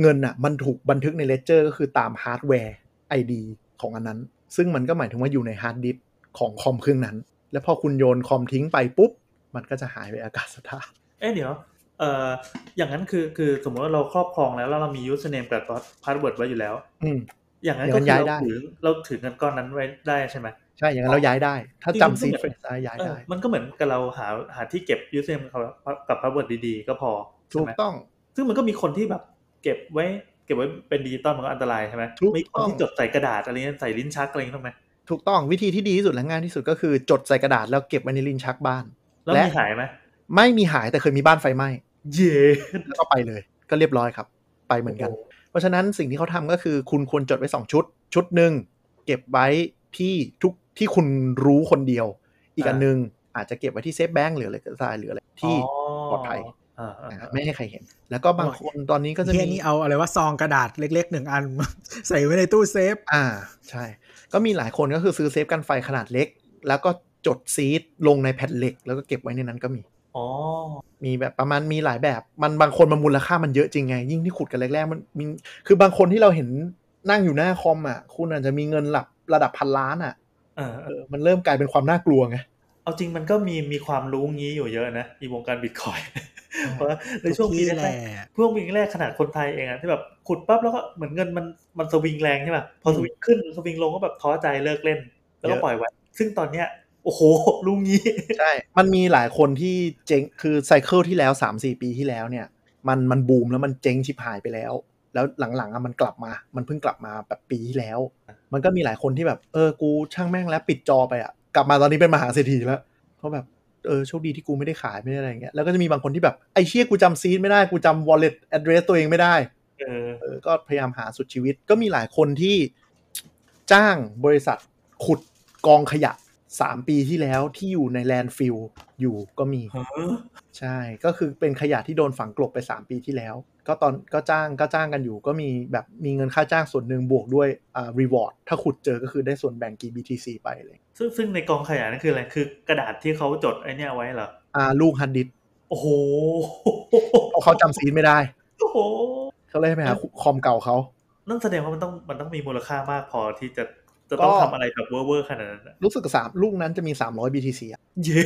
Speaker 4: เงินอ่ะมันถูกบันทึกในเลเจอร์ก็คือตามฮาร์ดแวร์ ID ของอันนั้น ซึ่งมันก็หมายถึงว่าอยู่ในฮาร์ดดิสก์ของคอมเครื่องนั้น แล้วพอคุณโยนคอมทิ้งไปปุ๊บมันก็จะหายไปอากาศธาตุ
Speaker 2: เอ๊ะเดี๋ยว เอ่อ อย่างนั้นคือ คือสมมติว่าเราครอบครองแล้วแล้วเรามียูสเนมกับพาสเวิร์ดไว้อยู่แล้ว
Speaker 4: อืม
Speaker 2: อย่างนั้น
Speaker 4: อย่าง
Speaker 2: ก็คือ
Speaker 4: นั้นย้ายได้
Speaker 2: เราถือเราถือเงินก้อนนั้นไว้ได้ใช่ไหม
Speaker 4: ใช่ อย่างนั้นเราย้ายได้ ถ้า
Speaker 2: จริงๆ
Speaker 4: จำซีด
Speaker 2: ก็เห
Speaker 4: เฟ
Speaker 2: มือ
Speaker 4: ร
Speaker 2: น
Speaker 4: นซ้ายย้าย
Speaker 2: เออ
Speaker 4: ได้
Speaker 2: มันก็เหมือนกับเราหาหาที่เก็บยูสเนมกับพาสเวิร์ดดีๆ ก็พอใช่
Speaker 4: ถู
Speaker 2: ไห
Speaker 4: ก
Speaker 2: ม
Speaker 4: ต้อง
Speaker 2: ซึ่งมันก็มีคนที่แบบเก็บไว้ เก็บไว้เป็นดิจิตอลมันก็อันตรายใช่ไหม
Speaker 4: ถูก
Speaker 2: มีคนที่
Speaker 4: ต้อง
Speaker 2: จดใส่กระดาษอะไรเงี้ยใส่ลิ้นชักอะไรเงี้ยทำไม
Speaker 4: ถูกต้องวิธีที่ดีที่สุดและง่ายที่สุดก็คือจดใส่กระดาษแล้วเก็บไว้ในลิ้นชักบ้าน
Speaker 2: แล้ว
Speaker 4: และ
Speaker 2: มีหายไหม
Speaker 4: ไม่มีหายแต่เคยมีบ้านไฟไหม้
Speaker 2: เย่
Speaker 4: แล้วก็ไปเลย ก็เรียบร้อยครับ ไปเหมือนกัน เพราะฉะนั้นสิ่งที่เขาทำก็คือคุณควรจดไว้ 2 ชุด ชุดหนึ่งเก็บไว้ที่ทุกที่คุณรู้คนเดียว อีกอันหนึงอาจจะเก็บไว้ที่เซฟแบงค์หรืออะไรก็ได้หรืออะไรที่ ปลอดภัย
Speaker 2: อ๋ออ่าอ่า
Speaker 4: ไม่ให้ใครเห็น แล้วก็บางคนตอนนี้ก็จะ
Speaker 3: เฮีย
Speaker 4: มี
Speaker 3: นี่เอาอะไรว่าซองกระดาษเล็กๆหนึ่งอัน [laughs] ใส่ไว้ในตู้เซฟ
Speaker 4: อ่าใช่ ก็มีหลายคนก็คือซื้อเซฟกันไฟขนาดเล็ก แล้วก็จดซีดลงในแผ่นเหล็ก แล้วก็เก็บไว้ในนั้นก็มี
Speaker 2: อ๋อ
Speaker 4: มีแบบประมาณมีหลายแบบมันบางคนมันมูลค่ามันเยอะจริงไง ยิ่งที่ขุดกันแรกๆมันมีคือบางคนที่เราเห็นนั่งอยู่หน้าคอมอ่ะคุณอาจจะมีเงินหลับระดับพันล้านอ่ะ
Speaker 2: เออ
Speaker 4: เอ
Speaker 2: เออ
Speaker 4: อมันเริ่มกลายเป็นความน่ากลัวไง
Speaker 2: เอาจริงมันก็มีมีความรู้งี้อยู่เยอะนะอีวงการบิตคอยน์เพราะว่าในช่วงปี
Speaker 3: ทุกที่
Speaker 2: แรก
Speaker 3: แหละ
Speaker 2: ๆช่วงปีแรกขนาดคนไทยเองอะที่แบบขุดปั๊บแล้วก็เหมือนเงินมันมันสวิงแรงใช่ป่ะพอสวิงขึ้นสวิงลงก็แบบท้อใจเลิกเล่น แล้วก็
Speaker 4: เยอะ
Speaker 2: ปล่อยไว้ ซึ่งตอนเนี้ยโอ้โหรู้งี้
Speaker 4: ใช่ มันมีหลายคนที่เจ๊ง คือไซเคิลที่แล้ว 3 4 ปีที่แล้วเนี่ย มันมันบูมแล้วมันเจ๊งชิบหายไปแล้ว แล้วหลังๆอะมันกลับมา มันเพิ่งกลับมาแบบปีที่แล้ว มันก็มีหลายคนที่แบบ เออ กูช่างแม่งแล้วปิดจอไปอะกลับมาตอนนี้เป็นมหาเศรษฐีแล้วเขาแบบ เออ โชคดีที่กูไม่ได้ขายไม่ได้อะไรอย่างเงี้ย แล้วก็จะมีบางคนที่แบบ ไอ้เชี่ยกูจำซีดไม่ได้ กูจำ wallet address ตัวเองไม่ได้
Speaker 2: เออ
Speaker 4: เออ ก็พยายามหาสุดชีวิต ก็มีหลายคนที่จ้างบริษัทขุดกองขยะ 3 ปีที่แล้วที่อยู่ในแลนด์ฟิลอยู่ก็มี ใช่ ก็คือเป็นขยะที่โดนฝังกลบไป 3 ปีที่แล้ว ก็ตอนก็จ้างก็จ้างกันอยู่ ก็มีแบบมีเงินค่าจ้างส่วนหนึ่งบวกด้วยอ่ารีวอร์ดถ้าขุดเจอก็คือได้ส่วนแบ่งกี่ BTC ไปเลย
Speaker 2: ซึ่งซึ่งในกองขยะนั่นคืออะไรคือกระดาษที่เขาจดไอเนี้ยไว้เหรอ
Speaker 4: อ่าลูกฮันดิสก์
Speaker 2: โอ้โห [laughs]
Speaker 4: เพราะเขาจำซีนไม่ได้
Speaker 2: โอ้โห
Speaker 4: เขาเลยให้ไปหาคอมเก่าเขา
Speaker 2: นั่นแสดงว่ามันต้องมันต้องมีมูลค่ามากพอที่จะจะต้อง
Speaker 4: ก็
Speaker 2: ทำอะไรแบบเวอร์ๆขนาดนั้นอะ [laughs]
Speaker 4: รู้สึกสามลูกนั้นจะมี 300 BTC อะ
Speaker 2: เย่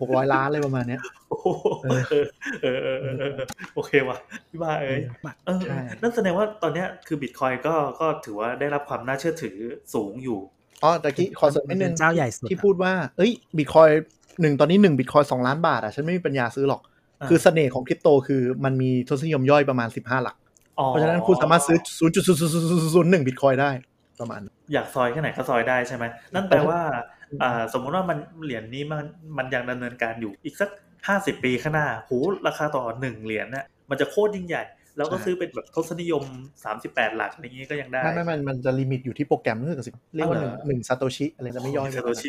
Speaker 4: 600 ล้านเลยประมาณเนี้ย
Speaker 2: โอ้โห [laughs] เออเออเออเออเออโอเควะพี่บ้าเอ้ยเออ
Speaker 4: ใช่
Speaker 2: นั่นแสดงว่าตอนเนี้ยคือบิตคอยก็ก็ถือว่าได้รับความน่าเชื่อถือสูงอยู่
Speaker 4: อ๋อตะกี้ขอเสริมนิดนึ
Speaker 3: เป็
Speaker 4: ง
Speaker 3: เจ้าใหญ่สุด
Speaker 4: ที่
Speaker 3: อะ
Speaker 4: พูดว่า เอ้ย บิตคอยหนึ่งตอนนี้หนึ่งบิตคอยสองล้านบาทอ่ะ ฉันไม่มีปัญญาซื้อหรอก
Speaker 2: อ่า
Speaker 4: คือเสน่ห์ของคริปโตคือมันมีทศนิยมย่อยประมาณ 15 หลัก
Speaker 2: อ๋อ
Speaker 4: เพราะฉะนั้นคุณสามารถซื้อ 0 0 0 1บิตคอยได้ ประมาณนั้น
Speaker 2: อยากซอยแค่ไหนก็ซอยได้ใช่ไหมนั่นแปลว่าอ่าสมมุติว่ามันเหรียญนี้มันมันยังดำเนินการอยู่อีกสักห้าสิบปีข้างหน้าโหราคาต่อหนึ่งเหรียญเนี่ยมันจะโคตรยิ่งใหญ่ แล้วก็
Speaker 4: ใช่
Speaker 2: ซื้อเป็นแบบทศนิยมสามสิบแปดหลักอะไรอย่างงี้ก็ยังได้
Speaker 4: ไม่ไม่มันมันจะลิมิตอยู่ที่โปรแกรมนึกถึงสิเรียกว่าหนึ่ง
Speaker 2: อ๋อเหรอ
Speaker 4: หนึ่งซาโตชิอะไรจะไม่ย่อย
Speaker 2: ซาโตชิ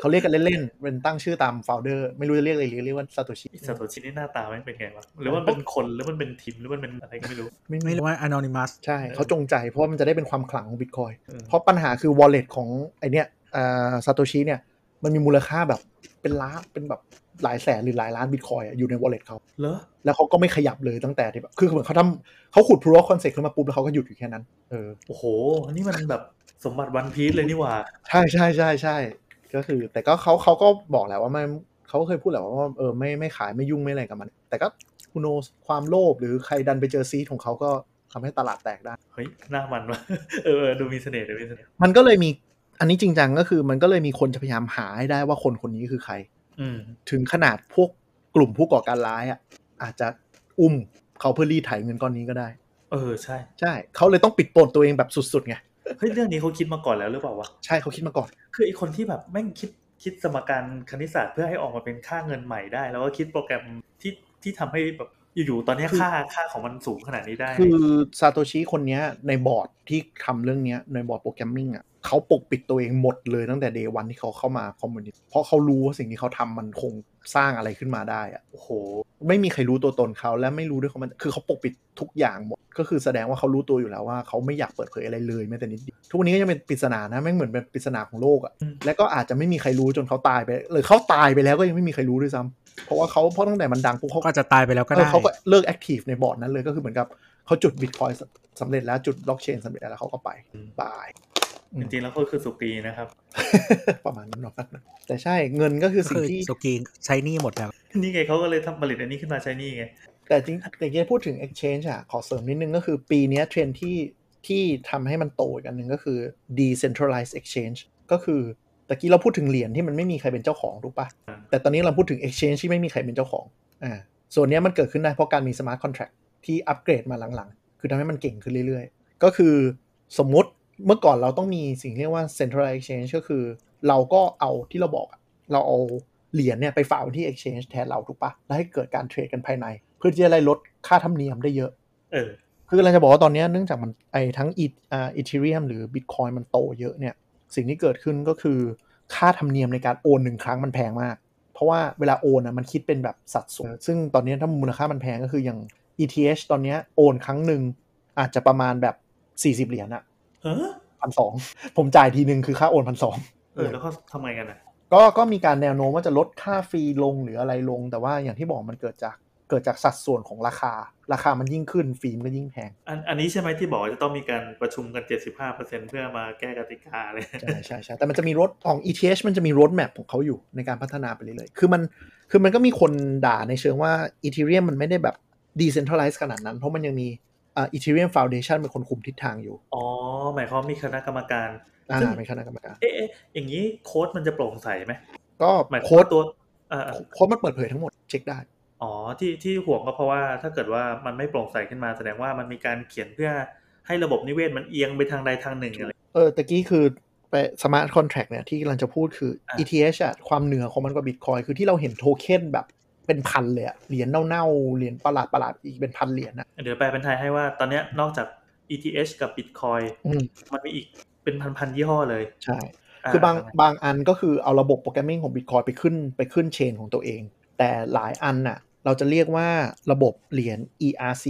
Speaker 4: เขาเรียกกันเล่นๆเป็นตั้งชื่อตามโฟลเดอร์ไม่รู้จะเรียกอะไรเรียกเรียกว่าซาโตชิ
Speaker 2: ซาโตชินี่หน้าตามันเป็นไงวะหรือว่ามันเป็นคนหรือมันเป็นทีมหรือมันเป็นอะไรก็ไม่รู้
Speaker 4: ไม่ไม่
Speaker 3: ไม่รู้ว่า anonymous
Speaker 4: ใช่เขาจงใจเพราะว่ามันจะได้เป็นความขลังของบิตคอย
Speaker 2: เออ
Speaker 4: เพราะปัญหาคือ wallet ของไอเนี้ยอ่าซาโตชิเนี่ยมันมีมูลค่าแบบเป็นล้านเป็นแบบหลายแสนหรือหลายล้านบิตคอยอยู่ใน wallet เขา
Speaker 2: เหรอ
Speaker 4: แล้วเขาก็ไม่ขยับเลยตั้งแต่ที่แบบคือเหมือนเขาทำเขาขุด proof of concept ขึ้นมาปุ๊บแล้วเขาก็หยุดอยู่แค่นั้นเออ
Speaker 2: โอ้โห นี่มันแบบสมบัติวันพีซเลยนี่หว่า
Speaker 4: ใช่ใช่ใช่ใช่ก็คือ แต่ก็เขาเขาก็บอกแหละว่าไม่เขาก็เคยพูดแหละว่าเออไม่ไม่ขายไม่ยุ่งไม่อะไรกับมัน แต่ก็คุณโนความโลภหรือใครดันไปเจอซีทของเขาก็ทำให้ตลาดแตกได้
Speaker 2: เฮ้ยหน้ามันวะ [laughs] เออเออดูมีเสน่ห์ดูมีเสน่ห์
Speaker 4: มันก็เลยมีอันนี้จริงจังก็คือ มันก็เลยมีคนจะพยายามหาให้ได้ว่าคนคนนี้คือใคร
Speaker 2: อืม
Speaker 4: ถึงขนาดพวกกลุ่มผู้ก่อการร้ายอ่ะอาจจะอุ้มเขาเพื่อรีดไถเงินก้อนนี้ก็ได้
Speaker 2: เออใช่
Speaker 4: ใช่เขาเลยต้องปิดโปนตัวเองแบบสุดๆไง
Speaker 2: เฮ้ยเรื่องนี้เขาคิดมาก่อนแล้วหรือเปล่าวะ
Speaker 4: ใช่เขาคิดมาก่อน
Speaker 2: คือไอคนที่แบบแม่งคิดคิดสมการคณิตศาสตร์เพื่อให้ออกมาเป็นค่าเงินใหม่ได้ แล้วก็คิดโปรแกรมที่ที่ทำให้แบบอยู่ๆตอนเนี้ย
Speaker 4: คือ
Speaker 2: ค่าค่าของมันสูงขนาดนี้ได้
Speaker 4: คือซาโตชิคนเนี้ยในบอร์ดที่ทำเรื่องเนี้ยในบอร์ดโปรแกรมมิ่งอ่ะเขาปกปิดตัวเองหมดเลยตั้งแต่เดวันที่เขาเข้ามาคอมมูนิตี้เพราะเขารู้ว่าสิ่งที่เขาทำมันคงสร้างอะไรขึ้นมาได้อ่ะ
Speaker 2: โอ้โห
Speaker 4: ไม่มีใครรู้ตัวตนเขาและไม่รู้ด้วยเขามันคือเขาปกปิดทุกอย่างหมด ก็คือแสดงว่าเขารู้ตัวอยู่แล้วว่าเขาไม่อยากเปิดเผยอะไรเลยแม้แต่นิดเดียวทุกวันนี้ก็ยังเป็นปริศนานะแม่งเหมือนเป็นปริศนาของโลกอ่ะ
Speaker 2: อืม
Speaker 4: และก็อาจจะไม่มีใครรู้จนเขาตายไปหรือเขาตายไปแล้วก็ยังไม่มีใครรู้ด้วยซ้ำเพราะว่าเขาเพราะตั้งแต่มันดังปุ๊บเขา
Speaker 3: ก็
Speaker 4: ก็
Speaker 3: จะตายไปแล้วก็
Speaker 4: เอ
Speaker 3: ได้
Speaker 4: อเขาก็เลิกแอคทีฟในบอร์ดนั้นเลยก็คือเหมือนกับเขาจุดบิตคอยสำเร็จแล้วจุดบล็อกเชนสำเร็จแล้วเขาก็ไปบาย [laughs] อื
Speaker 2: จ
Speaker 4: ม
Speaker 2: ริงๆแล้วก็คือสุกรีนะครับ
Speaker 4: ประมาณนั้นเนาะแต่ใช่เงินก็คือ
Speaker 3: ก็
Speaker 4: สิ่
Speaker 3: คื
Speaker 4: ง
Speaker 3: อ
Speaker 4: ที่
Speaker 3: สุกีใช้หนี่หมดแล้ว
Speaker 2: นี่ไงเขาก็เลยทำผลิตอันนี้ขึ้นมาใช้นี่ไง
Speaker 4: แต่จริงแต่เกี้พูดถึง Exchange อ่ะ ขอเสริมนิดนึงก็คือปีเนี้ยเทรนด์ที่ที่ทำให้มันโตอีกอันหนึ่งก็คือ decentralized exchange ก็คือตะกี้เราพูดถึงเหรียญที่มันไม่มีใครเป็นเจ้าของถูกปะ
Speaker 2: อ่า
Speaker 4: แต่ตอนนี้เราพูดถึง exchange ที่ไม่มีใครเป็นเจ้าของอ่าส่วนเนี้ยมันเกิดขึ้นได้เพราะการมี smart contract ที่อัปเกรดมาหลังๆ คือทำให้มันเก่งขึ้นเรื่อยๆ ก็คือสมมติเมื่อก่อนเราต้องมีสิ่งเรียกว่า centralized exchange ก็คือ เราก็เอาที่เราบอกอะเราเอาเหรียญเนี่ยไปฝากไว้ที่ exchange แทนเราถูกปะแล้วให้เกิดการเทรดกันภายใน เพื่อที่จะได้ลดค่าธรรมเนียมได้เยอะ
Speaker 2: เออ
Speaker 4: คือเราจะบอกว่าตอนเนี้ยเนื่องจากมันไอทั้งอีอ่าอีเทเรียมหรือบิตคอยมันโตเยอะเนี่ยสิ่งที่เกิดขึ้นก็คือค่าธรรมเนียมในการโอนหนึ่งครั้งมันแพงมาก เพราะว่าเวลาโอนอ่ะมันคิดเป็นแบบสัดส่วน ซึ่งตอนเนี้ยถ้ามูลค่ามันแพงก็คืออย่าง ETH ตอนเนี้ยโอนครั้งหนึ่งอาจจะประมาณแบบ 40 เหรียญอะ
Speaker 2: เออ
Speaker 4: พันสองผมจ่ายทีหนึ่งคือค่าโอนพันสอง
Speaker 2: เออ แล้วเขาทำไงกันอ่ะ
Speaker 4: ก็ก็มีการแนวโน้มว่าจะลดค่าฟรีลงหรืออะไรลง แต่ว่าอย่างที่บอกมันเกิดจากเกิดจากสัดส่วนของราคา ราคามันยิ่งขึ้นฟรีมันก็ยิ่งแพง
Speaker 2: อันอันนี้ใช่ไหมที่บอกว่าจะต้องมีการประชุมกัน 75%เพื่อมาแก้กติกาเลย
Speaker 4: ใช่ใช่ใช่แต่มันจะมีรถของ ETH มันจะมีรถแมพของเขาอยู่ในการพัฒนาไปเรื่อยๆ คือมันคือมันก็มีคนด่าในเชิงว่า Ethereum มันไม่ได้แบบ decentralized ขนาดนั้น เพราะมันยังมีอ่า Ethereum Foundation เป็นคนคุมทิศทางอยู่
Speaker 2: อ๋อ หมายความมีคณะกรรมการ
Speaker 4: อ่า
Speaker 2: ซึ่ง
Speaker 4: เป็นคณะกรรมการ
Speaker 2: เอ๊ะเอ๊ะอย่างนี้โค้ดมันจะโปร่งใสไหม
Speaker 4: ก็
Speaker 2: หมายาม
Speaker 4: โค้ด
Speaker 2: ว่าตัวเอ่อ
Speaker 4: โค้ดมันเปิดเผยทั้งหมดเช็คได้
Speaker 2: อ๋อที่ที่ห่วงก็เพราะว่าถ้าเกิดว่ามันไม่โปร่งใสขึ้นมาแสดงว่ามันมีการเขียนเพื่อให้ระบบนิเวศมันเอียงไปทางใดทางหนึ่งอะไร
Speaker 4: เออตะกี้คือไปสมาร์ทคอนแท็กเนี่ยที่กำลังจะพูดคือ
Speaker 2: อ่ะ
Speaker 4: ETH อะความเหนือของมันกว่าบิตคอยคือที่เราเห็นโทเค็นแบบเป็นพันเลยอะเหรียญเน่าๆ เหรียญประหลาดประหลาดๆอีกเป็นพันเหรียญอะ
Speaker 2: เดี๋ยวแปลเป็นไทยให้ว่าตอนเนี้ยนอกจาก ETH กับ Bitcoin
Speaker 4: อืม
Speaker 2: มันมีอีกเป็นพันๆยี่ห้อเลย
Speaker 4: ใช่ คือบางบางอันก็คือเอาระบบโปรแกรมมิ่งของบิตคอยไปขึ้นไปขึ้นเชนของตัวเอง แต่หลายอันน่ะเราจะเรียกว่าระบบเหรียญ ERC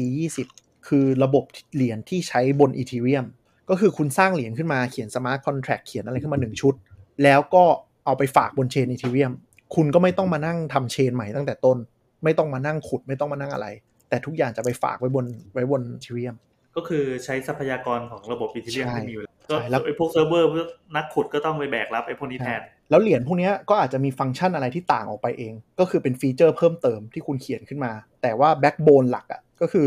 Speaker 4: 20 คือระบบเหรียญที่ใช้บน Ethereum ก็คือคุณสร้างเหรียญขึ้นมาเขียน smart contract เขียนอะไรขึ้นมา 1 ชุด แล้วก็เอาไปฝากบนเชน Ethereum คุณก็ไม่ต้องมานั่งทำเชนใหม่ตั้งแต่ต้น ไม่ต้องมานั่งขุดไม่ต้องมานั่งอะไร แต่ทุกอย่างจะไปฝากไว้บนไว้บน Ethereum
Speaker 2: ก็คือใช้ทรัพยากรของระบบ Ethereum
Speaker 4: ใช่
Speaker 2: ที่มีอยู่แล้วก็
Speaker 4: ใช่แล้ว
Speaker 2: ไอ้พวกเซิร์ฟเวอร์พวกนักขุดก็ต้องไปแบกรับไอ้พวกนี้แทน
Speaker 4: แล้วเหรียญพวกเนี้ยก็อาจจะมีฟังก์ชันอะไรที่ต่างออกไปเอง ก็คือเป็นฟีเจอร์เพิ่มเติมที่คุณเขียนขึ้นมา แต่ว่าแบ็กโบนหลักอะ่ะก็คือ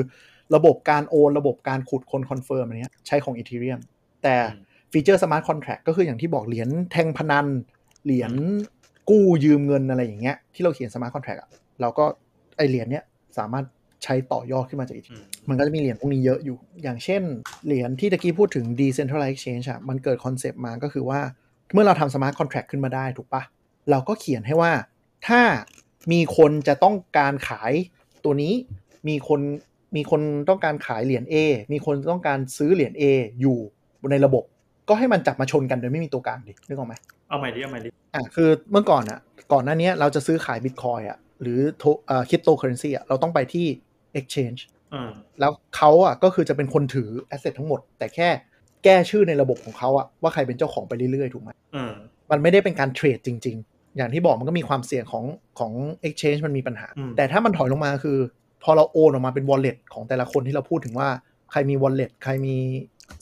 Speaker 4: ระบบการโอน ระบบการขุดคนคอนเฟิร์มอะไรเนี้ยใช้ของ Ethereum แต่
Speaker 2: อืม
Speaker 4: ฟีเจอร์สมาร์ทคอนแท็กก็คืออย่างที่บอกเหรียญแทงพนัน เหรียญกู้ยืมเงินอะไรอย่างเงี้ยที่เราเขียนสมาร์ทคอนแท็กอ่ะเราก็ไอเหรียญเนี้ยสามารถ ใช้ต่อยอดขึ้นมาจากอีกที
Speaker 2: อืม
Speaker 4: มันก็จะมีเหรียญพวกนี้เยอะอยู่ อย่างเช่น เหรียญที่ตะกี้พูดถึง decentralized exchange อะมันเกิดคอนเซปต์มาก็คือว่า เมื่อเราทำ smart contract ขึ้นมาได้ถูกปะเราก็เขียนให้ว่า ถ้ามีคนจะต้องการขายตัวนี้มีคนมีคนต้องการขายเหรียญ A มีคนต้องการซื้อเหรียญ A อยู่ในระบบ ก็ให้มันจับมาชนกันโดยไม่มีตัวกลางดินึกออกไหม
Speaker 2: เอาใหม่ดิเอาใหม่ดิ
Speaker 4: อ่ะคือเมื่อก่อนอ่ะก่อนหน้าเนี้ยเราจะซื้อขายบิตคอยอ่ะหรือโทเอ่อคริปโตเคอเรนซีอ่ะเราต้องไปที่ exchange
Speaker 2: อืม
Speaker 4: แล้วเขาอ่ะก็คือจะเป็นคนถือ asset ทั้งหมด แต่แค่แก้ชื่อในระบบของเขาอ่ะว่าใครเป็นเจ้าของไปเรื่อยๆ ถูกไหม
Speaker 2: อืม
Speaker 4: มันไม่ได้เป็นการเทรดจริง ๆ อย่างที่บอกมันก็มีความเสี่ยงของของ exchange มันมีปัญหา แต่ถ้ามันถอยลงมาคือ พอเราโอนออกมาเป็น wallet ของแต่ละคนที่เราพูดถึงว่าใครมี wallet ใครมี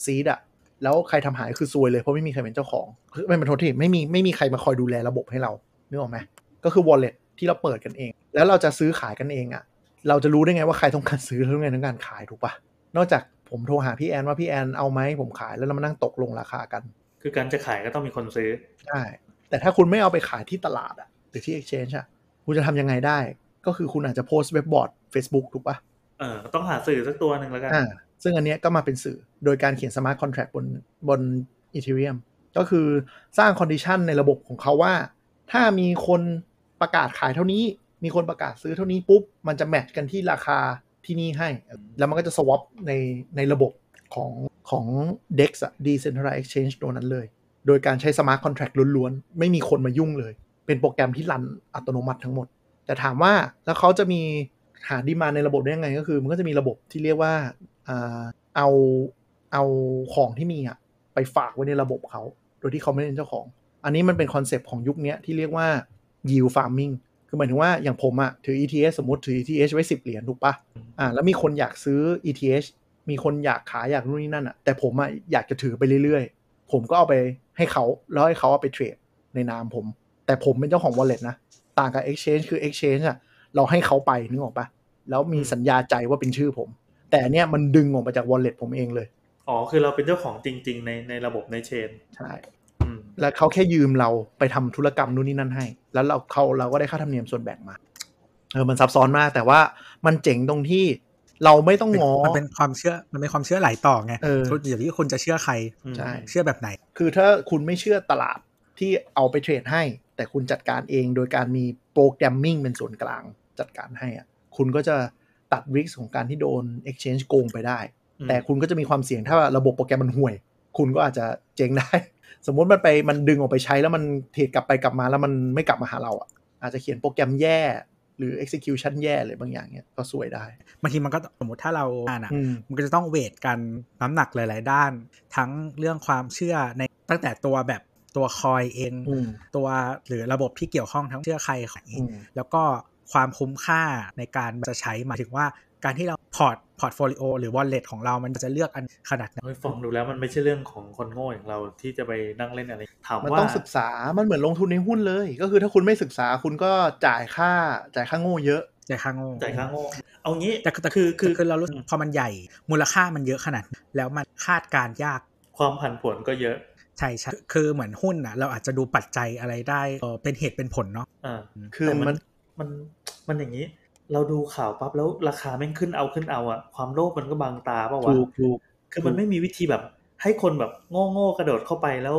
Speaker 4: seed อ่ะแล้วใครทำหายคือซวยเลยเพราะไม่มีใครเป็นเจ้าของคือไม่เป็นโทษทีไม่มีไม่มีใครมาคอยดูแลระบบให้เรา นึกออกไหมก็คือ wallet ที่เราเปิดกันเอง แล้วเราจะซื้อขายกันเองอะ่ะ เราจะรู้ได้ไงว่าใครต้องการซื้อแล้วไงต้องการขายถูกปะนอกจากผมโทรหาพี่แอนว่าพี่แอนเอาไหมผมขายแล้วเรามานั่งตกลงราคากัน
Speaker 2: คือการจะขายก็ต้องมีคนซื้อ
Speaker 4: ใช่แต่ถ้าคุณไม่เอาไปขายที่ตลาดอะ่ะหรือที่ exchange อะ่ะคุณจะทำยังไงได้ ก็คือคุณอาจจะโพสต์เว็บบอร์ด Facebook ถูกปะ
Speaker 2: เออต้องหาสื่อสักตัวหนึ่งแล้วกัน
Speaker 4: อ่าซึ่งอันเนี้ยก็มาเป็นสื่อโดยการเขียน smart contract บนบน ethereum ก็คือสร้าง condition ในระบบของเขาว่า ถ้ามีคนประกาศขายเท่านี้ มีคนประกาศซื้อเท่านี้ปุ๊บ มันจะแมทช์กันที่ราคาที่นี่ให้ แล้วมันก็จะสวอปในในระบบของของ DEX อะ Decentralized Exchange ตัวนั้นเลย โดยการใช้ Smart Contract ล้วนๆ ไม่มีคนมายุ่งเลย เป็นโปรแกรมที่รันอัตโนมัติทั้งหมด แต่ถามว่าแล้วเขาจะมีหาดีมาในระบบได้ยังไงก็คือ มันก็จะมีระบบที่เรียกว่าอ่าเอาเอาของที่มีอะไปฝากไว้ในระบบเขา โดยที่เขาไม่ได้เป็นเจ้าของ อันนี้มันเป็นคอนเซปต์ของยุคเนี้ยที่เรียกว่า yield farming คือหมายถึงว่าอย่างผมอะถือ ETH สมมติถือ ETH ไว้ 10 เหรียญถูกปะอ่าแล้วมีคนอยากซื้อ ETH มีคนอยากขายอยากนู่นนี่นั่นอะแต่ผมอะอยากจะถือไปเรื่อยๆ ผมก็เอาไปให้เขาแล้วให้เขาเอาไปเทรดในนามผม แต่ผมเป็นเจ้าของ wallet นะ ต่างกับ exchange คือ exchange อะเราให้เขาไปนึกออกปะแล้วมีสัญญาใจว่าเป็นชื่อผม แต่อันเนี้ยมันดึงออกมาจาก wallet ผมเองเลย
Speaker 2: อ๋อ คือเราเป็นเจ้าของจริง ๆ ในในระบบในเชน
Speaker 4: ใช่
Speaker 2: อืม
Speaker 4: แล้วเขาแค่ยืมเราไปทำธุรกรรมนู่นนี่นั่นให้ แล้วเราเขาเราก็ได้ค่าธรรมเนียมส่วนแบ่งมาเออมันซับซ้อนมากแต่ว่ามันเจ๋งตรงที่เราไม่ต้อง
Speaker 3: เป็น
Speaker 4: งอ
Speaker 3: มันเป็นความเชื่อมันเป็นความเชื่อหลายต่อไง
Speaker 4: เออ
Speaker 3: คุณอยู่ที่คุณจะเชื่อใคร
Speaker 2: อืม
Speaker 4: ใช่
Speaker 3: เชื่อแบบไหน
Speaker 4: คือถ้าคุณไม่เชื่อตลาดที่เอาไปเทรดให้ แต่คุณจัดการเองโดยการมีโปรแกรมมิ่งเป็นส่วนกลางจัดการให้อะคุณก็จะตัดริสของการที่โดน Exchange โกงไปได้
Speaker 2: อืม
Speaker 4: แต่คุณก็จะมีความเสี่ยงถ้าระบบโปรแกรมมันห่วย คุณก็อาจจะเจ๊งได้ [laughs] สมมติมันไปมันดึงออกไปใช้แล้วมันเทรดกลับไปกลับมาแล้วมันไม่กลับมาหาเราอ่ะอาจจะเขียนโปรแกรมแย่หรือ execution แย่เลยบางอย่างเนี้ยก็สวยได้
Speaker 3: บางทีมันก็สมมติถ้าเราอ่านอ่ะ
Speaker 4: อืม
Speaker 3: มันก็จะต้องเวทกันน้ำหนักหลาย ๆ ด้าน ทั้งเรื่องความเชื่อในตั้งแต่ตัวแบบตัวคอยเอง
Speaker 4: อืม
Speaker 3: ตัวหรือระบบที่เกี่ยวข้องทั้งเชื่อใครของ
Speaker 4: อืม
Speaker 3: แล้วก็ความคุ้มค่าในการจะใช้หมายถึงว่าการที่เราพอร์ตพอร์ตโฟลิโอหรือวอลเล็ตของเรามันจะเลือกอันขนาดไหน
Speaker 2: เฮ้ยฟังดูแล้วมันไม่ใช่เรื่องของคนโง่อย่างเราที่จะไปนั่งเล่นอะไร ถาม
Speaker 4: มัน
Speaker 2: ว่า
Speaker 4: ต้องศึกษามันเหมือนลงทุนในหุ้นเลย ก็คือถ้าคุณไม่ศึกษาคุณก็จ่ายค่าจ่ายค่าโง่เยอะ
Speaker 3: ใจข้างโง่
Speaker 2: จ่ายค่าโง่ เอางี้
Speaker 3: แต่แต่
Speaker 2: คื
Speaker 3: คือ อ
Speaker 2: คื
Speaker 3: คือ อคือเรารู้สึกพอมันใหญ่ มูลค่ามันเยอะขนาดนั้นแล้วมันคาดการณ์ยาก
Speaker 2: ความผันผวนก็เยอะ
Speaker 3: ใช่ใช่คือเหมือนหุ้นนะเราอาจจะดูปัจจัยอะไรได้เออเป็นเหตุเป็นผลเนาะ
Speaker 2: อ่า
Speaker 4: คือ
Speaker 2: แต่
Speaker 4: มัน
Speaker 2: มันมันอย่างนี้ เราดูข่าวปั๊บแล้วราคาแม่งขึ้นเอาขึ้นเอาอะความโลภมันก็บังตาเปล่าวะ
Speaker 4: ถูกถูก
Speaker 2: คือมันไม่มีวิธีแบบ ให้คนแบบโง่โง่ๆกระโดดเข้าไปแล้ว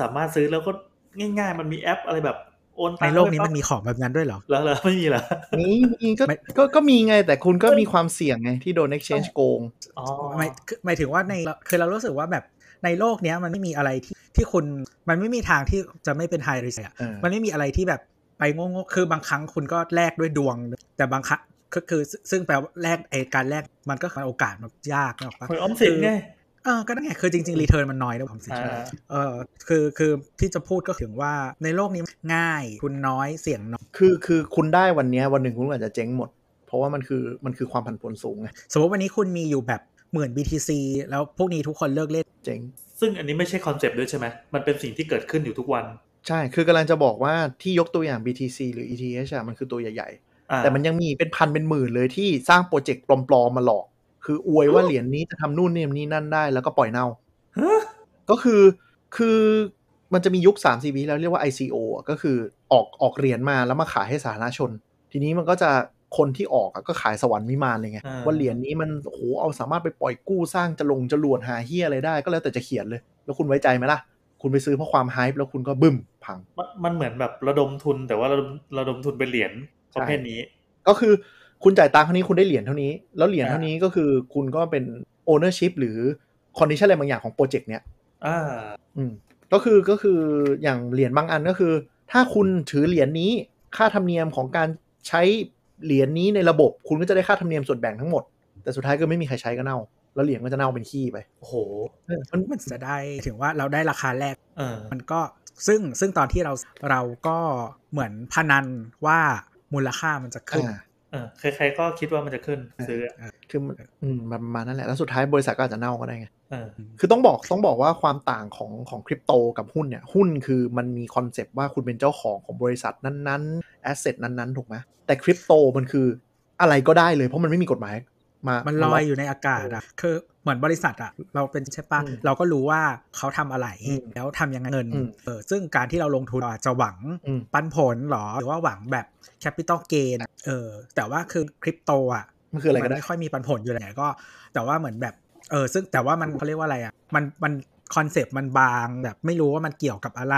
Speaker 2: สามารถซื้อแล้วก็ง่าย ๆ มันมีแอปอะไรแบบโอน
Speaker 3: ใน
Speaker 2: ตังค์
Speaker 3: โลกนี้
Speaker 2: เข้า
Speaker 3: มัน
Speaker 2: ไป
Speaker 3: มีของแบบนั้นด้วยเหรอ
Speaker 2: ปั๊บแล้วแล้วไม่มีเหรอ
Speaker 4: มีมีก็
Speaker 3: ไม่
Speaker 4: ก็ก็มีไงแต่คุณก็มีความเสี่ยงไงที่โดน exchange โกง
Speaker 2: อ๋อ
Speaker 3: หมายคือหมายถึงว่าในคือเรารู้สึกว่าแบบในโลกเนี้ยมันไม่มีอะไรที่ที่คุณมันไม่มีทางที่จะไม่เป็นไฮริสอะ
Speaker 4: เออ
Speaker 3: มันไม่มีอะไรที่แบบไปโง่ๆคือบางครั้งคุณก็แลกด้วยดวง แต่บางครั้งก็คือซึ่งแปลว่าแลกไอการแลกมันก็โอกาสมันยากนะหรอกปะ
Speaker 2: เหมือนออมสินไง
Speaker 3: เออก็นั่นไงคือจริงๆรีเทิร์นมันน้อยนะผมสิ
Speaker 2: อ่า
Speaker 3: เออคือคือที่จะพูดก็ถึงว่าในโลกนี้ง่ายคุณน้อยเสี่ยงน้อย
Speaker 4: คือคือคุณได้วันเนี้ยวันหนึ่งคุณอาจจะเจ๊งหมด เพราะว่ามันคือมันคือความผันผวนสูงไง
Speaker 3: สมมติวันนี้คุณมีอยู่แบบหมื่น BTC แล้วพวกนี้ทุกคนเลิกเล่น
Speaker 4: เจ๊ง
Speaker 2: ซึ่งอันนี้ไม่ใช่คอนเซปต์ด้วยใช่ไหมมันเป็นสิ่งที่เกิดขึ้นอยู่ทุกวัน
Speaker 4: ใช่ คือกำลังจะบอกว่าที่ยกตัวอย่าง BTC หรือ ETH อะมันคือตัวใหญ่
Speaker 2: อ่า
Speaker 4: ๆ แต่มันยังมีเป็นพันเป็นหมื่นเลยที่สร้างโปรเจกต์ปลอม ๆ มาหลอก คืออวยว่าเหรียญนี้จะทำนู่นนี่นี่นั่นได้แล้วก็ปล่อยเน่า
Speaker 2: ฮะ
Speaker 4: ก็คือคือมันจะมียุค 3 4ปีที่แล้วเรียกว่า ICO อะก็คือออกออกเหรียญมาแล้วมาขายให้สาธารณชน ทีนี้มันก็จะ คนที่ออกอะก็ขายสวรรค์วิมานเลยไง
Speaker 2: อ่า
Speaker 4: ว่าเหรียญนี้มันโอ้โหเอาสามารถไปปล่อยกู้สร้างจะลงจะลวดหาเฮียอะไรได้ก็แล้วแต่จะเขียนเลย แล้วคุณไว้ใจไหมล่ะ คุณไปซื้อเพราะความไฮป์แล้วคุณก็บึ้มพัง
Speaker 2: มันมันเหมือนแบบระดมทุนแต่ว่าระดมระดมทุนเป็นเหรียญประเภทนี้
Speaker 4: ก็คือคุณจ่ายตังค์เท่านี้คุณได้เหรียญเท่านี้ แล้วเหรียญ
Speaker 2: อ่า
Speaker 4: เท่านี้ก็คือคุณก็เป็น ownership หรือ condition อะไรบางอย่างของโปรเจกต์เนี้ย
Speaker 2: อ่า
Speaker 4: อืมก็คือก็คืออย่างเหรียญบางอันก็คือ ถ้าคุณถือเหรียญนี้ค่าธรรมเนียมของการใช้เหรียญนี้ในระบบ คุณก็จะได้ค่าธรรมเนียมส่วนแบ่งทั้งหมด แต่สุดท้ายก็ไม่มีใครใช้ก็เน่า แล้วเหรียญก็จะเน่าเป็นขี้ไป
Speaker 2: โอ้โห
Speaker 4: เออมัน
Speaker 3: มันจะได้ถึงว่าเราได้ราคาแรก
Speaker 2: เออ
Speaker 3: มันก็ซึ่งซึ่งตอนที่เราเราก็เหมือนพนันว่ามูลค่ามันจะขึ้น
Speaker 4: อ่า
Speaker 2: เออใครๆก็คิดว่ามันจะขึ้นซื้ออ่ะ
Speaker 4: คือมันอืมมันประมาณนั้นแหละแล้วสุดท้ายบริษัทก็อาจจะเน่าก็ได้ไง
Speaker 2: เออ
Speaker 4: คือต้องบอกต้องบอกว่าความต่างของของคริปโตกับหุ้นเนี่ย หุ้นคือมันมีคอนเซปต์ว่าคุณเป็นเจ้าของของบริษัทนั้นๆแอสเซทนั้นๆ ถูกไหมแต่คริปโตมันคืออะไรก็ได้เลยเพราะมันไม่มีกฎหมายมา
Speaker 3: มั
Speaker 4: มัน
Speaker 3: ลอยอยู่ในอากาศอะคือเหมือนบริษัทอะเราเป็นใช่ปะ
Speaker 4: อืม
Speaker 3: เราก็รู้ว่าเขาทำอะไร
Speaker 4: อืม
Speaker 3: แล้วทำยังไงเงิน
Speaker 4: อืม
Speaker 3: เออซึ่งการที่เราลงทุนเราอาจจะหวัง
Speaker 4: อืม
Speaker 3: ปันผลหรอ หรือว่าหวังแบบแคปิตอลเกนเออแต่ว่าคือคริปโตอะ
Speaker 4: มันคืออะไร
Speaker 3: มั
Speaker 4: ก็ได้
Speaker 3: ไม่ค่อยมีปันผลอยู่แล้วก็ แต่ว่าเหมือนแบบเออซึ่งแต่ว่ามันเขาเรียกว่าอะไรอะมันมันคอนเซปต์มันบางแบบไม่รู้ว่ามันเกี่ยวกับอะไร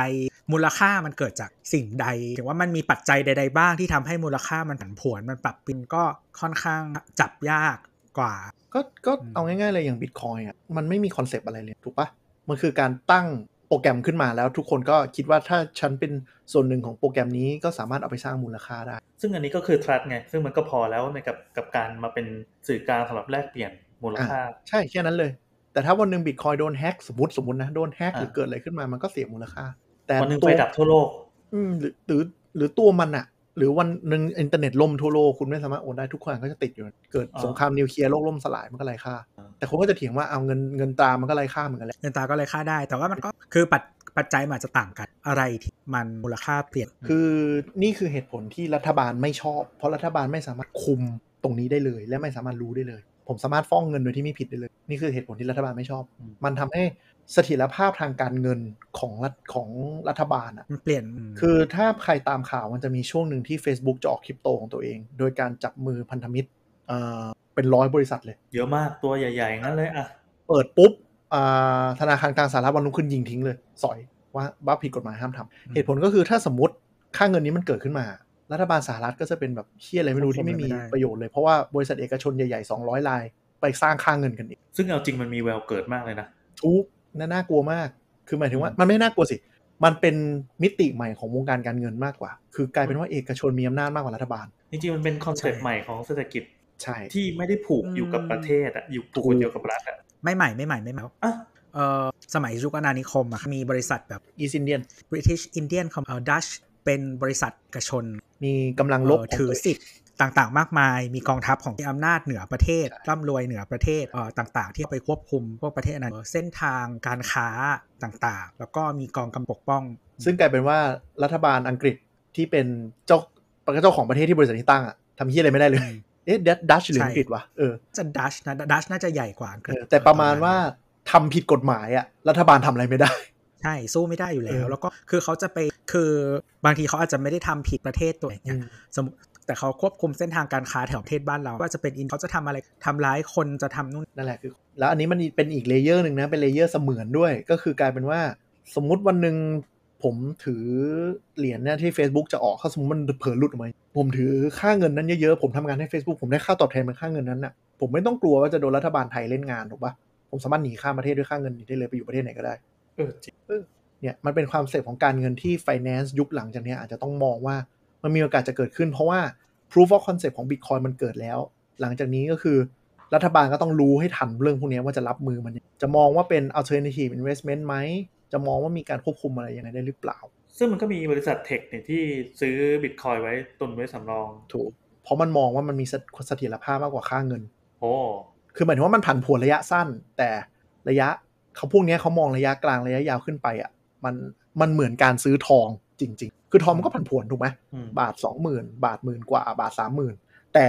Speaker 3: มูลค่ามันเกิดจากสิ่งใดถึงว่ามันมีปัจจัยใด ๆ บ้างที่ทำให้มูลค่ามันผันผวนมันปรับเปลี่ยนก็ค่อนข้างจับยากกว่า
Speaker 4: ก็ก็
Speaker 3: อืม
Speaker 4: เอาง่ายๆเลยอย่างบิตคอยอ่ะมันไม่มีคอนเซปต์อะไรเลยถูกปะมันคือการตั้งโปรแกรมขึ้นมาแล้วทุกคนก็คิดว่าถ้าฉันเป็นส่วนหนึ่งของโปรแกรมนี้ก็สามารถเอาไปสร้างมูลค่าได้
Speaker 2: ซึ่งอันนี้ก็คือ trust ไง ซึ่งมันก็พอแล้วในกับกับการมาเป็นสื่อกลางสำหรับแลกเปลี่ยนมูลค่า
Speaker 4: ใช่แค่นั้นเลย แต่ถ้าวันหนึ่งบิตคอยโดนแฮกสมมติสมมตินะโดนแฮก
Speaker 2: อ่า
Speaker 4: หรือเกิดอะไรขึ้นมามันก็เสียมูลค่า แต่
Speaker 2: วันหนึ่ง
Speaker 4: ตัว
Speaker 2: ไปดับทั่วโลก
Speaker 4: อืมหรือหรือหรือตัวมันอะหรือวันหนึ่งอินเทอร์เน็ตล่มทั่วโลกคุณไม่สามารถโอนได้ทุกคนก็จะติดอยู่ เกิด
Speaker 2: อ่า
Speaker 4: สงครามนิวเคลียร์โลกล่มสลายมันก็ไร้ค่า แต่คนก็จะเถียงว่าเอาเงินเงินตรามันก็ไร้ค่าเหมือนกันแหละ
Speaker 3: เงินตราก็เลยค่าได้ แต่ว่ามันก็คือปัจปัจจัยมันอาจจะต่างกันอะไรที่มันมูลค่าเปลี่ยน
Speaker 4: คือนี่คือเหตุผลที่รัฐบาลไม่ชอบ เพราะรัฐบาลไม่สามารถคุมตรงนี้ได้เลย และไม่สามารถรู้ได้เลย ผมสามารถฟ้องเงินโดยที่ไม่ผิดได้เลย นี่คือเหตุผลที่รัฐบาลไม่ชอบ
Speaker 2: อืม
Speaker 4: มันทำให้เสถียรภาพทางการเงินของรัฐของรัฐบาลอะ
Speaker 3: มันเปลี่ยนอืม
Speaker 4: คือถ้าใครตามข่าวมันจะมีช่วงหนึ่งที่ Facebook จะออกคริปโตของตัวเอง โดยการจับมือพันธมิตรเอ่อเป็นร้อยบริษัทเลย
Speaker 2: เยอะมากตัวใหญ่ๆงั้นเลยอ่ะ
Speaker 4: เปิดปุ๊บอ่าธนาคารกลางสหรัฐวันรุ่งขึ้นยิงทิ้งเลย สอยว่าบ้าผิดกฎหมายห้ามทำเหตุผลก็คือถ้าสมมติค่าเงินนี้มันเกิดขึ้นมา รัฐบาลสหรัฐก็จะเป็นแบบเชี่ยอะไรไม่รู้ที่ไม่มีประโยชน์เลยเพราะว่าบริษัทเอกชนใหญ่ๆ 200ราย ไปสร้างค่าเงินกันเอง
Speaker 2: ซึ่งเอาจริงมันมีแววเกิดมากเลยนะ
Speaker 4: ทุกน่าน่ากลัวมาก คือหมายถึงว่ามันไม่น่ากลัวสิมันเป็นมิติใหม่ของวงการการเงินมากกว่า คือกลายเป็นว่าเอกชนมีอำนาจมากกว่ารัฐบาล
Speaker 2: จริงๆมันเป็นคอนเซ็ปต์ใหม่ของเศรษฐกิจ
Speaker 4: ใช่
Speaker 2: ที่ไม่ได้ผูกอยู่กับประเทศอ่ะอยู่ผูกอยู่กับรัฐอ่ะ
Speaker 3: ไม่ใหม่ไม่ใหม่ไม่ใหม่
Speaker 2: อ่ะ
Speaker 3: เออสมัยยุคอาณานิคมอะมีบริษัทแบบ
Speaker 4: อีซินเดียน
Speaker 3: British Indian Com เอ่อ Dutch เป็นบริษัทเอกชน
Speaker 4: มีกำลังลบ
Speaker 3: เอ่อ
Speaker 4: ขง
Speaker 3: ถือ
Speaker 4: ตัวเง
Speaker 3: สิทธิ์ต่างๆ มากมาย มีกองทัพของที่อำนาจเหนือประเทศร่ำรวยเหนือประเทศเอ่อต่างๆ ที่ไปควบคุมพวกประเทศนั้นเอ่อเส้นทางการค้าต่างๆ แล้วก็มีกองกำปกป้อง [coughs]
Speaker 4: ซึ่งกลายเป็นว่ารัฐบาลอังกฤษที่เป็นเจ้าเจ้าของประเทศที่บริษัทนี้ตั้งอะทำเฮียอะไรไม่ได้เลย เอ๊ะดัชหรือ
Speaker 3: ใช่
Speaker 4: อังกฤษวะเออ
Speaker 3: จะดัชนะดัชน่าจะใหญ่กว่าอังก
Speaker 4: เอ
Speaker 3: ฤษ
Speaker 4: อ แต่ประมาณว่าทำผิดกฎหมายอะรัฐบาลทำอะไรไม่ได้
Speaker 3: ใช่ สู้ไม่ได้อยู่แล้
Speaker 4: เอ
Speaker 3: ว
Speaker 4: อ
Speaker 3: แล้วก็คือเขาจะไปคือบางทีเขาอาจจะไม่ได้ทำผิดประเทศตัวเองเนี่ยสมมติแต่เขาควบคุมเส้นทางการค้าแถวประเทศบ้านเราว่าจะเป็นอินเขาจะทำอะไรทำร้ายคนจะทำนู่น
Speaker 4: นั่นแหละคือ แล้วอันนี้มันเป็นอีกเลเยอร์หนึ่งนะ เป็นเลเยอร์เสมือนด้วย ก็คือกลายเป็นว่า สมมุติวันหนึ่งผมถือเหรียญเนี่ยที่ Facebook จะออกถ้าสมมติมันเผลอหลุดออกมาผมถือค่าเงินนั้นเยอะๆ ผมทำงานให้ Facebook ผมได้ค่าตอบแทนเป็นค่าเงินนั้นน่ะผมไม่ต้องกลัวว่าจะโดนรัฐบาลไทยเล่นงานถูกปะผมสามารถหนีข้ามประเทศด้วยค่าเงินนี้ได้เลยไปอยู่ประเทศไหนก็ได้
Speaker 2: เออจริง
Speaker 4: เนี่ยมันเป็นความเสพของการเงินที่ finance ยุคหลังจากเนี้ยอาจจะต้องมองว่ามันมีโอกาสจะเกิดขึ้น เพราะว่า proof of concept ของ Bitcoin มันเกิดแล้ว หลังจากนี้ก็คือ รัฐบาลก็ต้องรู้ให้ทันเรื่องพวกเนี้ยว่าจะรับมือมันยังจะมองว่าเป็น alternative investment ไหม จะมองว่ามีการควบคุมอะไรยังไงได้หรือเปล่า
Speaker 2: ซึ่งมันก็มีบริษัทเทคเนี่ยที่ซื้อบิตคอยไว้ตุนไว้สำรอง
Speaker 4: ถูก เพราะมันมองว่ามันมีเสเสถียรภาพมากกว่าค่าเงิน
Speaker 2: โอ้
Speaker 4: คือหมายถึงว่ามันผันผวนระยะสั้น แต่ระยะเขาพวกเนี้ยเขามองระยะกลางระยะยาวขึ้นไปอ่ะมันมันเหมือนการซื้อทองจริง ๆ คือทองมันก็ผันผวนถูกไหม
Speaker 2: อืม
Speaker 4: บาท 20,000 บาทหมื่นกว่า บาท 30,000 แต่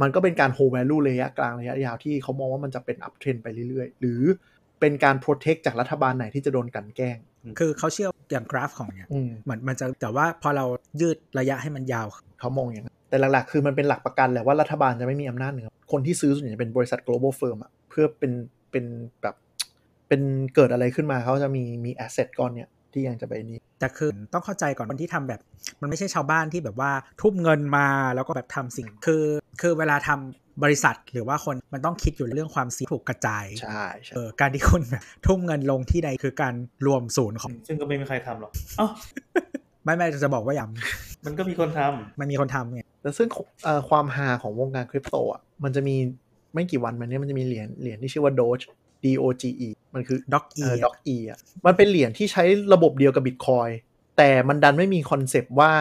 Speaker 4: มันก็เป็นการ hold value ระยะกลางระยะยาวที่เขามองว่ามันจะเป็น up trend ไปเรื่อยๆ หรือเป็นการ protect จากรัฐบาลไหนที่จะโดนกลันแกล้ง
Speaker 3: คือเขาเชื่ออย่างกราฟของเนี่ย
Speaker 4: อืม
Speaker 3: เหมือนมันจะแต่ว่าพอเรายืดระยะให้มันยาว
Speaker 4: เขามองอย่างนั้น แต่หลักๆ คือมันเป็นหลักประกันแหละว่ารัฐบาลจะไม่มีอำนาจเหนือคนที่ซื้อส่วนใหญ่จะเป็นบริษัท global firm อะเพื่อเป็นเป็นแบบเป็นเกิดอะไรขึ้นมาเขาจะมีมี asset ก้อนเนี้ยที่ยังจะไปนี้
Speaker 3: แต่คือต้องเข้าใจก่อนคนที่ทำแบบ มันไม่ใช่ชาวบ้านที่แบบว่าทุ่มเงินมาแล้วก็แบบทำสิ่งคือ คือเวลาทำบริษัทหรือว่าคนมันต้องคิดอยู่เรื่องความเสี่ยงถูกกระจาย
Speaker 4: ใช่ใช่
Speaker 3: เออการที่คุณแบบทุ่มเงินลงที่ใดคือการรวมศูนย์ของ
Speaker 2: ซึ่งก็ไม่มีใครทำหรอกเอ้า
Speaker 3: ไม่ไม่จะบอกว่าอย่าง
Speaker 2: มันก็มีคนทำ
Speaker 3: มันมีคนทำไง
Speaker 4: แล้วซึ่งเอ่อความฮาของวงการคริปโตอ่ะมันจะมีไม่กี่วันมาเนี้ยมันจะมีเหรียญเหรียญที่ชื่อว่า Doge D O G E มันคือ
Speaker 3: ด็อกอี
Speaker 4: เออด็อกอีอ่ะมันเป็นเหรียญที่ใช้ระบบเดียวกับบิตคอยแต่มันดันไม่มีคอนเซปต์ว่า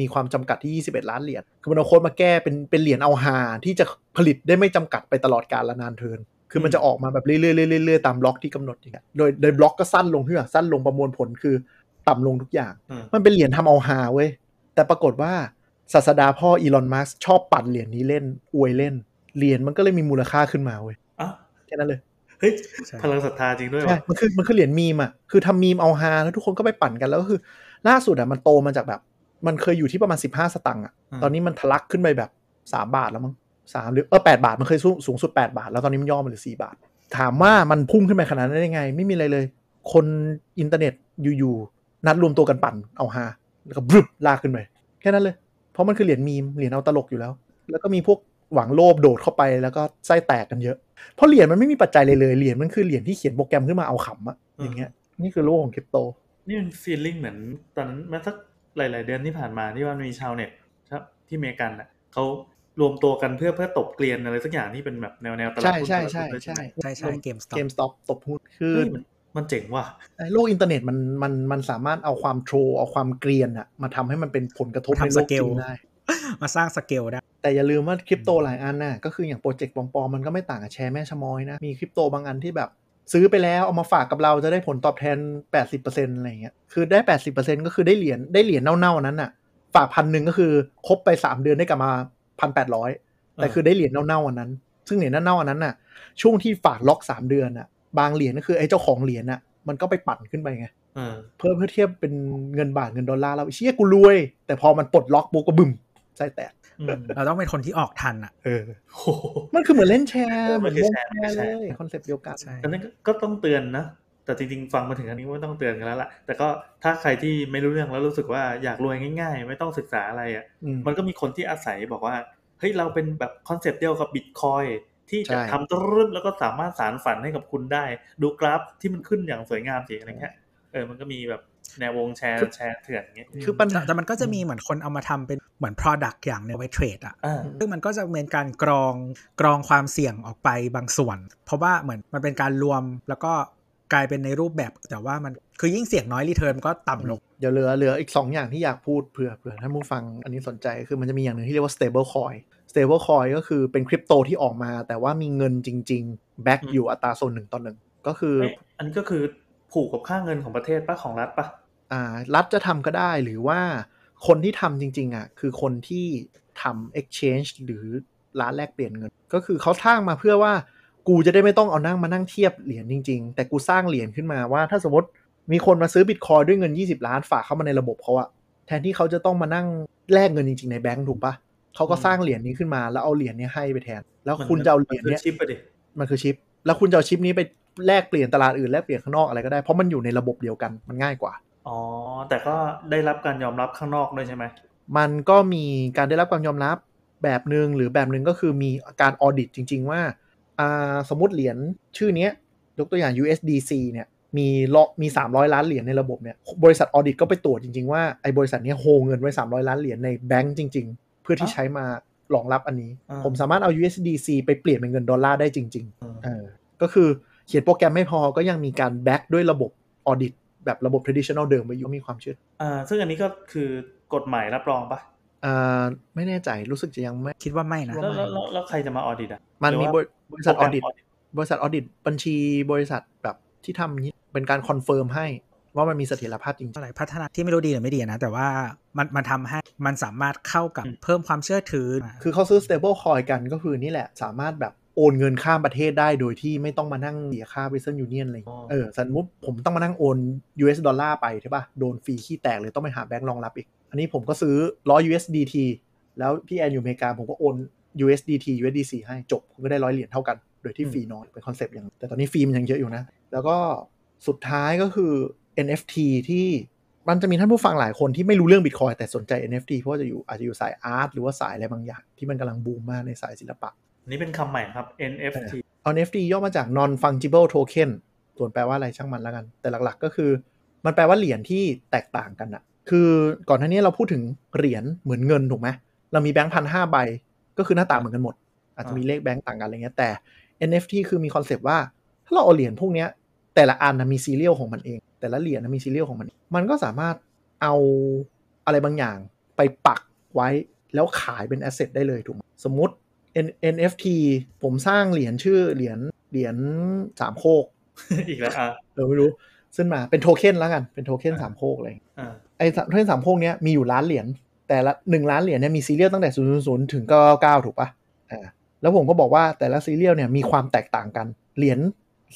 Speaker 4: มีความจำกัดที่ 21 ล้านเหรียญคือมันเอาโค้ดมาแก้เป็นเป็นเหรียญเอาหาที่จะผลิตได้ไม่จำกัดไปตลอดกาลและนานเทิน คือมันจะออกมาแบบเรื่อยๆเรื่อยๆเรื่อยๆตามบล็อกที่กำหนดอย่างเงี้ยโดยโดยบล็อกก็สั้นลงเพื่อสั้นลงประมวลผลคือต่ำลงทุกอย่าง
Speaker 2: อืม
Speaker 4: มันเป็นเหรียญทำเอาหาเว้ย แต่ปรากฏว่าศาสดาพ่ออีลอนมัสชอบปั่นเหรียญนี้เล่นอวยเล่นเหรียญมันก็เลยมีมูลค่าขึ้นมาเว้ย
Speaker 2: เอ้า
Speaker 4: แค่นั้นเลย
Speaker 2: เฮ้ย
Speaker 3: ใช่
Speaker 2: พลังศรัทธาจริงด้วย
Speaker 4: ใช่
Speaker 2: วะ
Speaker 4: มันคือมันคือเหรียญมีมอ่ะ คือทำมีมเอาฮาแล้วทุกคนก็ไปปั่นกันแล้วก็คือ ล่าสุดอ่ะมันโตมาจากแบบ มันเคยอยู่ที่ประมาณ 15 สตังค์อ่ะ ตอนนี้มันทะลักขึ้นไปแบบ 3 บาทแล้วมั้งสามหรือเออแบาท มันเคยสูงสูงสุด 8 บาท แล้วตอนนี้มันย่อมาเหลือ4บาท ถามว่ามันพุ่งขึ้นไปขนาดนั้นได้ยังไง ไม่มีอะไรเลย คนอินเทอร์เน็ตอยู่ๆนัดรวมตัวกันปั่นเอาฮาแล้วก็บรึบลากขึ้นไปแค่นั้นเลย เพราะมันคือเหรียญมีมเหรียญเอาตลกอยู่แล้ว แล้วก็มีพวกหวังโลภโดดเข้าไปแล้วก็ไส้แตกกันเยอะ เพราะเหรียญมันไม่มีปัจจัยเลยเลย เหรียญมันคือเหรียญที่เขียนโปรแกรมขึ้นมาเอาขำอะอย่างเงี้ย นี่คือโลกของคริปโต
Speaker 2: นี่มันฟีลลิ่งเหมือนตอนนั้นเมื่อสักหลาย ๆ เดือนที่ผ่านมาที่ว่ามีชาวเน็ตครับที่อเมริกันน่ะเขารวมตัวกันเพื่อเพื่อตบเกลียนอะไรสักอย่างที่เป็นแบบแนวแนวตลาด
Speaker 4: ใช่
Speaker 2: หุ้น
Speaker 4: ใช่
Speaker 2: ตลาด
Speaker 4: ใช่
Speaker 2: หุ้นด้วย
Speaker 4: ใช่
Speaker 2: ไหม
Speaker 3: ใช่ใช่เกมสต็อ
Speaker 4: เก
Speaker 3: ป
Speaker 4: มสต็อปตบหุ้นคือ
Speaker 2: เฮ้ยมันมันเจ๋งว่ะ
Speaker 4: โลกอินเทอร์เน็ตมันมันมันสามารถเอาความโทรเอาความเกรียนอะมาทำให้มันเป็นผลกระทบใน
Speaker 3: ทำ
Speaker 4: โล
Speaker 3: ส
Speaker 4: ก
Speaker 3: เก
Speaker 4: จ
Speaker 3: ล
Speaker 4: ริงได้
Speaker 3: [laughs] มาสร้างสเกลได้
Speaker 4: แต่อย่าลืมว่าคริปโตหลายอันน่ะก็คืออย่างโปรเจกต์ปลอมๆมันก็ไม่ต่างกับแชร์แม่ชะมอยนะ มีคริปโตบางอันที่แบบ ซื้อไปแล้วเอามาฝากกับเราจะได้ผลตอบแทน 80%อะไรอย่างเงี้ยคือได้ 80%ก็คือได้เหรียญได้เหรียญเน่าๆนั้นน่ะ ฝากพันหนึ่งก็คือครบไป 3 เดือนได้กลับมา 1,800 แต่คือได้เหรียญเน่าๆอันนั้น ซึ่งเหรียญเน่าๆอันนั้นน่ะช่วงที่ฝากล็อก 3 เดือนน่ะบางเหรียญก็คือไอ้เจ้าของเหรียญน่ะมันก็ไปปั่นขึ้นไปไง
Speaker 2: เออ
Speaker 4: เพิ่มเพื่อเทียบเป็นเงินบาทเงินดอลลาร์แล้วเชี่ยกูรวย แต่พอมันปลดล็อกปุ๊บก็บึ้มใจแตก
Speaker 2: อืม
Speaker 3: เราต้องเป็นคนที่ออกทันอ่ะ
Speaker 4: เออ
Speaker 2: โอ้โห
Speaker 4: มันคือเหมือนเล่นแชร์
Speaker 2: เออ
Speaker 4: เห
Speaker 2: มั
Speaker 4: มือน น
Speaker 2: คือ
Speaker 4: วง
Speaker 2: แช
Speaker 4: แช
Speaker 2: ร์
Speaker 4: ร์
Speaker 2: แช
Speaker 4: เล
Speaker 2: ร์
Speaker 4: ย คอนเซปต์เดียวกัน
Speaker 3: ใช่
Speaker 2: อันนั้นก็ก็ต้องเตือนนะ แต่จริงๆ ฟังมาถึงอันนี้ว่าต้องเตือนกันแล้วล่ะ แต่ก็ถ้าใครที่ไม่รู้เรื่องแล้วรู้สึกว่าอยากรวยง่ายๆ ไม่ต้องศึกษาอะไรอ่ะ
Speaker 4: อืม
Speaker 2: มันก็มีคนที่อาศัยบอกว่า เฮ้ย เราเป็นแบบคอนเซปต์เดียวกับบิตคอยที่จะ
Speaker 4: ใช่
Speaker 2: ทำตรึ้นแล้วก็สามารถสารฝันให้กับคุณได้ ดูกราฟที่มันขึ้นอย่างสวยงามสิอะไรเงี้ย เออ มันก็มีแบบแนววงแชร์แชร์เถื่อนอย่างเงี้ย
Speaker 4: คือปัญหา
Speaker 3: แต่แต่มันก็จะมีเหมือนคนเอามาทำเป็นเหมือน Product อย่างหนึงเอาไว้เทรดอ่ะ
Speaker 2: อ่า
Speaker 3: ซึ่งมันก็จะเป็นการกรองกรองความเสี่ยงออกไปบางส่วน เพราะว่าเหมือนมันเป็นการรวมแล้วก็กลายเป็นในรูปแบบแต่ว่ามันคือยิ่งเสี่ยงน้อยรีเทิร์นก็ต่ำลง
Speaker 4: เดี๋ยวเหลือเหลืออีก 2 อย่างที่อยากพูดเผื่อเผื่อท่านผู้ฟังอันนี้สนใจคือมันจะมีอย่างหนึ่งที่เรียกว่า stable coin stable coin ก็คือเป็นคริปโตที่ออกมา แต่ว่ามีเงินจริง ๆ back
Speaker 2: อืม
Speaker 4: อยู่อัตราส่วนหนึ่งต่อหนึ่งก็คือ
Speaker 2: เอ้ยอันนี้ก็คือผูกกับค่าเงินของประเทศปะของรัฐปะ
Speaker 4: อ่ารัฐจะทำก็ได้หรือว่าคนที่ทำจริง ๆอ่ะคือคนที่ทำ exchange หรือร้านแลกเปลี่ยนเงิน ก็คือเขาสร้างมาเพื่อว่ากูจะได้ไม่ต้องเอานั่งมานั่งเทียบเหรียญจริง ๆ แต่กูสร้างเหรียญขึ้นมาว่าถ้าสมมติ มีคนมาซื้อบิตคอยด้วยเงิน 20 ล้านฝากเข้ามาในระบบเขาอะแทนที่เขาจะต้องมานั่งแลกเงินจริง ๆ ในแบงก์ถูกปะเขาก็สร้างเหรียญนี้ขึ้นมาแล้วเอาเหรียญเนี้ยให้ไปแทน แล้วคุณจะเอาเหรียญ
Speaker 2: มัน
Speaker 4: เนี้ย
Speaker 2: คือชิปไปดิ
Speaker 4: มันคือชิป แล้วคุณจะเอาชิปนี้ไปแลกเปลี่ยนตลาดอื่นแลกเปลี่ยนข้างนอกอะไรก็ได้เพราะมันอยู่ในระบบเดียวกันมันง่ายกว่า
Speaker 2: อ๋อ แต่ก็ได้รับการยอมรับข้างนอกด้วยใช่ไหม
Speaker 4: มันก็มีการได้รับความยอมรับแบบหนึ่งหรือแบบหนึ่งก็คือมีการออดิตจริง ๆ ว่าอ่าสมมติเหรียญชื่อเนี้ยยกตัวอย่าง USDC เนี่ยมีลอมี 300 ล้านเหรียญในระบบเนี่ยบริษัทออดิตก็ไปตรวจจริง ๆ ว่าไอ้บริษัทเนี้ยโฮเงินไว้ 300 ล้านเหรียญในแบงก์จริง ๆ เพื่อที่ใช้มารองรับอันนี้
Speaker 2: า
Speaker 4: ผมสามารถเอา USDC ไปเปลี่ยนเป็นเงินดอลลาร์ได้จริง
Speaker 2: อืม
Speaker 4: ๆเออก็คือเขียนโปรแกรมไม่พอก็ยังมีการแบ็กด้วยระบบออดิตแบบระบบ traditional เดิมไปอยู่มีความเชื่อ
Speaker 2: อ่า ซึ่งอันนี้ก็คือกฎหมายรับรองปะ
Speaker 4: อ่าไม่แน่ใจรู้สึกจะยังไม่
Speaker 3: คิดว่าไม่นะ
Speaker 2: แล้วแล้วแล้วแล้วใครจะมาออดิตอ่ะ
Speaker 4: มันมี
Speaker 2: หรือว่า
Speaker 4: บริษัทออดิต
Speaker 2: โปแกรม audit
Speaker 4: บริษัทออดิตบัญชีบริษัทแบบที่ทำอย่างนี้เป็นการคอนเฟิร์มให้ว่ามันมีเสถียรภาพจริง
Speaker 3: อะไรพัฒนาที่ไม่รู้ดีหรือไม่ดีนะ แต่ว่ามันมันทำให้มันสามารถเข้ากับ
Speaker 2: อืม
Speaker 3: เพิ่มความเชื่อถือ
Speaker 4: คือเขาซื้อ stable coin กันก็คือนี่แหละ สามารถแบบโอนเงินข้ามประเทศได้โดยที่ไม่ต้องมานั่งเสียค่า Western Union อะไรอย่างเงี้ย
Speaker 2: อ๋อ
Speaker 4: เออสมมติผมต้องมานั่งโอน US ดอลลาร์ไปใช่ป่ะ โดนฟรีขี้แตกเลยต้องไปหาแบงค์รองรับอีก อันนี้ผมก็ซื้อร้อย USDT แล้วพี่แอนอยู่อเมริกาผมก็โอน USDT USDC ให้จบคุณก็ได้ร้อยเหรียญเท่ากัน โดยที่
Speaker 3: อืม
Speaker 4: ฟรีน้อยเป็นคอนเซปต์อย่างแต่ตอนนี้ฟรีมันยังเยอะอยู่นะ แล้วก็สุดท้ายก็คือ NFT ที่มันจะมีท่านผู้ฟังหลายคนที่ไม่รู้เรื่องบิตคอยแต่สนใจ NFT เพราะว่าจะอยู่อาจจะอยู่สายอาร์ตหรือว่าสายอะไรบางอย่าง ที่มันกำลังบูมมากในสายศิลปะ
Speaker 2: นี่เป็นคำใหม่ครับ NFT
Speaker 4: เอา NFT ย่อมาจาก non fungible token ส่วนแปลว่าอะไรช่างมันแล้วกัน แต่หลักๆก็คือ มันแปลว่าเหรียญที่แตกต่างกันอะคือก่อนหน้านี้เราพูดถึงเหรียญเหมือนเงินถูกไหมเรามีแบงค์พันห้าใบ ก็คือหน้าตาเหมือนกันหมด อาจจะมีเลขแบงค์ต่างกันอะไรเงี้ยแต่ NFT คือมีคอนเซปต์ว่า ถ้าเราเอาเหรียญพวกเนี้ย แต่ละอันนะมีซีเรียลของมันเอง แต่ละเหรียญนะมีซีเรียลของมัน มันก็สามารถเอาอะไรบางอย่างไปปักไว้แล้วขายเป็นแอสเซทได้เลยถูกไหมสมมติ N- NFT ผมสร้างเหรียญชื่อเหรียญเหรียญสามโคก
Speaker 2: [laughs] อีกแล้วอ่ะ
Speaker 4: เออไม่รู้ขึ้นมาเป็นโทเค็นแล้วกันเป็นโทเค็นสามโคกเลย
Speaker 2: อ่า
Speaker 4: ไอ้โทเค็นสามโคกเนี้ยมีอยู่ล้านเหรียญแต่ละหนึ่งล้านเหรียญเนี่ยมีซีเรียลตั้งแต่ศูนย์ศูนย์ถึงเก้าเก้าถูกปะอ่าแล้วผมก็บอกว่าแต่ละซีเรียลเนี่ยมีความแตกต่างกัน เหรียญ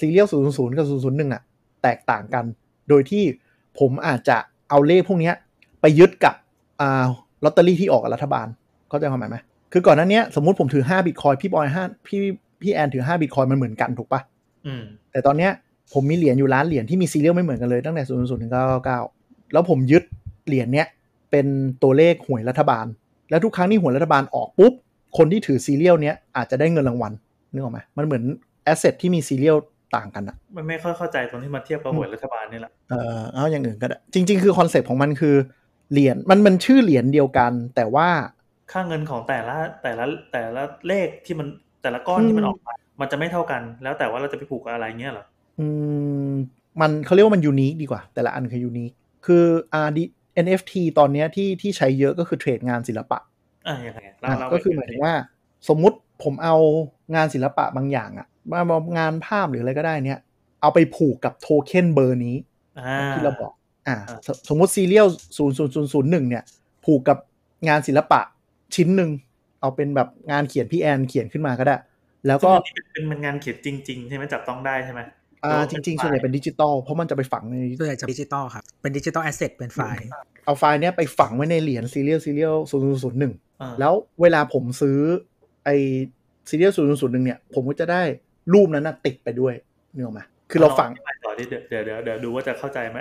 Speaker 4: ซีเรียลศูนย์ศูนย์กับศูนย์ศูนย์หนึ่งอ่ะแตกต่างกัน โดยที่ผมอาจจะเอาเลขพวกเนี้ยไปยึดกับอ่าลอตเตอรี่ที่ออกกับรัฐบาลเข้าใจความหมายไหม คือก่อนหน้าเนี้ยสมมติผมถือ5บิตคอยพี่บอย5พี่พี่แอนถือ5บิตคอยมันเหมือนกันถูกปะ
Speaker 2: อืม
Speaker 4: แต่ตอนเนี้ยผมมีเหรียญอยู่ล้านเหรียญที่มีซีเรียลไม่เหมือนกันเลยตั้งแต่0 0 0ถึง999 แล้วผมยึดเหรียญเนี้ยเป็นตัวเลขหวยรัฐบาล แล้วทุกครั้งที่หวยรัฐบาลออกปุ๊บ คนที่ถือซีเรียลเนี้ยอาจจะได้เงินรางวัลนึกออกไหมมันเหมือนแอสเซทที่มีซีเรียลต่างกันอะ
Speaker 2: ไม่ไม่ค่อยเข้าใจตรงที่มาเทียบกับหวยรัฐบาลนี่แหละ
Speaker 4: เอ่อเอาอย่างอื่นก็ได้จริง ๆ คือคอนเซปต์ของมันคือเหรียญมันมันชื่อเหรียญเดียวกัน แต่ว่า
Speaker 2: ค่าเงินของแต่ละแต่ละแต่ละเลขที่มันแต่ละก้อนที่มันออกมามันจะไม่เท่ากัน แล้วแต่ว่าเราจะไปผูกกับอะไรเงี้ยเหรอ
Speaker 4: อืมมันเขาเรียกว่ามันยูนิคดีกว่า แต่ละอันคือยูนิคคืออ่า D- NFT ตอนเนี้ยที่ที่ใช้เยอะก็คือเทรดงานศิลปะ
Speaker 2: อ่ะยังไงเรา
Speaker 4: อ่ะ
Speaker 2: เรา
Speaker 4: ก็คือหมายถึงว่า สมมุติผมเอางานศิลปะบางอย่างอะมางานภาพหรืออะไรก็ได้เนี่ย เอาไปผูกกับโทเค็นเบอร์นี้
Speaker 2: อ่า
Speaker 4: ที่เราบอกอ่า
Speaker 2: อ่า
Speaker 4: สสมมติซีเรียลศูนย์ศูนย์ศูนย์ศูนย์หนึ่งเนี่ย ผูกกับงานศิลปะชิ้นหนึ่งเอาเป็นแบบงานเขียนพี่แอนเขียนขึ้นมาก็ได้ แล้ว
Speaker 2: ก็
Speaker 4: ก็
Speaker 2: เป็นเป็นงานเขียนจริง ๆ ใช่ไหมจับต้องได้ใช่ไหม
Speaker 4: อ่าจริงๆส่วนใหญ่เป็นดิจิตอลเพราะมันจะไปฝังใน
Speaker 3: ส่วนใหญ่จะดิจิตอลครับ เป็นดิจิตอลแอสเซทเป็นไฟล์
Speaker 4: เอาไฟล์เนี้ยไปฝังไว้ในเหรียญซีเรียลซีเรียลศูนย์ศูนย์หนึ่ง
Speaker 2: อ่า
Speaker 4: แล้วเวลาผมซื้อไอซีเรียลศูนย์ศูนย์หนึ่งเนี่ย ผมก็จะได้รูปนั้นนะติดไปด้วยนึกออกไหมคือเราฝัง
Speaker 2: ธิบายต่อดิเดี๋ยวเดี๋ยวเดี๋ยวเดี๋ยวดูว่าจะเข้าใจไหม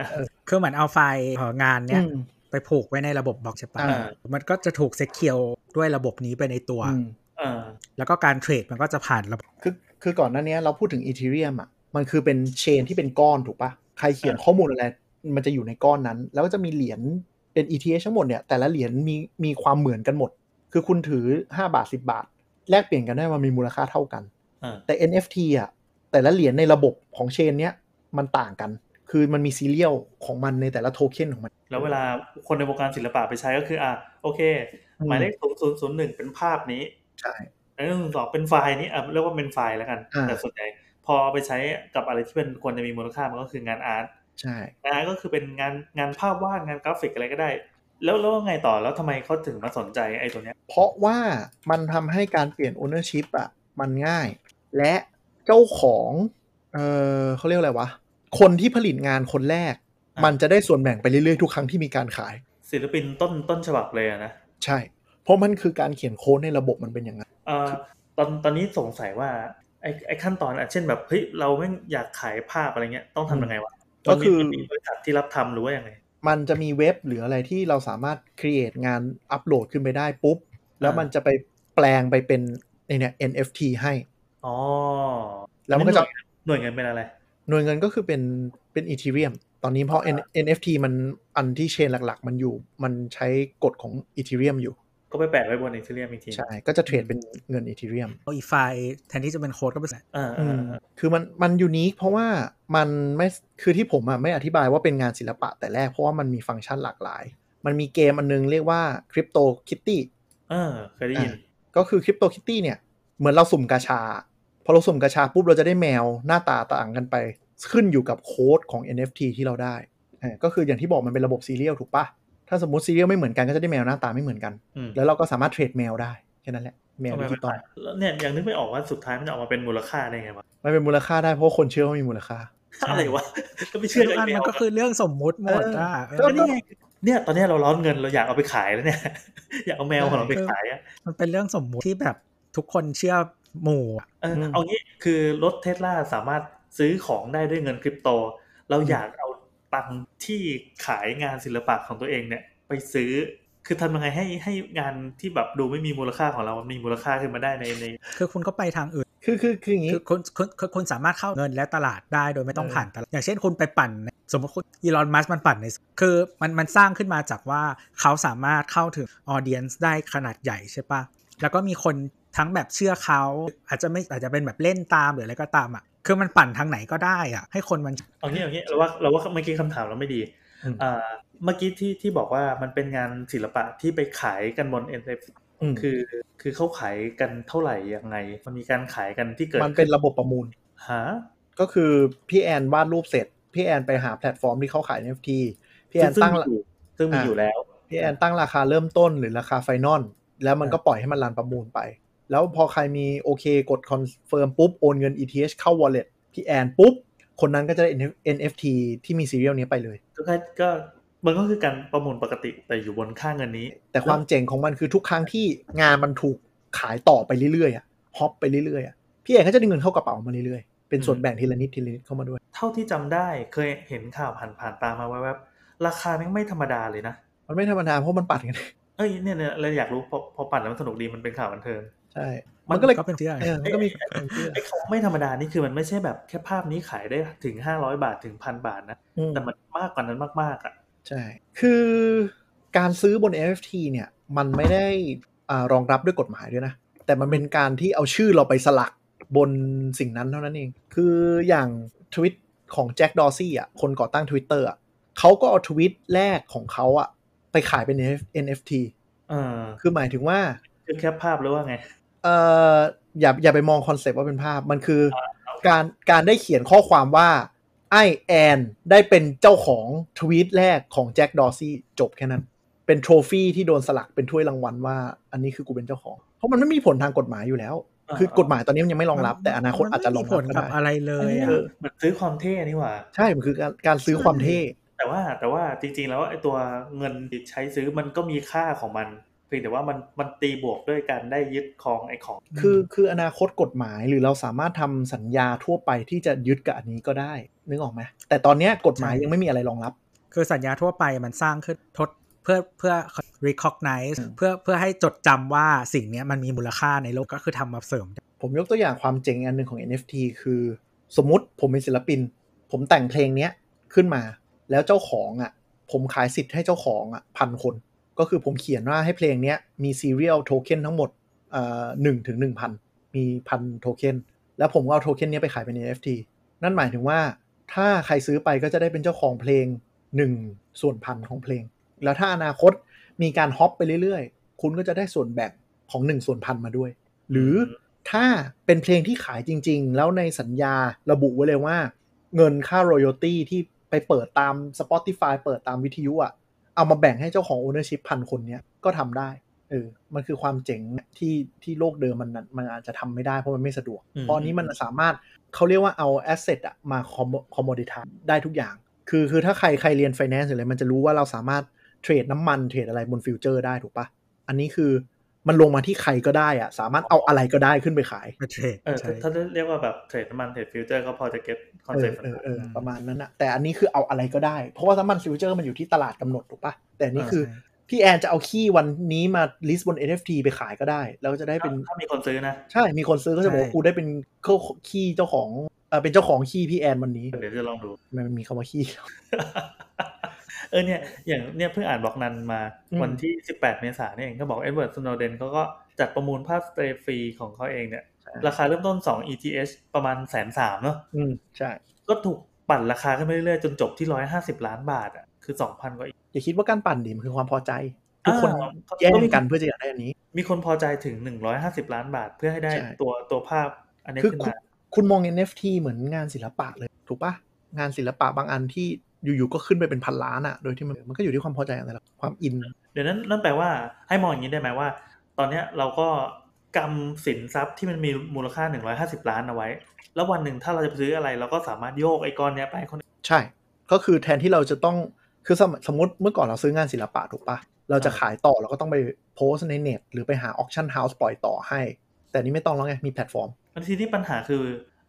Speaker 3: คือเหมือนเอาไฟล์เอ่องานเนี้ย
Speaker 4: อืม
Speaker 3: ไปผูกไว้ในระบบบล็อกใช่ปะ
Speaker 4: อ่า
Speaker 3: มันก็จะถูกเซคเคียวด้วยระบบนี้ไปในตัว
Speaker 4: อืม
Speaker 2: เออ
Speaker 3: แล้วก็การเทรดมันก็จะผ่านระบบ
Speaker 4: คือคือก่อนหน้าเนี้ยเราพูดถึงอีเทเรียมอ่ะมันคือเป็นเชนที่เป็นก้อนถูกปะใครเขียนข้อมูลอะไร มันจะอยู่ในก้อนนั้น แล้วก็จะมีเหรียญเป็น ETH ทั้งหมดเนี่ยแต่ละเหรียญมีมีความเหมือนกันหมด คือคุณถือ 5 บาท 10 บาท แลกเปลี่ยนกันได้มันมีมูลค่าเท่ากัน
Speaker 2: เออ
Speaker 4: แต่ NFT อ่ะ แต่ละเหรียญในระบบของเชนเนี้ยมันต่างกัน คือมันมีซีเรียลของมันในแต่ละโทเค็นของมัน
Speaker 2: แล้วเวลาคนในวงการศิลปะไปใช้ก็คืออ่ะโอเค
Speaker 4: อืม
Speaker 2: หมายเลขศูนย์ศูนย์ศูนย์หนึ่งเป็นภาพนี้
Speaker 4: ใช่
Speaker 2: หมายเลขศูนย์สองเป็นไฟล์นี้อ่ะเรียกว่าเป็นไฟล์แล้วกัน
Speaker 4: อ่า
Speaker 2: แต่ส่วนใหญ่พอเอาไปใช้กับอะไรที่เป็นควรจะมีมูลค่ามันก็คืองานอาร์ต
Speaker 4: ใช่
Speaker 2: งานก็คือเป็นงานงานภาพวาดงานกราฟิกอะไรก็ได้ แล้วแล้วไงต่อแล้วทำไมเขาถึงมาสนใจไอ้ตัวเนี้ย
Speaker 4: เพราะว่ามันทำให้การเปลี่ยน ownership อ่ะ มันง่าย และเจ้าของ เออเขาเรียกอะไรวะ คนที่ผลิตงานคนแรก
Speaker 2: ะ
Speaker 4: มันจะได้ส่วนแบ่งไปเรื่อยๆ ทุกครั้งที่มีการขาย
Speaker 2: ศิลปินต้นต้นฉบับเลยอะนะ
Speaker 4: ใช่ เพราะมันคือการเขียนโค้ดในระบบมันเป็นอย่างนั้น
Speaker 2: เอ่อตอนตอนนี้สงสัยว่าไอ้ไอ้ขั้นตอนอ่ะเช่นแบบเฮ้ยเราไม่งอยากขายภาพอะไรเงี้ยต้องทำยังไงวะ
Speaker 4: ก็คือ
Speaker 2: มันมีมันมีบริษัทที่รับทำหรือว่ายังไง
Speaker 4: มันจะมีเว็บหรืออะไรที่เราสามารถ create งานอัปโหลดขึ้นไปได้ปุ๊บ แล้วมันจะไปแปลงไปเป็นในเนี่ย NFT ให้
Speaker 2: อ๋อ
Speaker 4: แล้วมันก็จะ
Speaker 2: หน่วยเงินเป็นอะไร
Speaker 4: หน่วยเงินก็คือเป็นเป็นอีเทเรียมตอนนี้เพราะ N- NFT มันอันที่เชนหลักๆ มันอยู่ มันใช้กฎของอีเทเรียมอยู่
Speaker 2: ก็ไปแปะไว้บนอีเทเรียมอีกที
Speaker 4: ใช่ ก็จะเทรดเป็นเงินอีเทเรียม
Speaker 3: เอาอีไฟล์แทนที่จะเป็นโค้ดก็เป็น
Speaker 2: เอ่าอ่า
Speaker 4: คือมันมันยูนิคเพราะว่ามันไม่คือที่ผมอ่ะไม่อธิบายว่าเป็นงานศิลปะแต่แรกเพราะว่ามันมีฟังก์ชันหลากหลาย มันมีเกมอันนึงเรียกว่า Crypto Kitty
Speaker 2: เออเคยได้ยิน
Speaker 4: ก็คือคริปโตคิตตี้เนี่ย เหมือนเราสุ่มกาชา พอเราสุ่มกาชาปุ๊บ เราจะได้แมวหน้าตาต่างกันไป ขึ้นอยู่กับโค้ดของ NFT ที่เราได้เออก็คืออย่างที่บอกมันเป็นระบบซีเรียลถูกปะถ้าสมมติซีเรียลไม่เหมือนกันก็จะได้แมวหน้าตาไม่เหมือนกัน
Speaker 2: อืม
Speaker 4: แล้วเราก็สามารถเทรดแมวได้แค่นั้นแหละ แมว
Speaker 2: ทำไม
Speaker 4: ดิ
Speaker 2: มั
Speaker 4: จิ
Speaker 2: น
Speaker 4: ตอล
Speaker 2: แล้วเนี่ยยังนึกไม่ออกว่าสุดท้ายมันจะออกมาเป็นมูลค่าได้ไงวะ
Speaker 4: มันเป็นมูลค่าได้เพราะว่าคนเชื่อว่ามีมูลค่า
Speaker 2: อะไรวะก็ไม่เชื่อ
Speaker 3: ทุก
Speaker 2: ไอ้
Speaker 3: อัน
Speaker 2: แม
Speaker 3: มัน
Speaker 2: ว
Speaker 3: ก็คือเรื่องสมมุติหมดอ่ะ
Speaker 4: เออ
Speaker 3: เออ
Speaker 2: นี่ไง เนี่ยตอนเนี้ยเราร้อนเงินเราอยากเอาไปขายแล้วเนี่ย [laughs] อยากเอาแมวของเราไปขายอะ
Speaker 3: มันเป็นเรื่องสมมุติที่แบบทุกคนเชื่อหมู่อะ
Speaker 2: เอออ
Speaker 3: ม
Speaker 2: เอางี้คือรถเทสลาสามารถซื้อของได้ด้วยเงินคริปโต เราอยากเอาตังค์ที่ขายงานศิลปะของตัวเองเนี่ย ไปซื้อ คือทำยังไงให้ให้งานที่แบบดูไม่มีมูลค่าของเรามันมีมูลค่าขึ้นมาได้ในใน
Speaker 3: คือคุณก็ไปทางอื่น
Speaker 4: คือคือคืออย่างนี้
Speaker 3: คือคุณคุณคุณคุณสามารถเข้าเงินและตลาดได้โดยไม่ต้อง
Speaker 2: เออ
Speaker 3: ผ่านตลาด อย่างเช่นคุณไปปั่นในสมมติคุณอีลอนมัสมันปั่นใน คือมันมันสร้างขึ้นมาจากว่าเขาสามารถเข้าถึงออเดียนซ์ได้ขนาดใหญ่ใช่ปะแล้วก็มีคนทั้งแบบเชื่อเขา อาจจะไม่อาจจะเป็นแบบเล่นตามหรืออะไรก็ตามอ่ะ คือมันปั่นทางไหนก็ได้อ่ะ ให้คนมัน
Speaker 2: เอางี้เอางี้เราว่าเราว่าเมื่อกี้คำถามเราไม่ดี
Speaker 3: อืม
Speaker 2: เอ่อเมื่อกี้ที่ที่บอกว่ามันเป็นงานศิลปะที่ไปขายกันบน NFT
Speaker 4: อืม
Speaker 2: คือคือเขาขายกันเท่าไหร่ยังไง มันมีการขายกันที่เกิด
Speaker 4: มันเป็นระบบประมูล
Speaker 2: หา
Speaker 4: ก็คือพี่แอนวาดรูปเสร็จ พี่แอนไปหาแพลตฟอร์มที่เขาขาย NFT พี่แอน
Speaker 2: ซึ่
Speaker 4: ตั้ง
Speaker 2: มีอยู่ซึ่งมี
Speaker 4: อ่า
Speaker 2: อยู่แล้ว
Speaker 4: พี่แอนตั้งราคาเริ่มต้นหรือราคาไฟนอลแล้วมันก็ปล่อยให้มันรันประมูลไป แล้วพอใครมีโอเคกดคอนเฟิร์มปุ๊บ โอนเงิน ETH เข้า wallet พี่แอนปุ๊บ คนนั้นก็จะได้ NFT ที่มีซีเรียลนี้ไปเลย
Speaker 2: ก็แค่ก็มันก็คือการประมูลปกติแต่อยู่บนค่าเงินนี้
Speaker 4: แต่ความเจ๋งของมันคือทุกครั้งที่งานมันถูกขายต่อไปเรื่อยๆอะฮอปไปเรื่อยๆอะพี่แอนก็จะได้เงินเข้ากระเป๋ามาเรื่อยๆ เป็นส่วนแบ่งทีละนิดทีละนิดเข้ามาด้วย
Speaker 2: เท่าที่จำได้เคยเห็นข่าวผ่านผ่านๆตามมาแวบๆราคาแม่งไม่ธรรมดาเลยนะ
Speaker 4: มันไม่ธรรมดาเพราะมันปั่นกัน [laughs]
Speaker 2: เอ้ยเนี่ยเนี่ยเราอยากรู้พอพอปั่นแล้วมันสนุกดีมันเป็นข่าวบันเทิง
Speaker 4: ใช่ มันก็เลย
Speaker 3: ก็เป็นเชื่อ
Speaker 4: เออมันก็มีความเชื่อ
Speaker 2: ไอ้คำไม่ธรรมดานี่คือมันไม่ใช่แบบแค่ภาพนี้ขายได้ถึง 500 บาทถึงพันบาทนะ
Speaker 4: อืม
Speaker 2: แต่มันมากกว่านั้นมากๆอ่ะ
Speaker 4: ใช่ คือการซื้อบน NFT เนี่ย มันไม่ได้อารองรับด้วยกฎหมายด้วยนะ แต่มันเป็นการที่เอาชื่อเราไปสลักบนสิ่งนั้นเท่านั้นเอง คืออย่างทวิตของแจ็คดอซี่อ่ะ คนก่อตั้ง Twitter อ่ะเขาก็เอาทวิตแรกของเขาอ่ะ ไปขายเป็น NFT
Speaker 2: เออ
Speaker 4: คือหมายถึงว่า
Speaker 2: คือแคปภาพหรือว่าไง
Speaker 4: เอออย่าอย่าไปมองคอนเซปต์ว่าเป็นภาพ มันคือการการได้เขียนข้อความว่าไอแอนได้เป็นเจ้าของทวีตแรกของแจ็คดอซี่จบแค่นั้น เป็นโทรฟี่ที่โดนสลักเป็นถ้วยรางวัลว่า อันนี้คือกูเป็นเจ้าของ เพราะมันไม่มีผลทางกฎหมายอยู่แล้ว
Speaker 2: อ่า
Speaker 4: คือกฎหมายตอนนี้มันยังไม่รองรับ แต่อนาคตอาจจะรอง
Speaker 3: มันไม่มีผ
Speaker 4: รับก็
Speaker 3: ลกับ
Speaker 4: ได้
Speaker 3: อะไรเลยอะ
Speaker 2: เออมันซื้อความเท่นี่หว่า
Speaker 4: ใช่มันคือการการซื้อความเท่
Speaker 2: แต่ว่าแต่ว่าจริงๆแล้วไอ้ตัวเงินที่ใช้ซื้อมันก็มีค่าของมัน เพียงแต่ว่ามันมันตีบวกด้วยการได้ยึดครองไอ้ของ
Speaker 4: คือคืออนาคตกฎหมายหรือเราสามารถทำสัญญาทั่วไปที่จะยึดกับอันนี้ก็ได้ นึกออกไหมแต่ตอนเนี้ยกฎหมายยังไม่มีอะไรรองรับ
Speaker 3: คือสัญญาทั่วไปมันสร้างขึ้นทดเพื่อเพื่อ recognize เพื่อเพื่อให้จดจำว่าสิ่งเนี้ยมันมีมูลค่าในโลกก็คือทำมาเสริม
Speaker 4: ผมยกตัวอย่างความเจ๋งอันหนึ่งของ NFT คือ สมมติผมเป็นศิลปิน ผมแต่งเพลงเนี้ยขึ้นมา แล้วเจ้าของอะ่ะ ผมขายสิทธิ์ให้เจ้าของอะ่ะพันคน ก็คือผมเขียนว่าให้เพลงเนี้ยมีซีเรียลโทเค็นทั้งหมดหนึ่งถึงหนึ่งพันมีพันโทเค็นแล้วผมก็เอาโทเค็นเนี้ยไปขายเป็น NFT นั่นหมายถึงว่าถ้าใครซื้อไปก็จะได้เป็นเจ้าของเพลง 1 ส่วนพันของเพลง แล้วถ้าอนาคตมีการฮอปไปเรื่อยๆ คุณก็จะได้ส่วนแบ่งของ 1 ส่วนพันมาด้วย หรือถ้าเป็นเพลงที่ขายจริงๆ แล้วในสัญญาระบุไว้เลยว่า เงินค่า royalty ที่ไปเปิดตาม Spotify เปิดตามวิทยุอะเอามาแบ่งให้เจ้าของ ownership พันคนเนี้ยก็ทำได้เออมันคือความเจ๋งที่ที่โลกเดิมมันน่ะมันอาจจะทำไม่ได้เพราะมันไม่สะดวก ตอนนี้มันสามารถเขาเรียกว่าเอาแอสเซทอะมาคอมคอมมดิทาได้ทุกอย่าง คือคือถ้าใครใครเรียนไฟแนนซ์หรืออะไรมันจะรู้ว่าเราสามารถเทรดน้ำมันเทรดอะไรบนฟิวเจอร์ได้ถูกปะอันนี้คือมันลงมาที่ใครก็ได้อะสามารถเอาอะไรก็ได้ขึ้นไปขาย
Speaker 3: ไปเทรด
Speaker 2: เออ
Speaker 3: ใช่
Speaker 2: ถ้าถ้าเรียกว่าแบบเทรดน้ำมันเทรดฟิวเจอร์ก็พอจะเก็ตคอน
Speaker 4: เอ
Speaker 2: เซ็ป
Speaker 4: อ
Speaker 2: ต์
Speaker 4: เออเออ
Speaker 3: อืม
Speaker 4: ประมาณนั้นอะแต่อันนี้คือเอาอะไรก็ได้ เพราะว่าน้ำมันฟิวเจอร์มันอยู่ที่ตลาดกำหนดถูกปะแต่อันนี่คือ
Speaker 3: ใช่
Speaker 4: พี่แอนจะเอาขี้วันนี้มาลิสต์บน NFT ไปขายก็ได้แล้วก็จะได้เป็น
Speaker 2: ถ้ามีคนซื้อนะ
Speaker 4: ใช่มีคนซื้อก็จะบอกว่ากูได้เป็นเข้าขี้เจ้าของเออเป็นเจ้าของขี้พี่แอนวันนี้
Speaker 2: เดี๋ยวจะลองดู
Speaker 4: มันมีคำว่าขี้
Speaker 2: [laughs] เออเนี่ยอย่างเนี่ยเพิ่งอ่านบล็อกนันมา
Speaker 4: อืม
Speaker 2: วันที่ 18 เมษายนนี่เองก็บอกเอ็ดเวิร์ดสโนเดนเขาก็จัดประมูลภาพสเตย์ฟรีของเขาเองเนี่ย ราคาเริ่มต้น 2 ETH ประมาณแสนสามเนาะ
Speaker 4: อืมใช่
Speaker 2: ก็ถูกปั่นราคาขึ้นไปเรื่อยๆ จนจบที่ 150 ล้านบาทอ่ะ คือ 2,000 กว่าอีก
Speaker 4: อย่าคิดว่าการปั่นดิมันคือความพอใจ ทุกคน
Speaker 2: อ่า
Speaker 4: แย่งกันเพื่อจะอยากได้อันนี้
Speaker 2: มีคนพอใจถึง 150 ล้านบาทเพื่อให้ได้
Speaker 4: ใช่
Speaker 2: ตัวตัวภาพอันนี้
Speaker 4: คือ
Speaker 2: ขึ้น
Speaker 4: คุณ
Speaker 2: มา
Speaker 4: คุณมอง NFT เหมือนงานศิลปะเลยถูกปะงานศิลปะบางอันที่อยู่ๆก็ขึ้นไปเป็นพันล้านอะโดยที่มันมันก็อยู่ที่ความพอใจของแต่ละความอิน
Speaker 2: เดี๋ยวนั้นนั่นแปลว่าให้มองอย่างนี้ได้ไหมว่า ตอนเนี้ยเราก็กำสินทรัพย์ที่มันมีมูลค่า 150 ล้านเอาไว้ แล้ววันหนึ่งถ้าเราจะไปซื้ออะไรเราก็สามารถโยกไอ้ก้อนเนี้ยไปให้คนอื่น
Speaker 4: ใช่ ก็คือแทนที่เราจะต้อง คือสมสมมติเมื่อก่อนเราซื้องานศิลปะถูกปะเราจะขายต่อเราก็ต้องไปโพสต์ในเน็ต หรือไปหาออกชั่นเฮาส์ปล่อยต่อให้ แต่นี่ไม่ต้องแล้วไงมีแพลตฟอร์ม
Speaker 2: บางทีนี่ปัญหาคือ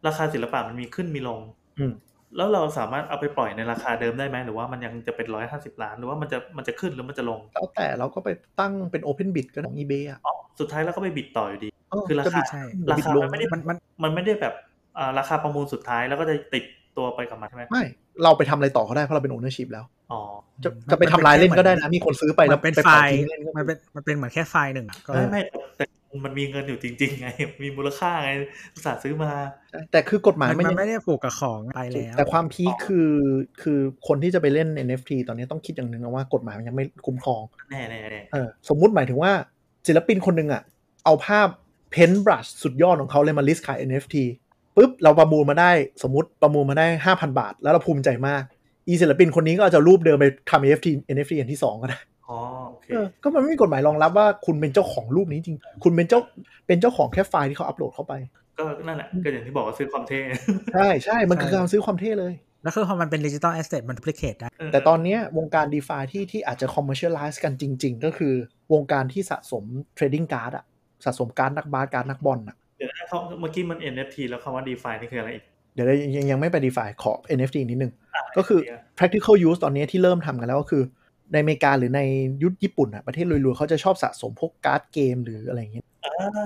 Speaker 2: ราคาศิลปะมันมีขึ้นมีลง
Speaker 4: อืม
Speaker 2: แล้วเราสามารถเอาไปปล่อยในราคาเดิมได้ไหมหรือว่ามันยังจะเป็นร้อยห้าสิบล้าน หรือว่ามันจะมันจะขึ้นหรือมันจะลง
Speaker 4: แล้วแต่เราก็ไปตั้งเป็น Open Bid ก็ของ eBay อ่ะ
Speaker 2: สุดท้ายเราก็ไปบิดต่ออยู่ดี
Speaker 4: เ
Speaker 2: คือรา
Speaker 4: จะบิด
Speaker 2: คา
Speaker 3: ใช่
Speaker 2: รา
Speaker 4: ขึ้นหอบิด
Speaker 2: คา
Speaker 4: ลง
Speaker 2: มันไม่ได้
Speaker 3: มันมัน
Speaker 2: มันไม่ได้แบบอ่าราคาประมูลสุดท้ายแล้วก็จะติดตัวไปกับมันใช่ไหม
Speaker 4: ไม่ เราไปทำอะไรต่อเขาได้เพราะเราเป็น ownership แล้ว
Speaker 2: อ๋อ
Speaker 4: จะ
Speaker 3: มัน
Speaker 4: จะไป
Speaker 3: มัน
Speaker 4: ทำลาย
Speaker 3: เป็น
Speaker 4: เล่นก็ได้
Speaker 3: เหมื
Speaker 4: นะ
Speaker 3: อน
Speaker 4: มีคนซื้อไป
Speaker 3: มั
Speaker 4: แล้ว
Speaker 3: นเป็น
Speaker 4: ไป
Speaker 3: ไฟ
Speaker 4: ปล่อย
Speaker 3: ล์
Speaker 4: ทิ้งเล่นก็
Speaker 3: มันเป็นมันเป็นเหมือนแค่ไฟล์หนึ่งอ่ะก็
Speaker 2: ไม่ไม่แต่แต่มันมีเงินอยู่จริง ๆ ไง มีมูลค่าไงอุตส่าห์ซื้อมา
Speaker 4: ใช่แต่คือกฎหมาย
Speaker 3: มั
Speaker 4: ไม่
Speaker 3: น
Speaker 4: ยั
Speaker 3: มัน
Speaker 4: ง
Speaker 3: ไม่ได้ผูกกับของไปแล้ว
Speaker 4: แต่ความพีคคือคือคนที่จะไปเล่น NFT ตอนนี้ต้องคิดอย่างหนึ่งนะว่ากฎหมายมันยังไม่คุ้มครอง
Speaker 2: แน่แน่แน่
Speaker 4: เออสมมุติหมายถึงว่าศิลปินคนหนึ่งอะเอาภาพเพนบรัชสุดยอดของเขาเลยมาลิสต์ขาย NFT ปุ๊บ เราประมูลมาได้สมมติประมูลมาได้ 5,000 บาท แล้วเราภูมิใจมาก อีศิลปินคนนี้ก็เอาจจะรูปเดิมไปทำ NFT NFT อันที่ 2 ก็ได้
Speaker 2: อ๋อโอเค
Speaker 4: เออก็มันไม่มีกฎหมายรองรับว่าคุณเป็นเจ้าของรูปนี้จริง คุณเป็นเจ้าเป็นเจ้าของแค่ไฟล์ที่เขาอัปโหลดเข้าไป
Speaker 2: ก็นั่นแหละก็อย่างที่บอกว่าซื้อความเท่ [laughs]
Speaker 4: ใช่ใช่มันคือการซื้อความเท่เลย
Speaker 3: แล้วคือพอมันเป็นดิจิตอลแอสเซทมันพลิเคทได้
Speaker 4: แต่ตอนเนี้ยวงการ d e f าที่ที่อาจจะ commercialize กันจริง ๆ ก็คือวงการที่สะสม trading card อะสะสมการ์ดนักบาสการ์ดนักบอลอะ
Speaker 2: เดี๋ยวนะเขาเมื่อกี้มัน NFT แล้วคำว่า DeFi นี่คืออะไรอีก
Speaker 4: เดี๋ยวยังยังไม่ไป define ขอ NFT นิดนึง ก็คือ practical use ตอนนี้ที่เริ่มทำกันแล้วก็คือ ในอเมริกาหรือในยุทธญี่ปุ่นอะประเทศรวยๆเขาจะชอบสะสมพวกการ์ดเกมหรืออะไรอย่างเงี้ย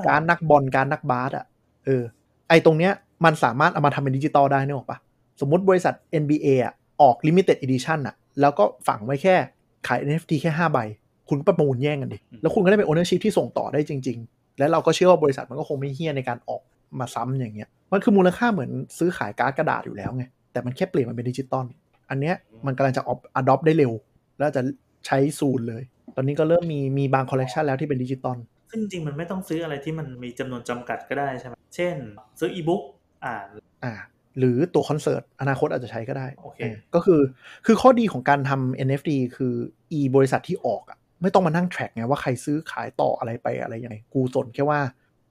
Speaker 4: การ์ดนักบอลการ์ดนักบาสอะเออไอตรงเนี้ยมันสามารถเอามาทำเป็นดิจิตอลได้นึกออกปะสมมติบริษัท NBA อะออก limited edition อะแล้วก็ฝังไว้แค่ขาย NFT แค่ 5 ใบ คุณก็ประมูลแย่งกันดิ
Speaker 2: อืม
Speaker 4: แล้วคุณก็ได้เป็น ownership ที่ส่งต่อได้จริง ๆ และเราก็เชื่อว่าบริษัทมันก็คงไม่เฮี้ยในการออกมาซ้ำอย่างเงี้ยมันคือมูลค่าเหมือนซื้อขายการ์ดกระดาษอยู่แล้วไงแต่มันแค่เปลี่ยนมันเป็นดิจิตอล อันเนี้ยมันกำลังจะออดอปได้เร็ว แล้วจะใช้สูตรเลย ตอนนี้ก็เริ่มมีมีบางคอลเลกชันแล้วที่เป็นดิจิตอล
Speaker 2: ซึ่งจริงๆมันไม่ต้องซื้ออะไรที่มันมีจำนวนจำกัดก็ได้ใช่ไหมเช่น ซื้ออีบุ๊กอ่าน
Speaker 4: อ่าหรือตัวคอนเสิร์ตอนาคตอาจจะใช้ก็ได้
Speaker 2: โอเค
Speaker 4: ก็คือคือข้อดีของการทำ NFT คืออีบริษัทที่ออกอะไม่ต้องมานั่งแทร็กไงว่าใครซื้อขายต่ออะไรไปอะไรยังไงกูสนแค่ว่า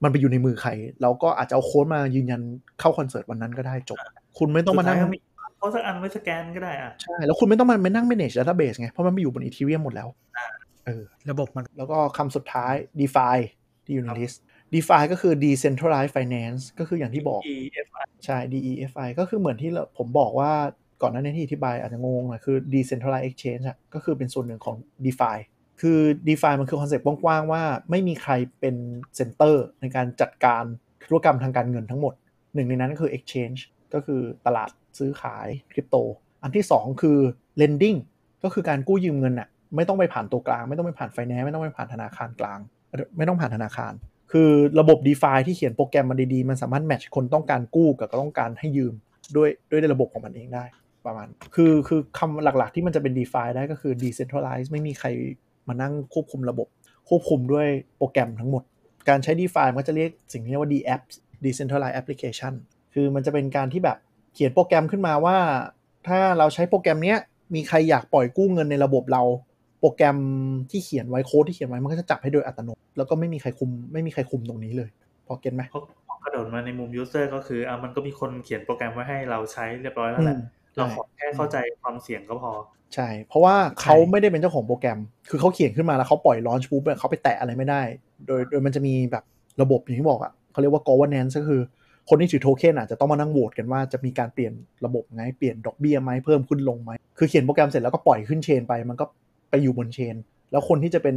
Speaker 4: มันไปอยู่ในมือใคร แล้วก็อาจจะเอาโค้ดมายืนยันเข้าคอนเสิร์ตวันนั้นก็ได้จบ คุณไม่ต้องมานั่ง
Speaker 2: สุดท้ยก็เขาสักอันไว้สแกนก็ได้อ่ะ
Speaker 4: ใช่ แล้วคุณไม่ต้องมานั่ง manage database ไง เพราะมันไปอยู่บนอีเทเรียมหมดแล้ว
Speaker 3: ระบบมัน
Speaker 4: แล้วก็คำสุดท้าย DeFi ที่อยู่ในลิสต์ DeFi ก็คือ Decentralized Finance ก็คืออย่างที่บอก
Speaker 2: อีเอฟไอ
Speaker 4: ใช่ DeFi ก็คือเหมือนที่เราผมบอกว่าก่อนหน้านี้ที่อธิบายอาจจะงงหน่อยคือ Decentralized Exchange อะก็คือเป็นส่วนหนึ่งของ DeFi คือ DeFi มันคือคอนเซ็ปต์กว้างๆ ว่าไม่มีใครเป็นเซ็นเตอร์ในการจัดการธุรกรรมทางการเงินทั้งหมด หนึ่งในนั้นก็คือ Exchange ก็คือตลาดซื้อขายคริปโต อันที่ 2 คือ Lending ก็คือการกู้ยืมเงินอะไม่ต้องไปผ่านตัวกลาง ไม่ต้องไปผ่านไฟแนนซ์ไม่ต้องไปผ่านธนาคารกลาง ไม่ต้องผ่านธนาคาร คือระบบ d e f i ที่เขียนโปรแกรมมาดีๆ มันสามารถแมทช์คนต้องการกู้กับต้องการให้ยืมด้วยด้วยในระบบของมันเองได้ประมาณ คือคือคำหลักๆที่มันจะเป็น d e f i ได้ก็คือ decentralize ไม่มีใครมานั่งควบคุมระบบ ควบคุมด้วยโปรแกรมทั้งหมด การใช้ d e f i มันก็จะเรียกสิ่งที่เรียกว่า d app decentralized application คือมันจะเป็นการที่แบบเขียนโปรแกรมขึ้นมาว่า ถ้าเราใช้โปรแกรมเนี้ยมีใครอยากปล่อยกู้เงินในระบบเรา โปรแกรมที่เขียนไว้โค้ดที่เขียนไว้มันก็จะจับให้โดยอัตโนมัติแล้วก็ไม่มีใครคุมไม่มีใครคุมตรงนี้เลย พอเก็ตไหม
Speaker 2: เขาเขากระโดดมาในมุมยูเซอร์ก็คืออ่ะมันก็มีคนเขียนโปรแกรมไว้ให้เราใช้เรียบร้อยแล้วแหละ
Speaker 4: อืม
Speaker 2: เราขอแค่เข้าใจความเสี่ยงก็พอ
Speaker 4: ใช่ เพราะว่าเขาไม่ได้เป็นเจ้าของโปรแกรม คือเขาเขียนขึ้นมาแล้วเขาปล่อยลอนช์ปุ๊บเนี่ยเขาไปแตะอะไรไม่ได้ โดยโดยมันจะมีแบบระบบอย่างที่บอกอ่ะเขาเรียกว่า governance ก็คือ คนที่ถือโทเค็นอาจจะต้องมานั่งโหวตกันว่าจะมีการเปลี่ยนระบบไงเปลี่ยนดอกเบี้ยไหมเพิ่มขึ้นลงไหมคือเขียนโปรแกรมเสร็จแล้วก็ปล่อยขึ้นเชนไปมันก็ไปอยู่บนเชน แล้วคนที่จะเป็น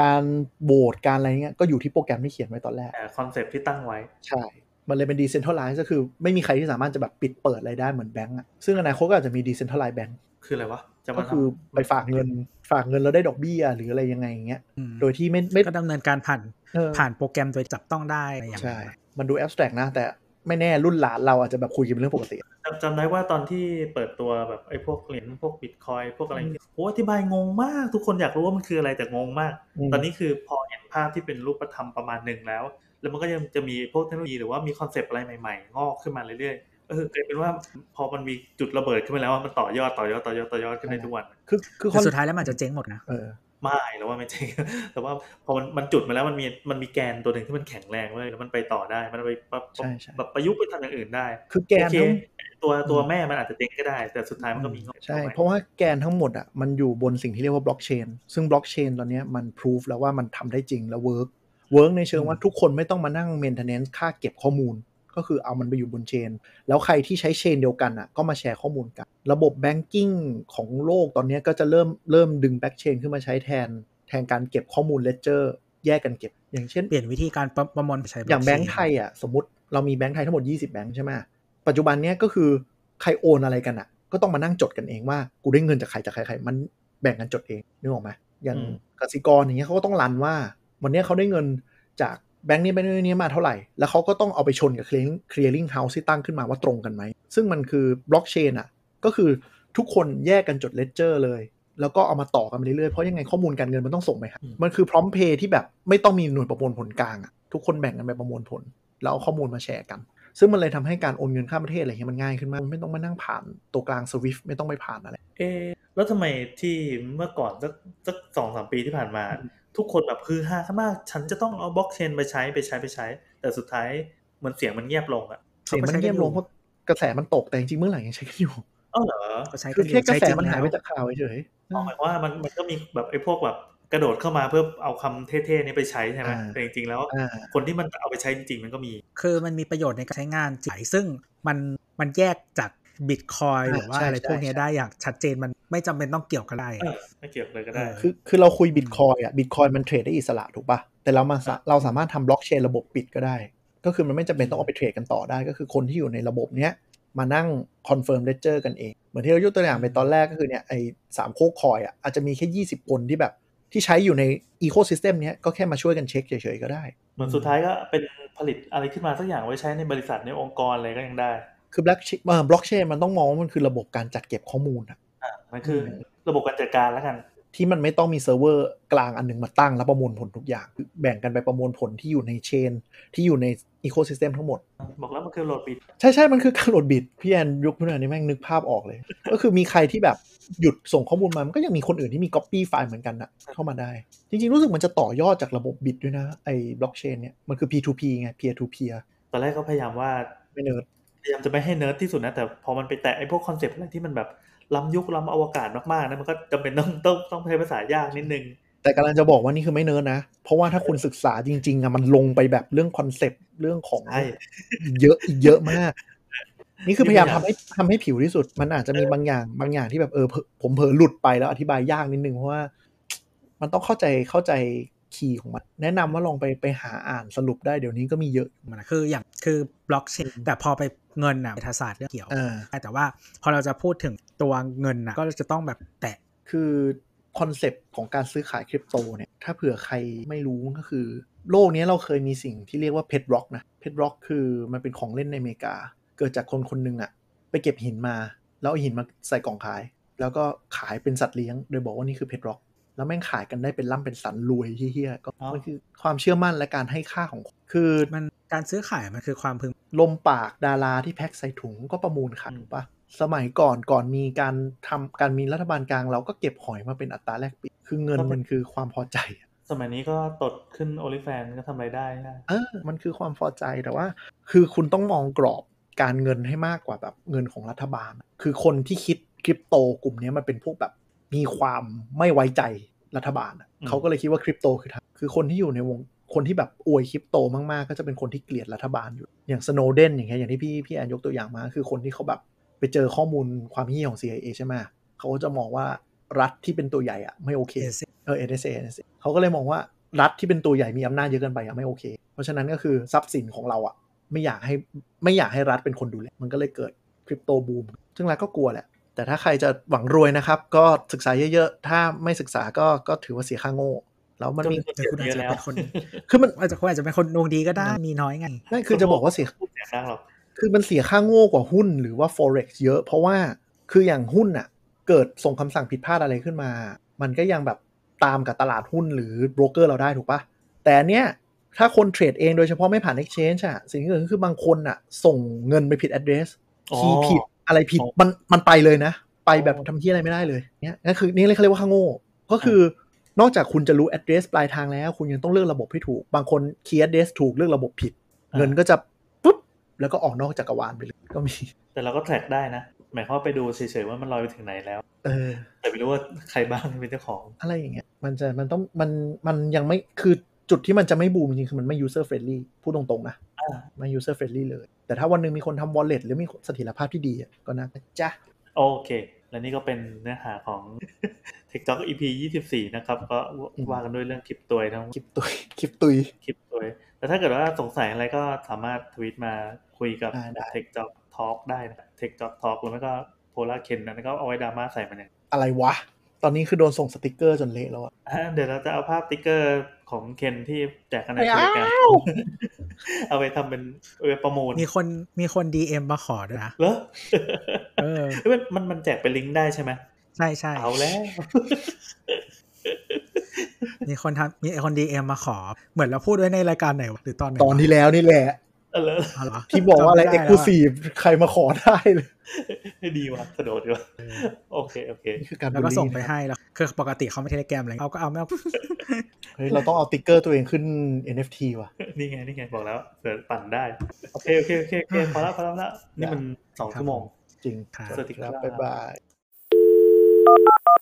Speaker 4: การโหวตการอะไรเงี้ยก็อยู่ที่โปรแกรมที่เขียนไว้ตอนแรก
Speaker 2: แต่คอนเซปที่ตั้งไว้
Speaker 4: ใช่ มันเลยเป็นดีเซนทัลไลซ์ก็คือไม่มีใครที่สามารถจะแบบปิดเปิดอะไรได้เหมือนแบงก์อะซึ่งอนาคตก็อาจจะมีดีเซนทัลไลซ์แบงก์
Speaker 2: คืออะไรวะจะ
Speaker 4: ก็
Speaker 2: มาทำ
Speaker 4: คือไปฝากเงินฝากเงินแล้วได้ดอกเบี้ยหรืออะไรยังไงอย่างเงี้ย
Speaker 3: อืม
Speaker 4: โดยที่ไม่ไม่
Speaker 3: ก็ดำเนินการผ่าน
Speaker 4: เออ
Speaker 3: ผ่านโปรแกรมโดยจับต้องได้อะไรอย่าง
Speaker 4: ใช่
Speaker 3: เงี้ย
Speaker 4: มันดูแอบสแตรกนะ แต่ไม่แน่รุ่นหลานเราอาจจะแบบคุยกันเป็นเรื่องปกติ
Speaker 2: จำจำได้ว่าตอนที่เปิดตัวแบบไอ้พวกเหรียญพวกบิตคอยพวกอะไรอย่างเงี้ยโหอธิบายงงมาก ทุกคนอยากรู้ว่ามันคืออะไรแต่งงมาก
Speaker 4: อืม
Speaker 2: ตอนนี้คือพอเห็นภาพที่เป็นรูปธรรมประมาณหนึ่งแล้ว แล้วมันก็ยังจะมีพวกเทคโนโลยีหรือว่ามีคอนเซปต์อะไรใหม่ๆ งอกขึ้นมาเรื่อยๆเออกลายเป็นว่าพอมันมีจุดระเบิดขึ้นมาแล้วอะมันต่อยอดต่อยอดต่อยอดต่อยอดขึ้นในทุกวัน
Speaker 4: คือคือ
Speaker 3: แต่สุดท้ายแล้วมันอาจจะเจ๊งหมดนะ
Speaker 4: เออ
Speaker 2: ไม่แล้วว่าไม่จริง แต่ว่าพอมันมันจุดมาแล้วมันมีมันมีแกนตัวหนึ่งที่มันแข็งแรงเว้ยแล้วมันไปต่อได้มันเอาไปปรับ
Speaker 4: ใช่ใช่
Speaker 2: แบบประยุกต์ไปทำอย่างอื่นได้
Speaker 4: คือแก
Speaker 2: โอน เค
Speaker 4: ทั้ง
Speaker 2: ตัวตัว
Speaker 4: อืม
Speaker 2: แม่มันอาจจะเจ๊งก็ได้ แต่สุดท้ายมันก็มีงอก
Speaker 4: ใช่
Speaker 2: ออกไป
Speaker 4: เพราะว่าแกนทั้งหมดอ่ะมันอยู่บนสิ่งที่เรียกว่าบล็อกเชนซึ่งบล็อกเชนตอนเนี้ยมันพิสูจแล้วว่ามันทำได้จริงและเวิร์กเวิร์กในเชิงว่าทุกคนไม่ต้องมานั่งเมนเทน n น n ์ค่าเก็บข้อมูล ก็คือเอามันไปอยู่บนเชน แล้วใครที่ใช้เชนเดียวกันอ่ะก็มาแชร์ข้อมูลกัน ระบบแบงกิ้งของโลกตอนเนี้ยก็จะเริ่มเริ่มดึงแบ็กเชนขึ้นมาใช้แทน แทนการเก็บข้อมูลเลเจอร์แยกกันเก็บ อย่างเช่น
Speaker 3: เปลี่ยนวิธีการประประมวลใช้
Speaker 4: อย่างแบงก์ไทยอ่ะสมมติเรามีแบงก์ไทยทั้งหมด 20 แบงก์ใช่ไหมปัจจุบันเนี้ยก็คือใครโอนอะไรกันอ่ะ ก็ต้องมานั่งจดกันเองว่า กูได้เงินจากใครจากใครใครมันแบ่งกันจดเองนึกออกไหมอย่างกสิกรอย่างเงี้ยเขาก็ต้องรันว่า วันเนี้ยเขาได้เงินจากแบงก์นี้แบงก์นี้มาเท่าไหร่ แล้วเขาก็ต้องเอาไปชนกับ clearing clearing house ที่ตั้งขึ้นมาว่าตรงกันไหม ซึ่งมันคือบล็อกเชนอ่ะก็คือทุกคนแยกกันจดเลเจอร์เลย แล้วก็เอามาต่อกันไปเรื่อยๆเพราะยังไงข้อมูลการเงินมันต้องส่งไปหามันคือพร้อมเพย์ที่แบบไม่ต้องมีหน่วยประมวลผลกลางอะทุกคนแบ่งกันไปประมวลผล แล้วเอาข้อมูลมาแชร์กัน ซึ่งมันเลยทำให้การโอนเงินข้ามประเทศอะไรเงี้ยมันง่ายขึ้นมากไม่ต้องมานั่งผ่านตัวกลางสวิฟไม่ต้องไปผ่านอะไร
Speaker 2: เอะแล้วทำไมที่เมื่อก่อนสักสักสองสามปีที่ผ่านมา ทุกคนแบบคือฮากันมาก ฉันจะต้องเอาบล็อกเชนไปใช้ไปใช้ไปใช้ แต่สุดท้ายเหมือนเสียงมันเงียบลงอ่ะ
Speaker 4: เสียงมันเงียบลงเพราะกระแสมันตกแต่จริงๆเมื่อไหร่ยังใช้กันอยู่
Speaker 2: เอ้าเหรอ
Speaker 3: ก็ใช้
Speaker 4: คือแค่กระแส
Speaker 3: จง
Speaker 4: มันหายไป
Speaker 3: แล้ว
Speaker 4: จากข่าวเฉยๆ
Speaker 2: อ๋อหมายความว่ามันมันก็มีแบบไอ้พวกแบบกระโดดเข้ามาเพื่อเอาคำเท่ๆนี้ไปใช้ใช่ไหม
Speaker 4: อ่า
Speaker 2: แต่จริงๆแล้ว
Speaker 4: อ่า
Speaker 2: คนที่มันเอาไปใช้จริงๆมันก็มี
Speaker 3: คือมันมีประโยชน์ในการใช้งานจ่ายซึ่งมันมันแยกจากบิตคอยหรือว่า
Speaker 4: ใช่
Speaker 3: อะไร
Speaker 4: ใช่
Speaker 3: พวกเนี้ย
Speaker 4: ใช่
Speaker 3: ได้อย่างชัดเจนมันไม่จำเป็นต้องเกี่ยวกันได้
Speaker 2: เออไม่เกี่ยวเลยก็ได้
Speaker 3: เ
Speaker 4: คือคือเราคุยบิตคอยอ่ะบิตคอยมันเทรดได้อิสระถูกปะแต่เรามาสะเราสามารถทำบล็อกเชนระบบปิดก็ได้ ก็คือมันไม่จำเป็นต้องเอาไปเทรดกันต่อได้ ก็คือคนที่อยู่ในระบบเนี้ยมานั่งคอนเฟิร์มเลเจอร์กันเอง เหมือนที่เรายกตัวอย่างไปตอนแรกก็คือเนี่ยไอ้สามโคกคอยอ่ะอาจจะมีแค่ 20 คนที่แบบที่ใช้อยู่ในอีโคซิสเต็มเนี้ยก็แค่มาช่วยกันเช็คเฉยๆก็ได้
Speaker 2: เหมือนสุดท้ายก็เป็นผลิตอะไรขึ้นมาสักอย่างไว้ใช้ในบริษัทในองค์กรอะไรก็ยังได้
Speaker 4: คือบล็อกเชนบล็อกเชนมันต้องมองว่ามันคือระบบการจัดเก็บข้อมูลอะ
Speaker 2: มันคือระบบการจัดการแล้วกัน
Speaker 4: ที่มันไม่ต้องมีเซิร์ฟเวอร์กลางอันหนึ่งมาตั้งแล้วประมวลผลทุกอย่างคือแบ่งกันไปประมวลผลที่อยู่ในเชนที่อยู่ใน ecosystem ทั้งหมด
Speaker 2: บอกแล้วมันคือโหลดปิด
Speaker 4: ใช่ใช่ มันคือการโหลดบิด พี่แอนยกขึ้นมานี่แม่งนึกภาพออกเลย ก็คือมีใครที่แบบหยุดส่งข้อมูลมา มันก็ยังมีคนอื่นที่มี Copy ไฟล์เหมือนกันนะเข้ามาได้ จริงๆ รู้สึกมันจะต่อยอดจากระบบบิดด้วยนะ ไอ้บล็อกเชนเนี่ย มันคือ P2P ไง peer to peer
Speaker 2: ตอนแรกก็พยายามว่า
Speaker 4: ไม่เนิร์ด
Speaker 2: พยายามจะไม่ให้เนิร์ดที่สุดนะแต่พอมันไปแตะไอ้พวกคอนเซปต์อะไรที่มันแบบล้ำยุคล้ำอวกาศมากๆนะมันก็จำเป็นต้องต้องต้องใช้ภาษายากนิดนึง
Speaker 4: แต่กำลังจะบอกว่านี่คือไม่เนิร์ดนะ เพราะว่าถ้าคุณศึกษาจริงๆอะมันลงไปแบบเรื่องคอนเซปต์เรื่องของ
Speaker 2: ใช่
Speaker 4: เยอะอีกเยอะมาก นี่คือพยายาม
Speaker 2: นี่
Speaker 4: ทำ
Speaker 2: ไม่อ
Speaker 4: ให้
Speaker 2: ยาก
Speaker 4: ทำให้ผิวที่สุด มันอาจจะมีบางอย่างบางอย่างที่แบบเออเผลอผมเผลอหลุดไปแล้วอธิบายยากนิดนึงเพราะว่า มันต้องเข้าใจเข้าใจคีย์ของมัน แนะนำว่าลองไปไปหาอ่านสรุปได้เดี๋ยวนี้ก็มีเยอะ
Speaker 3: มันนะคืออย่างคือบล็อกเชนแต่พอไปเงินอะเศรษฐศาสตร์เรื่องเกี่ยว
Speaker 4: อ่า
Speaker 3: แต่ว่าพอเราจะพูดถึงตัวเงินนะก็จะต้องแบบแตะ
Speaker 4: คือคอนเซปต์ของการซื้อขายคริปโตเนี่ย ถ้าเผื่อใครไม่รู้ก็คือ โลกนี้เราเคยมีสิ่งที่เรียกว่าเพชร r ็อกนะเพชร r ็อกคือมันเป็นของเล่นในอเมริกา เกิดจากคนคนหนึ่งอะไปเก็บหินมา แล้วเอาหินมาใส่กล่องขาย แล้วก็ขายเป็นสัตว์เลี้ยง โดยบอกว่านี่คือเพชร r ็อก แล้วแม่งขายกันได้เป็นล่ำเป็นสันรวยเฮี้ยๆก็
Speaker 2: อ๋อ
Speaker 4: มันคือความเชื่อมั่นและการให้ค่าของคนคือ
Speaker 3: มันการซื้อขายมันคือความพึง
Speaker 4: ลมปากดาราที่แพ็คใส่ถุงก็ประมูลขาย
Speaker 2: อืม
Speaker 4: ถูกปะสมัยก่อนก่อนมีการทำการมีรัฐบาลกลางเราก็เก็บหอยมาเป็นอัตราแลกเปลี่ยนคือเงินมันคือความพอใจ
Speaker 2: สมัยนี้ก็ตดขึ้นโอลิแฟนก็ทำอะไรได้นะ
Speaker 4: เออ มันคือความพอใจแต่ว่า คือคุณต้องมองกรอบการเงินให้มากกว่าแบบเงินของรัฐบาล คือคนที่คิดคริปโตกลุ่มเนี้ยมันเป็นพวกแบบมีความไม่ไว้ใจรัฐบาลอะเขาก็เลยคิดว่าคริปโตคือทางคือคนที่อยู่ในวงคนที่แบบอวยคริปโตมากๆ ก็จะเป็นคนที่เกลียดรัฐบาลอยู่ อย่างสโนเดนอย่างเงี้ยอย่างที่พี่พี่แอนยกตัวอย่างมา คือคนที่เขาแบบไปเจอข้อมูลความเหี้ยของ CIA ใช่ไหมเขาก็จะมองว่ารัฐที่เป็นตัวใหญ่อะไม่โอเค
Speaker 3: NSA
Speaker 4: เออ NSA NSA เขาก็เลยมองว่ารัฐที่เป็นตัวใหญ่มีอำนาจเยอะเกินไปอะไม่โอเค เพราะฉะนั้นก็คือทรัพย์สินของเราอะไม่อยากให้ไม่อยากให้รัฐเป็นคนดูแล มันก็เลยเกิดคริปโตบูม ซึ่งรัฐก็กลัวแหละ แต่ถ้าใครจะหวังรวยนะครับ ก็ศึกษาเยอะๆ ถ้าไม่ศึกษาก็ก็ถือว่าเสียค่าโง่ แล้วมันมี
Speaker 2: จคเสีย
Speaker 3: คุณอาจ
Speaker 2: เยอะ
Speaker 3: จะ
Speaker 2: แล้ว
Speaker 3: เป็นคน
Speaker 4: คือมัน
Speaker 3: อาจจะคนอาจจะเป็นคนดวงดีก็ได้มีน้อยไง
Speaker 4: นั่นคือจะบอกว่าเสีย
Speaker 2: พูดอย่างนั้นหรอก
Speaker 4: คือมันเสียค่าโง่กว่าหุ้นหรือว่า forex เยอะ เพราะว่าคืออย่างหุ้นน่ะเกิดส่งคำสั่งผิดพลาดอะไรขึ้นมา มันก็ยังแบบตามกับตลาดหุ้นหรือโบรกเกอร์เราได้ถูกปะแต่อันเนี้ยถ้าคนเทรดเองโดยเฉพาะไม่ผ่าน exchange อะสิ่งที่เกิดขึ้นคือบางคนน่ะส่งเงินไปผิด address
Speaker 2: อ๋อ
Speaker 4: คีย์ผิดอะไรผิด
Speaker 2: อ๋อ
Speaker 4: มันมันไปเลยนะ ไปแบบ
Speaker 2: อ๋อ
Speaker 4: ทำที่อะไรไม่ได้เลยเนี่ยนั่นคือนี่เลยเขาเรียกว่าค่าโง่ ก็คือ นอกจากคุณจะรู้ address ปลายทางแล้ว คุณยังต้องเลือกระบบให้ถูก บางคน key address ถูกเลือกระบบผิด
Speaker 2: อ่า
Speaker 4: เงินก็จะปุ๊บแล้วก็ออกนอกจักรวาลไปเลยก็มี
Speaker 2: แต่เราก็แทร็กได้นะ หมายความว่าไปดูเฉยๆว่ามันลอยไปถึงไหนแล้ว
Speaker 4: เออ
Speaker 2: แต่ไม่รู้ว่าใครบ้างเป็นเจ้าของ
Speaker 4: อะไรอย่างเงี้ยมันจะมันต้องมันมันยังไม่คือจุดที่มันจะไม่บูมจริงๆคือมันไม่ user friendly พูดตรงๆนะ
Speaker 2: อ่า
Speaker 4: ไม่ user friendly เลย แต่ถ้าวันหนึ่งมีคนทำ wallet หรือมีเสถียรภาพที่ดีอะก็น่าจ้ะ
Speaker 2: โอเค และนี่ก็เป็นเนื้อหาของ [laughs] TikTok EP 24 นะครับ ก็ว่ากันด้วยเรื่องคลิปตัวยทั้ง
Speaker 4: คลิปตุย [laughs] คลิปตุย
Speaker 2: คลิปตัวยแต่ถ้าเกิดว่าสงสัยอะไรก็สามารถทวิตมาคุยกับ
Speaker 4: อ่าได้
Speaker 2: TikTok Talk ได้นะ TikTok Talk หรือไม่ก็ Polar Ken อันนั้นก็เอาไว้ดราม่าใส่มันอย่าง
Speaker 4: อะไรวะ ตอนนี้คือโดนส่งสติกเกอร์จนเละแล้วอะ
Speaker 2: อ่ะเดี๋ยวเราจะเอาภาพติ๊กเกอร์ของเคนที่แจกกันใน
Speaker 4: ไม่
Speaker 2: ราย
Speaker 4: เอา
Speaker 2: การ [laughs] เอาไปทำเป็นเอาไปประมูล
Speaker 3: มีคนมีคน DM มาขอด้วยนะ
Speaker 2: เหรอ
Speaker 3: เออ
Speaker 2: เอ้ยมันมันมันแจกเป็นลิงก์ได้ใช่ไหม
Speaker 3: ใช่ใช่
Speaker 2: เอาแล้ว
Speaker 3: มีคนทำมีคน DM มาขอ เหมือนเราพูดไว้ในรายการไหนวะหรือตอนไหนวะ
Speaker 4: ตอนที่แล้วนี่แหละ
Speaker 2: เออแล้ว
Speaker 3: เอาเหรอ
Speaker 4: ที่บอกว่าอะไร
Speaker 3: จำม่
Speaker 4: เอ็กซ์คลูซีฟใครมาขอได้เลย
Speaker 2: ดีว่ะสะดวกดีว่ะโอเค โอเค
Speaker 4: นี่คือการ
Speaker 3: แล้วแล้วก็
Speaker 4: บูลลี่
Speaker 3: ส่งไป
Speaker 4: นะครับ
Speaker 3: ให้แล้ว คือปกติเขาไม่เทเลแกรมอะไรเอาก็เอาไม่เอา
Speaker 4: เฮ้ยเราต้องเอาติ๊กเกอร์ตัวเองขึ้น NFT ว่ะ
Speaker 2: นี่ไง นี่ไง บอกแล้วเสือปั่นได้ โอเค โอเค โอเคโอเคพอแล้วพอแล้วพอแล้วนี่มันสองชั่วโมง
Speaker 4: จริง
Speaker 3: ค่ะ
Speaker 2: สวัสดีครับ
Speaker 4: บ๊ายบาย